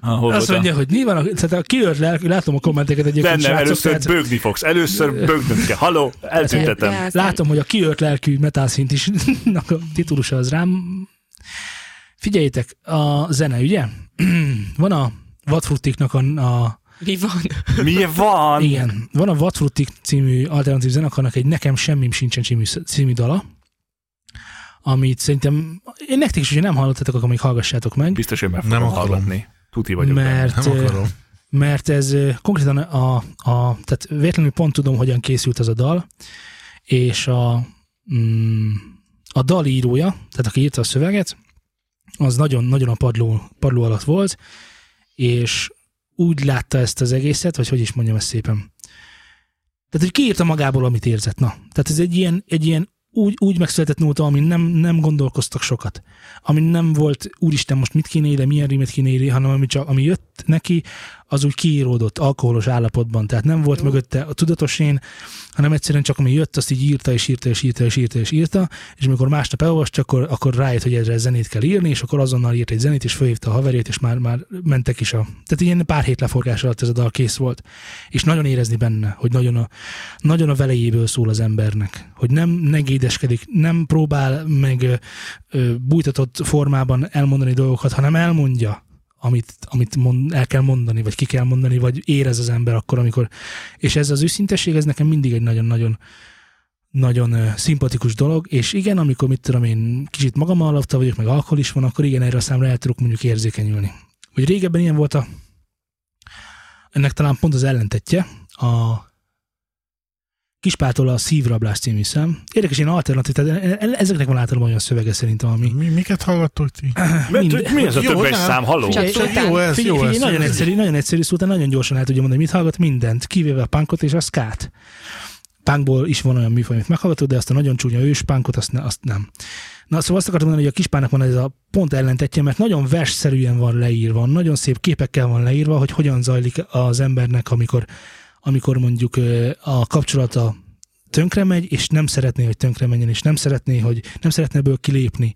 Speaker 2: Ah, hol
Speaker 1: Azt
Speaker 2: voltam?
Speaker 1: mondja, hogy nyilván, a, tehát a kiölt lelk, látom a kommenteket egyébként,
Speaker 2: Nem, nem,
Speaker 1: srácok,
Speaker 2: először
Speaker 1: tehát
Speaker 2: bőgni fogsz. Először bőgnöd kell. Haló,
Speaker 4: De
Speaker 2: eltüntetem.
Speaker 4: aztán-
Speaker 1: látom, hogy a kiölt lelkű metászint is *laughs* nak a titulusa az rám. Figyeljétek, a zene, ugye? *clears throat* Van a Vatfruttiknak a, a
Speaker 4: Mi van?
Speaker 2: Mi van?
Speaker 1: igen, van a Vatfruttik című alternatív zenekarnak egy Nekem semmim sincsen című, című dala, amit szerintem, én nektek is, hogy nem hallottatok, akkor még hallgassátok meg.
Speaker 2: Biztos, hogy meg
Speaker 3: Nem
Speaker 2: fogom
Speaker 3: akarom.
Speaker 2: hallgatni. Tuti vagyok. benne.
Speaker 1: Mert-
Speaker 3: Nem akarom.
Speaker 1: mert ez ö, konkrétan a, a tehát véletlenül pont tudom, hogyan készült ez a dal, és a, mm, a dal írója, tehát aki írta a szöveget, az nagyon-nagyon a padló, padló alatt volt, és úgy látta ezt az egészet, vagy hogy is mondjam ezt szépen. Tehát, hogy kiírta magából, amit érzett. Na, tehát ez egy ilyen, egy ilyen úgy, úgy megszületett nóta, amin nem, nem gondolkoztak sokat. Ami nem volt, úristen, most mit kéne ide, milyen rímet kéne ide, hanem ami, csak, ami jött neki, az úgy kiíródott alkoholos állapotban, tehát nem volt
Speaker 4: Jó.
Speaker 1: mögötte a tudatos én, hanem egyszerűen csak ami jött, azt így írta, és írta, és írta, és írta, és írta, és amikor másnap elolvasta, akkor, akkor rájött, hogy ezre zenét kell írni, és akkor azonnal írt egy zenét, és fölhívta a haverét, és már, már mentek is a... Tehát ilyen pár hét leforgás alatt ez a dal kész volt. És nagyon érezni benne, hogy nagyon a, nagyon a velejéből szól az embernek, hogy nem negédeskedik, nem próbál meg ö, ö, bújtatott formában elmondani dolgokat, hanem elmondja, amit, amit mond, el kell mondani, vagy ki kell mondani, vagy érez az ember akkor, amikor... És ez az őszintesség, ez nekem mindig egy nagyon-nagyon nagyon ö, szimpatikus dolog, és igen, amikor mit tudom én, kicsit magam alatta vagyok, meg alkohol is van, akkor igen, erre a számra el tudok mondjuk érzékenyülni. Hogy régebben ilyen volt a ennek talán pont az ellentetje, a Kispától a Szívrablás című szám. Érdekes, ilyen alternatív, tehát e- e- ezeknek van általában olyan szövege szerintem, ami...
Speaker 3: Mi, miket hallgattok ti?
Speaker 2: Mert
Speaker 1: Mind-
Speaker 2: hogy Mi ez a
Speaker 3: Jó,
Speaker 2: többes
Speaker 3: nem.
Speaker 2: szám? Haló?
Speaker 4: Csak szóltál.
Speaker 3: Jó ez,
Speaker 1: Hát Figyelj,
Speaker 3: jó
Speaker 1: figyelj,
Speaker 3: ez.
Speaker 1: nagyon egyszerű, nagyon egyszerű szóta, nagyon gyorsan el tudja mondani, mit hallgat mindent, kivéve a punkot és a skát. Punkból is van olyan műfaj, amit meghallgatod, de azt a nagyon csúnya ős punkot, azt, ne, azt nem. Na, szóval azt akartam mondani, hogy a kispának van ez a pont ellentetje, mert nagyon versszerűen van leírva, nagyon szép képekkel van leírva, hogy hogyan zajlik az embernek, amikor, amikor mondjuk ö, a kapcsolata tönkre megy, és nem szeretné, hogy tönkre menjen, és nem szeretné, hogy nem szeretne ebből kilépni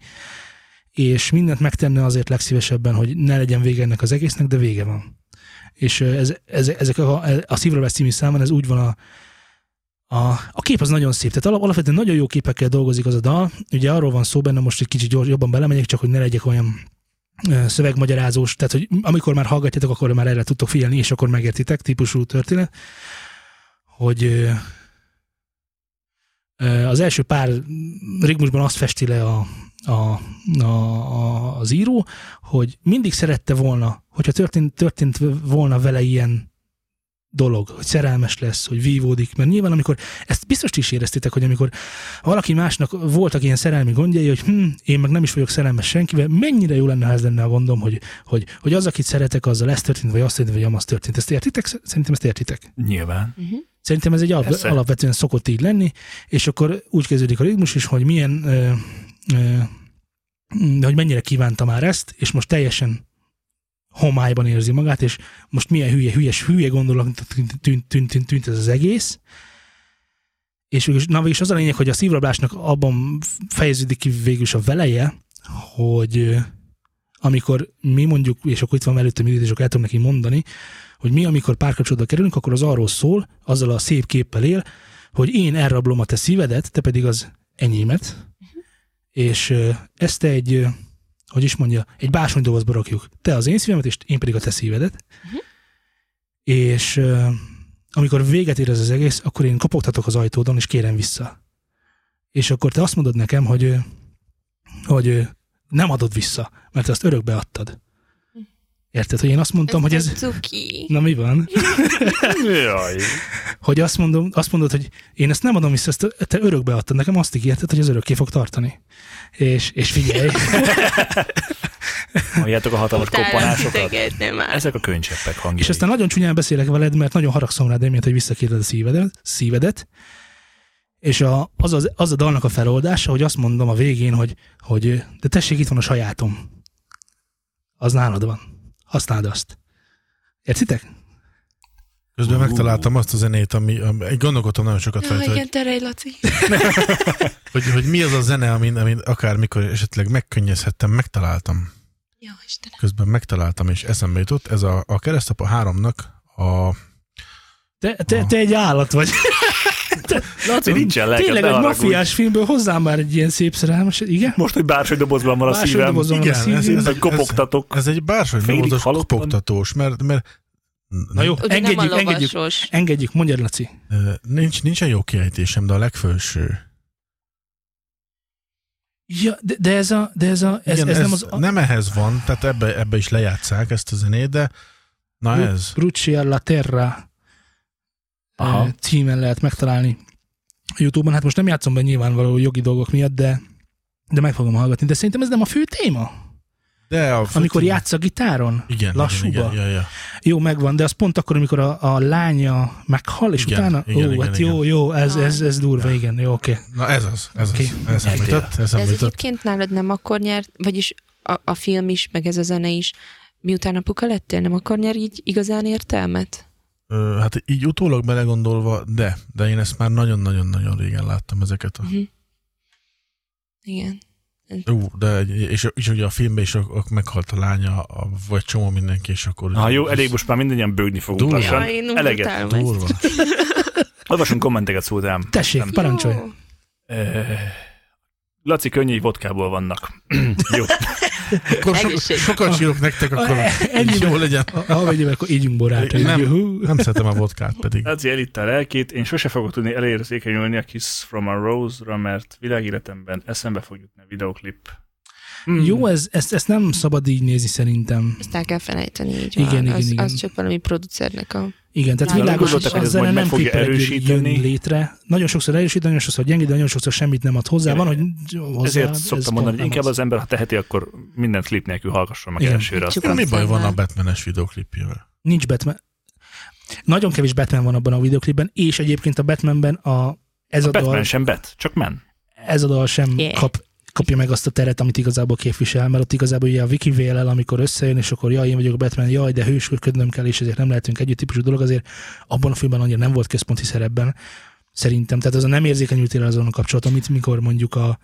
Speaker 1: és mindent megtenne azért legszívesebben, hogy ne legyen vége ennek az egésznek, de vége van. És ö, ez, ez, ezek a, e, a Szívravesz című számon ez úgy van a, a, a kép az nagyon szép, tehát alap, alapvetően nagyon jó képekkel dolgozik az a dal. Ugye arról van szó benne, most egy kicsit gyors, jobban belemegyek, csak hogy ne legyek olyan ö, szövegmagyarázós, tehát hogy amikor már hallgatjátok, akkor már erre tudtok figyelni, és akkor megértitek, típusú történet, hogy ö, ö, az első pár rigmusban azt festi le a, a, a, a, az író, hogy mindig szerette volna, hogyha történt, történt volna vele ilyen dolog, hogy szerelmes lesz, hogy vívódik, mert nyilván amikor, ezt biztos ti is éreztétek, hogy amikor valaki másnak voltak ilyen szerelmi gondjai, hogy hm, én meg nem is vagyok szerelmes senkivel, mennyire jó lenne, ha ez lenne a gondom, hogy, hogy, hogy az, akit szeretek, azzal ez történt, vagy azt történt, vagy amaz történt. Ezt értitek? Szerintem ezt értitek.
Speaker 4: *laughs*
Speaker 2: Nyilván.
Speaker 1: Mhm. Szerintem ez egy al-
Speaker 2: Persze.
Speaker 1: alapvetően szokott így lenni, és akkor úgy kezdődik a ritmus is, hogy milyen, ö, ö, m, hogy mennyire kívánta már ezt, és most teljesen homályban érzi magát, és most milyen hülye, hülyes, hülye gondolat tűnt, tűnt, tűnt, tűnt, tűnt ez az egész. És végül, na végül is az a lényeg, hogy a szívrablásnak abban fejeződik ki végül is a veleje, hogy ö, amikor mi mondjuk, és akkor itt van előttem idő, és akkor el tudom neki mondani, hogy mi, amikor párkapcsolatba kerülünk, akkor az arról szól, azzal a szép képpel él, hogy én elrablom a te szívedet, te pedig az enyémet, és ö, ezt egy, ö, hogy is mondja, egy bársonydobozba rakjuk. Te az én szívemet, és én pedig a te szívedet. És ö, amikor véget ér ez az egész, akkor én kopogtatok az ajtódon, és kérem vissza. És akkor te azt mondod nekem, hogy, ö, hogy ö, nem adod vissza, mert te azt örökbe adtad. Érted, hogy én azt mondtam, hogy Mhm. ez...
Speaker 4: Cuki.
Speaker 1: Na mi van?
Speaker 2: Jaj.
Speaker 1: Hogy azt, mondom, azt mondod, hogy én ezt nem adom vissza, ezt te örökbe adtad nekem, azt ígérted, hogy ez örökké fog tartani. És, és figyelj,
Speaker 2: Halljátok a hatalmas
Speaker 4: Utálom
Speaker 2: koppanásokat?
Speaker 4: titeket, már.
Speaker 2: Ezek a könycseppek hangjai.
Speaker 1: És aztán nagyon csúnyán beszélek veled, mert nagyon haragszom rád, emiatt, hogy visszakérdez a szívedet, szívedet. És a, az, az, az a dalnak a feloldása, hogy azt mondom a végén, hogy, hogy de tessék, itt van a sajátom. Az nálad van. Használd azt. Értitek?
Speaker 3: Közben
Speaker 2: Ú.
Speaker 3: megtaláltam azt a zenét, ami, ami egy gondolkodtam nagyon sokat
Speaker 4: Na,
Speaker 3: rajta, hogy,
Speaker 4: igen, terej, Laci.
Speaker 3: hogy, hogy, mi az a zene, amin, amin akármikor esetleg megkönnyezhettem, megtaláltam.
Speaker 4: Jó, Istenem.
Speaker 3: Közben megtaláltam, és eszembe jutott, ez a, a keresztapa háromnak a...
Speaker 1: Te, te, te egy állat *laughs* vagy.
Speaker 2: Laci, nincsen lelked,
Speaker 1: Tényleg
Speaker 2: ne
Speaker 1: egy
Speaker 2: haragudj.
Speaker 1: mafiás filmből hozzám már egy ilyen szép szerelmes. Igen?
Speaker 2: Most, hogy bársony dobozban van a
Speaker 1: Bársony
Speaker 2: szívem,
Speaker 1: dobozban van a
Speaker 3: Igen, ez-
Speaker 1: szívem.
Speaker 2: hogy kopogtatok.
Speaker 3: Ez egy bársony
Speaker 2: Félig
Speaker 3: dobozos
Speaker 2: halottan.
Speaker 3: kopogtatós, mert, mert
Speaker 1: Na jó,
Speaker 4: Ugye nem a
Speaker 1: engedjük, engedjük,
Speaker 4: lovasos.
Speaker 1: engedjük, mondjad, Laci.
Speaker 3: Ö, Nincs, nincsen jó kiejtésem, de a legfőső.
Speaker 1: Ja, de, de ez a, de ez a, ez,
Speaker 3: Igen,
Speaker 1: ez, nem az...
Speaker 3: nem ehhez van, tehát ebbe, ebbe is lejátszák ezt a zenét, de na
Speaker 1: Ru-
Speaker 3: ez.
Speaker 1: Brucci alla Terra
Speaker 2: Aha.
Speaker 1: Aha. címen lehet megtalálni a Youtube-on. Hát most nem játszom be nyilvánvaló jogi dolgok miatt, de, de meg fogom hallgatni. De szerintem ez nem a fő téma,
Speaker 3: De a
Speaker 1: amikor játsz a gitáron.
Speaker 3: igen,
Speaker 1: lassúba.
Speaker 3: Igen, igen, ja, ja.
Speaker 1: Jó, megvan, de az pont akkor, amikor a, a lánya meghal, és
Speaker 3: Igen,
Speaker 1: utána...
Speaker 3: igen,
Speaker 1: ó,
Speaker 3: igen,
Speaker 1: hát
Speaker 3: igen.
Speaker 1: jó, jó, ez, ez, ez durva, igen, jó, oké.
Speaker 3: Na ez az, ez
Speaker 1: Oké.
Speaker 3: az. Ez
Speaker 2: Megtél.
Speaker 3: említett, ez
Speaker 4: De ez
Speaker 3: említett.
Speaker 4: egyébként nálad nem akkor nyert, vagyis a, a film is, meg ez a zene is, miután apuka lettél, nem akkor nyer így igazán értelmet?
Speaker 3: Ö, Hát így utólag belegondolva, de, de én ezt már nagyon-nagyon-nagyon régen láttam ezeket a...
Speaker 4: Mhm. Igen.
Speaker 3: Ú, de, egy- és, és ugye a filmben is ak- ak- meghalt a lánya, a, vagy csomó mindenki, és akkor...
Speaker 2: Na jó, elég most már mindannyian bőgni fogunk
Speaker 3: Durva.
Speaker 2: lassan.
Speaker 4: Ja, én úgy
Speaker 2: Eleget.
Speaker 4: utálom ezt.
Speaker 3: Durva.
Speaker 2: Olvasunk kommenteket szótám.
Speaker 1: Tessék, parancsolj.
Speaker 4: Jó.
Speaker 2: Ö, Laci könnyei vodkából vannak. *clears throat* Jó.
Speaker 3: Akkor so,
Speaker 4: Egészség.
Speaker 3: sokat sírok nektek, akkor
Speaker 1: Ennyiben-
Speaker 3: jó legyen.
Speaker 1: Ha vegyem, akkor ígyünk borát.
Speaker 3: Nem.
Speaker 1: Juhú.
Speaker 3: Nem szeretem a vodkát pedig.
Speaker 2: Laci elitta a lelkét, én sose fogok tudni elérzékenyülni a Kiss from a Rose-ra, mert világéletemben eszembe fog jutni a videoklip. Mm.
Speaker 1: Jó, ez, ezt, ezt nem szabad így nézni szerintem.
Speaker 4: Ezt el kell felejteni, így
Speaker 1: Igen,
Speaker 4: van.
Speaker 1: igen,
Speaker 4: az,
Speaker 1: igen.
Speaker 4: az csak valami producernek a...
Speaker 1: Igen, tehát
Speaker 4: Ja,
Speaker 1: világos, hogy
Speaker 4: gondoltak, hogy
Speaker 1: a
Speaker 4: ez
Speaker 1: zene
Speaker 2: majd meg
Speaker 1: nem
Speaker 2: fogja
Speaker 1: képregül jön
Speaker 2: erősíteni.
Speaker 1: létre. Nagyon sokszor erősít, nagyon sokszor gyengít, de nagyon sokszor semmit nem ad hozzá. Van, hogy hozzá,
Speaker 2: Ezért
Speaker 1: ez
Speaker 2: szoktam
Speaker 1: pont
Speaker 2: mondani, hogy
Speaker 1: nem
Speaker 2: inkább
Speaker 1: az.
Speaker 2: az ember, ha teheti, akkor mindent klip nélkül hallgasson meg
Speaker 1: Igen.
Speaker 2: elsőre.
Speaker 4: Csak
Speaker 2: aztán-
Speaker 3: Mi baj van a
Speaker 4: Aztán-
Speaker 3: Batmanes videoklipjével?
Speaker 1: Nincs Batman. Nagyon kevés Batman van abban a videoklipben, és egyébként a Batmanben a, ez a,
Speaker 2: A Batman
Speaker 1: dal,
Speaker 2: sem bet, csak men.
Speaker 1: ez a dal sem
Speaker 4: Yeah.
Speaker 1: yeah. kap, kapja meg azt a teret, amit igazából képvisel, mert ott igazából ugye a Wiki el, amikor összejön, és akkor jaj, én vagyok a Batman, jaj, de hősködnöm kell, és ezért nem lehetünk együtt típusú dolog, azért abban a filmben annyira nem volt központi szerepben, szerintem. Tehát az a nem érzékenyültél azon a kapcsolatom, mint mikor mondjuk a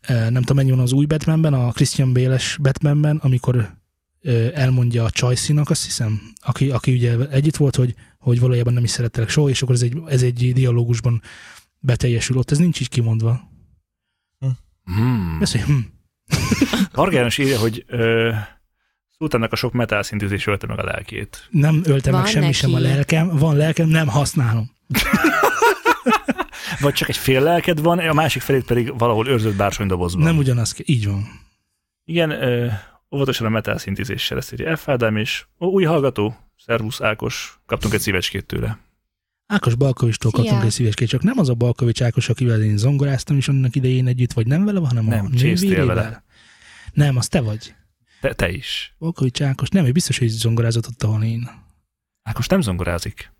Speaker 1: eh, nem tudom, mennyi van az új Batmanben, a Christian Béles Batmanben, amikor eh, elmondja a Csajszinak, azt hiszem, aki, aki ugye együtt volt, hogy, hogy valójában nem is szerettelek soha, és akkor ez egy, ez egy dialógusban beteljesül ott. Ez nincs így kimondva.
Speaker 2: Hmm.
Speaker 1: Azt mondja, hm.
Speaker 2: Hargános írja, hogy ö, Szultánnak a sok metal szintűzés ölte meg a lelkét.
Speaker 1: nem öltem
Speaker 4: Van
Speaker 1: meg semmi
Speaker 4: neki.
Speaker 1: sem a lelkem, van lelkem, nem használom.
Speaker 2: Vagy csak egy fél lelked van, a másik felét pedig valahol őrzött bársonydobozban.
Speaker 1: Nem ugyanaz, ke- így van.
Speaker 2: Igen, ö, óvatosan a metal szintézéssel ezt írja F. Ádám, és ó, új hallgató, Szervusz Ákos, kaptunk egy szívecskét tőle.
Speaker 1: Ákos Balkovistól
Speaker 4: Szia.
Speaker 1: kaptunk egy szíveskét, csak nem az a Balkovics Ákos, akivel én zongoráztam is annak idején együtt, vagy nem vele, hanem
Speaker 2: Nem,
Speaker 1: a
Speaker 2: csésztél
Speaker 1: nővérével.
Speaker 2: vele.
Speaker 1: Nem, az te vagy.
Speaker 2: Te, te is.
Speaker 1: Balkovics Ákos, nem, ő biztos, hogy zongorázott ott, ahol én.
Speaker 2: Ákos nem zongorázik.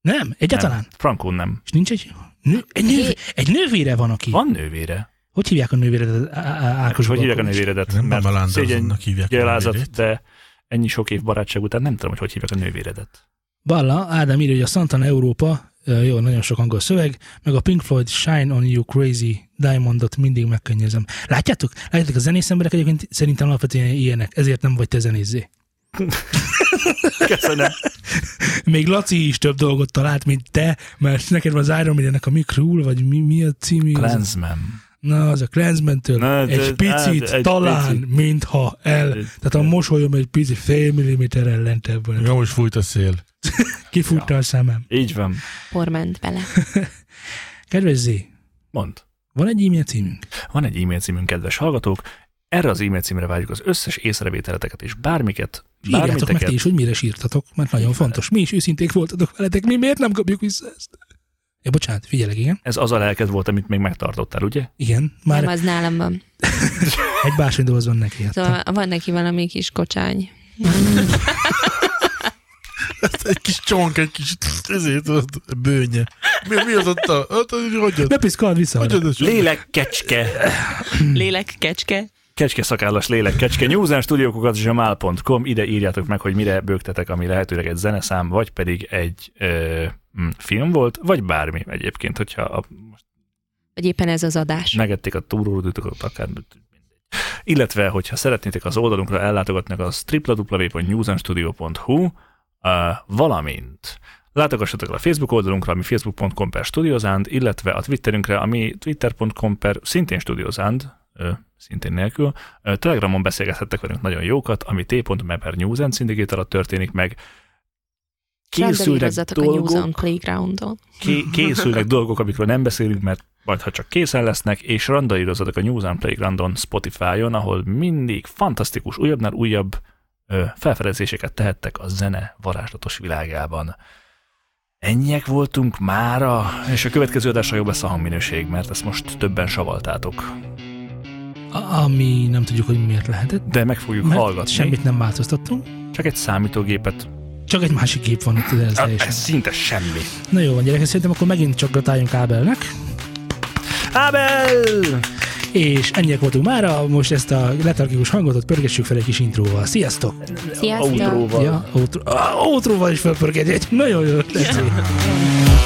Speaker 1: Nem, egyáltalán.
Speaker 2: Nem. Frankon nem.
Speaker 1: És nincs egy, nő, egy, nő,
Speaker 4: Hé.
Speaker 1: egy nővére van, aki.
Speaker 2: Van nővére.
Speaker 1: Hogy hívják a nővéredet? Á- Á-
Speaker 2: Ákos,
Speaker 1: Ákos
Speaker 2: hogy hívják a
Speaker 1: Balkovics?
Speaker 2: nővéredet?
Speaker 3: Nem Pamela
Speaker 2: Mert
Speaker 3: Andersonnak
Speaker 2: szégyen
Speaker 3: hívják a nővérét.
Speaker 2: gyalázat, de ennyi sok év barátság után nem tudom, hogy hogy hívják a nővéredet.
Speaker 1: Balla, Ádám írja, hogy a Santana Európa, ö, jó, nagyon sok angol szöveg, meg a Pink Floyd Shine on You Crazy Diamondot mindig megkönnyezem. Látjátok? Látjátok, a zenész emberek egyébként szerintem alapvetően ilyenek, ezért nem vagy te zenészé.
Speaker 2: Köszönöm.
Speaker 1: Még Laci is több dolgot talált, mint te, mert neked van az Iron Maiden-nek a Mikrul, vagy mi, mi a című? Az,
Speaker 2: Lensman.
Speaker 1: na, az a Cleansement-től
Speaker 2: Na, de-
Speaker 1: egy picit,
Speaker 2: hát, egy
Speaker 1: talán,
Speaker 2: picit.
Speaker 1: mintha el. Tehát a mosolyom egy picit fél milliméter ellentebb van.
Speaker 3: Jó, most fújt a szél.
Speaker 1: Kifutta a szemem.
Speaker 2: Így van.
Speaker 4: Porment bele.
Speaker 1: Kedves Zé,
Speaker 2: Mond.
Speaker 1: van egy e-mail címünk?
Speaker 2: Van egy e-mail címünk, kedves hallgatók. Erre az e-mail címre várjuk az összes észrevételeteket és bármiket,
Speaker 1: Írjátok meg ti
Speaker 2: bármiteket.
Speaker 1: is, hogy mire sírtatok, mert nagyon fontos. Mi is őszinték voltatok veletek, mi miért nem kapjuk vissza ezt? Ja, bocsánat, figyelek, igen.
Speaker 2: Ez az a lelked volt, amit még megtartottál, ugye?
Speaker 1: Igen, már
Speaker 4: Nem, az nálam van.
Speaker 1: egy bársonydoboz van neki. Hát.
Speaker 4: Szóval van neki valami kis kocsány.
Speaker 3: Egy kis csonk, egy kis ezért ott bőnye. Mi, mi az ott a... Hát, hogy hagyjad,
Speaker 1: Ne piszkald vissza. arra.
Speaker 3: hagyjad, hogy
Speaker 2: Lélek kecske.
Speaker 1: *clears throat*
Speaker 4: Lélek kecske.
Speaker 2: Kecske szakállas lélek, kecske nyúzánstúdiókukat zsamál.com, ide írjátok meg, hogy mire bőgtetek, ami lehetőleg egy zeneszám, vagy pedig egy ö, mm, film volt, vagy bármi egyébként, hogyha a,
Speaker 4: Vagy éppen ez az adás.
Speaker 2: megették a túródítokat, akár illetve, hogyha szeretnétek az oldalunkra ellátogatni, az www.newsandstudio.hu, uh, valamint látogassatok el a Facebook oldalunkra, ami facebook.com per studiozánd, illetve a Twitterünkre, ami twitter.com per szintén studiozánd, ö, szintén nélkül. Ö, Telegramon beszélgethettek velünk nagyon jókat, ami t.me e per newsend szindikét alatt történik meg. Készülnek
Speaker 4: Rendelírozzatok a News
Speaker 2: dolgok,
Speaker 4: on Playgroundon.
Speaker 2: ké- készülnek dolgok, amikről nem beszélünk, mert majd ha csak készen lesznek, és randalírozatok a News and Playgroundon Spotify-on, ahol mindig fantasztikus, újabbnál újabb ö, felfedezéseket tehettek a zene varázslatos világában. Ennyiek voltunk mára, és a következő adásra jobb lesz a hangminőség, mert ezt most többen savaltátok.
Speaker 1: A- Ami nem tudjuk, hogy miért lehetett.
Speaker 2: De meg fogjuk
Speaker 1: Mert
Speaker 2: hallgatni.
Speaker 1: semmit nem változtattunk,
Speaker 2: Csak egy számítógépet.
Speaker 1: csak egy másik kép van itt, de ez
Speaker 2: Ez,
Speaker 1: teljesen.
Speaker 2: ez szinte semmi.
Speaker 1: Na jó van, gyerekek, szerintem akkor megint csak gratuláljunk Ábelnek.
Speaker 2: Ábel!
Speaker 1: És ennyiek voltunk mára, most ezt a letargikus hangot ott pörgessük fel egy kis intróval. Sziasztok!
Speaker 4: Sziasztok!
Speaker 2: Outróval.
Speaker 1: Ja, outro, ah, outróval is felpörgedj egy. Nagyon jó, tetszik.